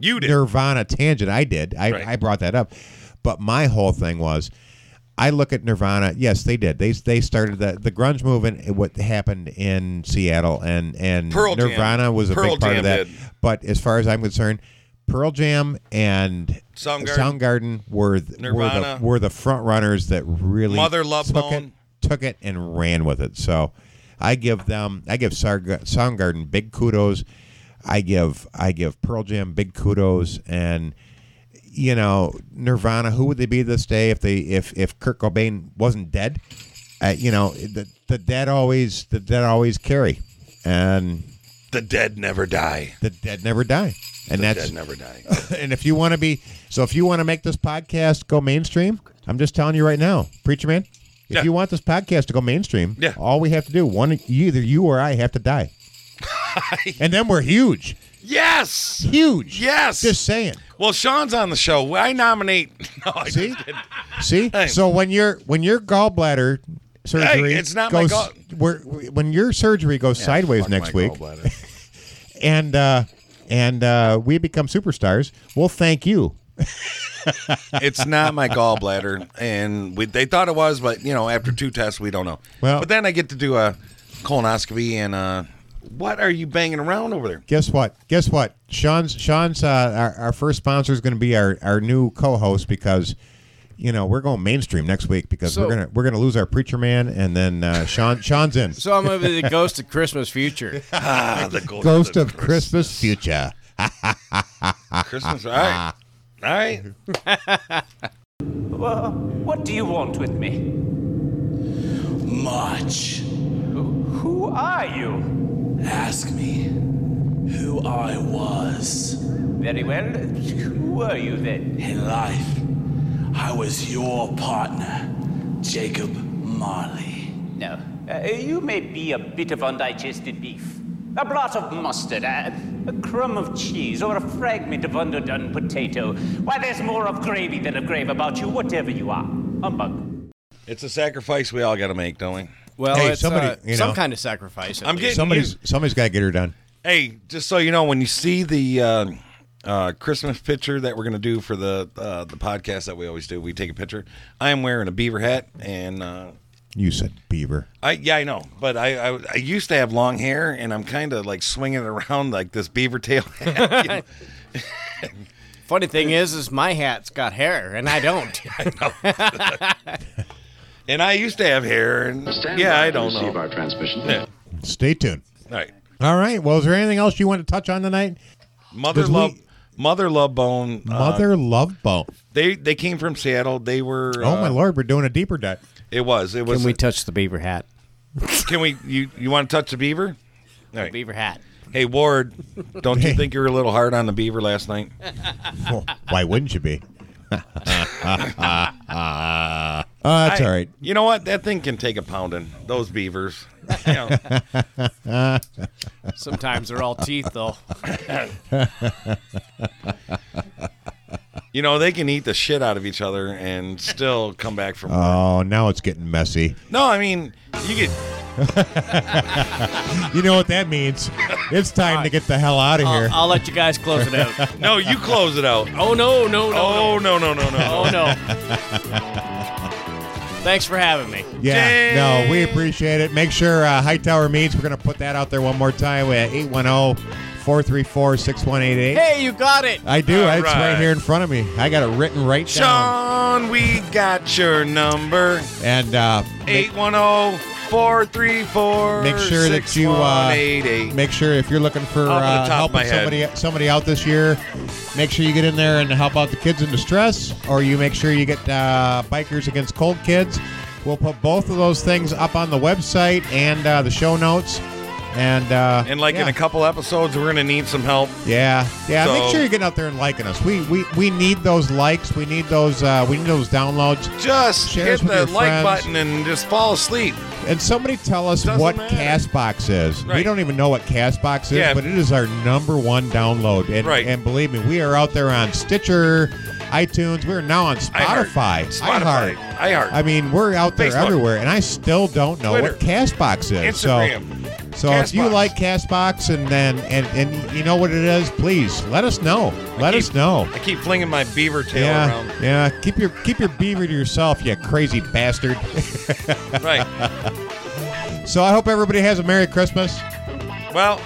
S4: you
S3: did. Nirvana tangent. I did. I,
S4: Right.
S3: I brought that up, but my whole thing was. I look at Nirvana. Yes, they did. They they started the the grunge movement. uh, What happened in Seattle and and
S4: Pearl Jam.
S3: Nirvana was a
S4: Pearl
S3: big part
S4: Jam
S3: of that.
S4: did.
S3: But as far as I'm concerned, Pearl Jam and
S4: Soundgarden.
S3: Soundgarden were th- were
S4: Nirvana.
S3: the, were the front runners that really
S4: Mother Love
S3: took
S4: Bone.
S3: it took it and ran with it. So I give them, I give Sarg- Soundgarden big kudos. I give, I give Pearl Jam big kudos, and you know Nirvana. Who would they be this day if they if if Kurt Cobain wasn't dead? Uh, you know the the dead always the dead always carry, and
S4: the dead never die.
S3: The dead never die, and
S4: The
S3: that's
S4: dead never die.
S3: and if you want to be, so if you want to make this podcast go mainstream, I'm just telling you right now, preacher man. If
S4: Yeah.
S3: you want this podcast to go mainstream,
S4: Yeah.
S3: all we have to do one either you or I have to die, and then we're huge.
S4: Yes.
S3: Huge.
S4: Yes.
S3: Just saying.
S4: Well, Sean's on the show. I nominate. No, I
S3: See?
S4: just did.
S3: See, so when your when your gallbladder surgery
S4: Hey, it's not my
S3: goes
S4: gall-
S3: where, when your surgery goes
S4: Yeah,
S3: sideways
S4: fuck
S3: next
S4: my
S3: week, and uh, and uh, we become superstars, we'll thank you.
S4: it's not my gallbladder, and we, they thought it was, but you know, after two tests, we don't know.
S3: Well-
S4: but then I get to do a colonoscopy, and uh, what are you banging around over there?
S3: Guess what? Guess what? Sean's Sean's uh, our, our first sponsor is going to be our, our new co-host because you know we're going mainstream next week because
S9: So-
S3: we're gonna we're gonna lose our preacher man and then uh, Sean Sean's in
S9: So I'm going to be the ghost of Christmas future.
S4: ah, the
S3: Ghost of Christmas, Future. Ah,
S4: Christmas, all right, all right.
S5: Well, what do you want with me? Much. Who are you? Ask me who I was. Very well. Who were you then?
S15: In life, I was your partner, Jacob Marley.
S5: No. Uh, you may be a bit of undigested beef, a blot of mustard, a, a crumb of cheese, or a fragment of underdone potato. Why, there's more of gravy than of grave about you, whatever you are. Humbug.
S4: It's a sacrifice we all got to make, don't we?
S9: Well,
S3: Hey, it's, somebody, uh, you some know-
S9: kind of sacrifice.
S4: I'm getting
S3: somebody's somebody's got to get her done.
S4: Hey, just so you know, when you see the uh, uh, Christmas picture that we're gonna do for the uh, the podcast that we always do, we take a picture. I am wearing a beaver hat, and uh,
S3: You said Beaver.
S4: I yeah I know, but I I, I used to have long hair, and I'm kind of like swinging it around like this beaver tail. hat, you know?
S9: Funny thing is, is my hat's got hair and I don't.
S4: and I used to have hair, and yeah, I don't know.
S15: our transmission.
S4: Yeah.
S3: Stay tuned.
S4: All right,
S3: All right. Well, is there anything else you want to touch on tonight?
S4: mother
S3: Did we-
S4: love, mother love bone, uh,
S3: Mother Love Bone.
S4: they they came from Seattle. They were
S3: Oh my
S4: uh,
S3: lord, we're doing a deeper dive.
S4: It was it was.
S9: Can we touch the beaver hat?
S4: Can we? You you want to touch the beaver? All right.
S9: Beaver hat.
S4: Hey Ward, don't you think you were a little hard on the beaver last night?
S3: Well, why wouldn't you be? uh, that's
S4: I-
S3: all right.
S4: You know what? That thing can take a pounding. Those beavers. You know.
S3: Oh,
S9: Sometimes they're all teeth, though.
S4: You know, they can eat the shit out of each other and still come back from.
S3: Oh, now it's getting messy.
S4: no, I mean, you get.
S3: you know what that means. It's time to get the hell out of here.
S9: I'll let you guys close it out.
S4: No, you close it out.
S9: Oh, no, no, no.
S4: Oh, no, no, no, no.
S9: Oh, no. Thanks for having me.
S3: Yeah, no, we appreciate it. Make sure uh, Hightower Meats, we're going to put that out there one more time at oh, 810 434 6188.
S9: Hey, you got it.
S3: I do.
S4: All
S3: it's right
S4: right.
S3: here in front of me. I got it written right down.
S4: Sean, we got your number. oh,
S3: And uh,
S4: 810-434-6188.
S3: make sure that you uh, make sure if you're looking for
S4: Off the top
S3: uh,
S4: of
S3: helping
S4: my head.
S3: somebody somebody out this year, make sure you get in there and help out the kids in distress, or you make sure you get uh, bikers against cold kids. We'll put both of those things up on the website and uh, the show notes. And uh,
S4: And like in a couple episodes, we're gonna need some help.
S3: Yeah, yeah.
S4: So-
S3: make sure you're getting out there and liking us. We we, we need those likes. We need those. Uh, we need those downloads.
S4: Just
S3: Share us
S4: hit
S3: with
S4: the
S3: your
S4: like
S3: friends.
S4: button and just fall asleep.
S3: And somebody tell us what Castbox is. We
S4: Right.
S3: don't even know what Castbox is,
S4: Yeah.
S3: but it is our number one download. And,
S4: Right.
S3: and believe me, we are out there on Stitcher, iTunes. We're now on Spotify,
S4: Spotify, iHeart.
S3: I mean, we're out there
S4: Facebook.
S3: everywhere, and I still don't know what Castbox is.
S4: Instagram.
S3: So, so if you
S4: Castbox.
S3: like Castbox and then and and you know what it is, please let us know. Let us know.
S4: I keep flinging my beaver tail
S3: Yeah,
S4: around.
S3: yeah. Keep your keep your beaver to yourself, you crazy bastard.
S4: Right.
S3: so I hope everybody has a Merry Christmas.
S4: Well,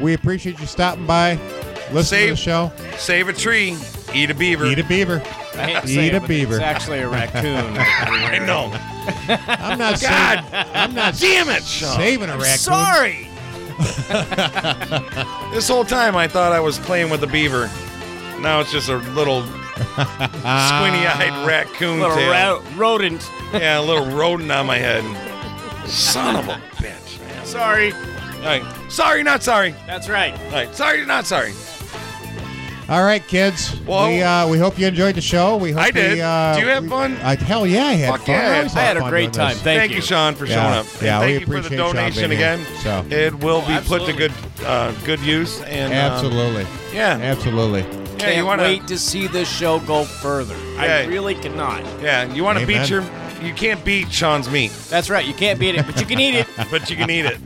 S3: We appreciate you stopping by, listening to the
S4: Save-
S3: show.
S4: save a tree, eat a beaver.
S3: Eat a beaver.
S4: I hate to
S3: Eat
S4: say it,
S3: a
S4: but
S3: beaver.
S4: it's actually a raccoon. I know.
S3: I'm not.
S4: God.
S3: Saving, I'm not.
S4: Damn it, Sean.
S3: Saving a
S4: I'm
S3: raccoon.
S4: sorry. This whole time I thought I was playing with a beaver. Now it's just a little squinty-eyed raccoon
S3: Little
S4: tail.
S3: ro-
S4: rodent. yeah, a little rodent on my head. Son of a bitch, man.
S9: Sorry.
S4: All right. Sorry, not sorry.
S9: That's right.
S4: All right. Sorry, not sorry.
S3: All right, kids.
S4: Well-
S3: we uh, we hope you enjoyed the show. We hope
S4: I did.
S3: We, uh,
S4: Do you have
S3: we-
S4: fun?
S3: I, hell yeah, I had
S4: Fuck
S3: fun.
S4: yeah, I
S3: always
S4: had-
S3: have
S4: I had a
S3: fun doing
S4: great time.
S3: this.
S4: Thank Thank you. you, Sean, for
S3: Yeah.
S4: showing up.
S3: Yeah,
S4: And
S3: we
S4: thank you for the
S3: appreciate Sean
S4: donation
S3: being here.
S4: again.
S3: So
S4: It will be put to good uh, good use and um,
S3: absolutely.
S4: yeah.
S3: Absolutely.
S4: Yeah, you
S9: Can't
S4: wanna-
S9: wait to see this show go further. I
S4: Yeah.
S9: really cannot.
S4: yeah, you want to
S9: Amen.
S4: beat your you can't beat Sean's meat.
S9: That's right. You can't beat it, but you can eat it.
S4: but you can eat it.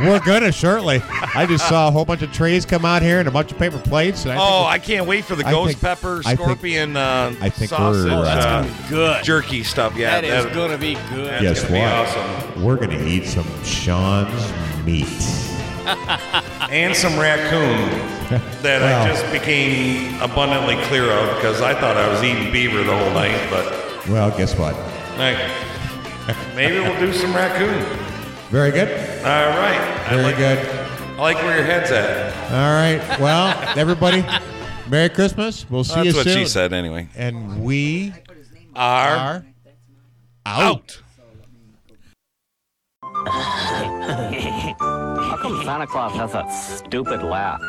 S3: We're gonna shortly. I just saw a whole bunch of trays come out here and a bunch of paper plates. And I
S4: oh,
S3: think
S4: I can't wait for the
S3: I
S4: ghost
S3: think-
S4: pepper
S3: I think-
S4: scorpion uh,
S3: I think
S4: sausage.
S3: we're, Oh, that's
S4: uh,
S3: gonna
S9: be good.
S4: Jerky stuff. Yeah,
S9: That is gonna be good.
S4: That's
S3: guess
S4: gonna
S3: what?
S4: be awesome.
S3: We're gonna eat some Sean's meat.
S4: And some raccoon that
S3: Wow.
S4: I just became abundantly clear of because I thought I was eating beaver the whole night, but
S3: Well, guess what?
S4: like, maybe we'll do some raccoon.
S3: Very good.
S4: All right,
S3: Very good.
S4: I like where your head's at.
S3: All right. Well, everybody, Merry Christmas. We'll see
S4: That's
S3: you
S4: what
S3: soon.
S4: she said anyway.
S3: And we
S4: Are
S3: out.
S5: How come Santa Claus has that stupid laugh?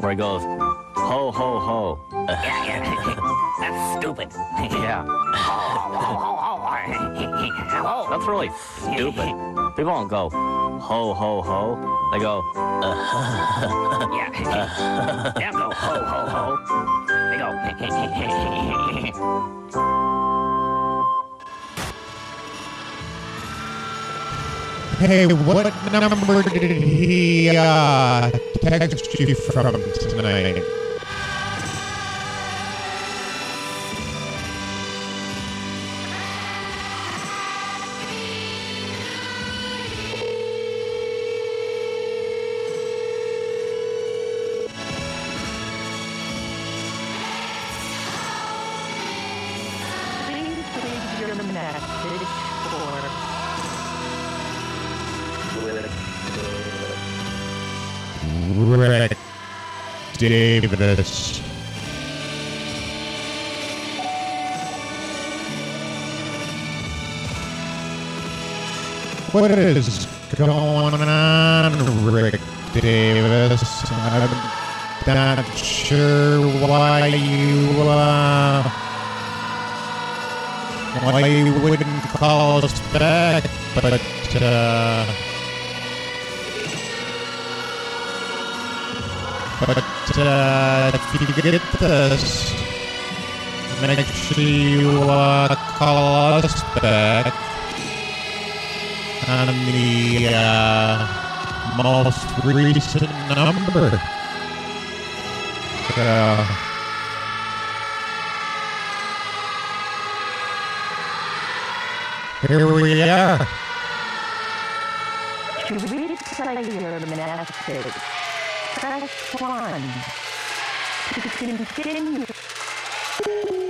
S5: Where he goes, ho, ho, ho. That's stupid. Yeah. Oh, That's really stupid. People don't go, ho, ho, ho. They go, "Uh-huh." yeah. They don't go, ho, ho, ho. They go,
S3: Hey, what number did he uh, text you from tonight?
S7: Please leave your message for.
S3: Rick Davis. What is going on, Rick Davis? I'm not sure why you uh, why you wouldn't call us back, but uh, But uh, if you get this, make sure you uh, call us back on the uh, most recent number. Uh, here we are.
S7: Replay your message. Press 1. To continue.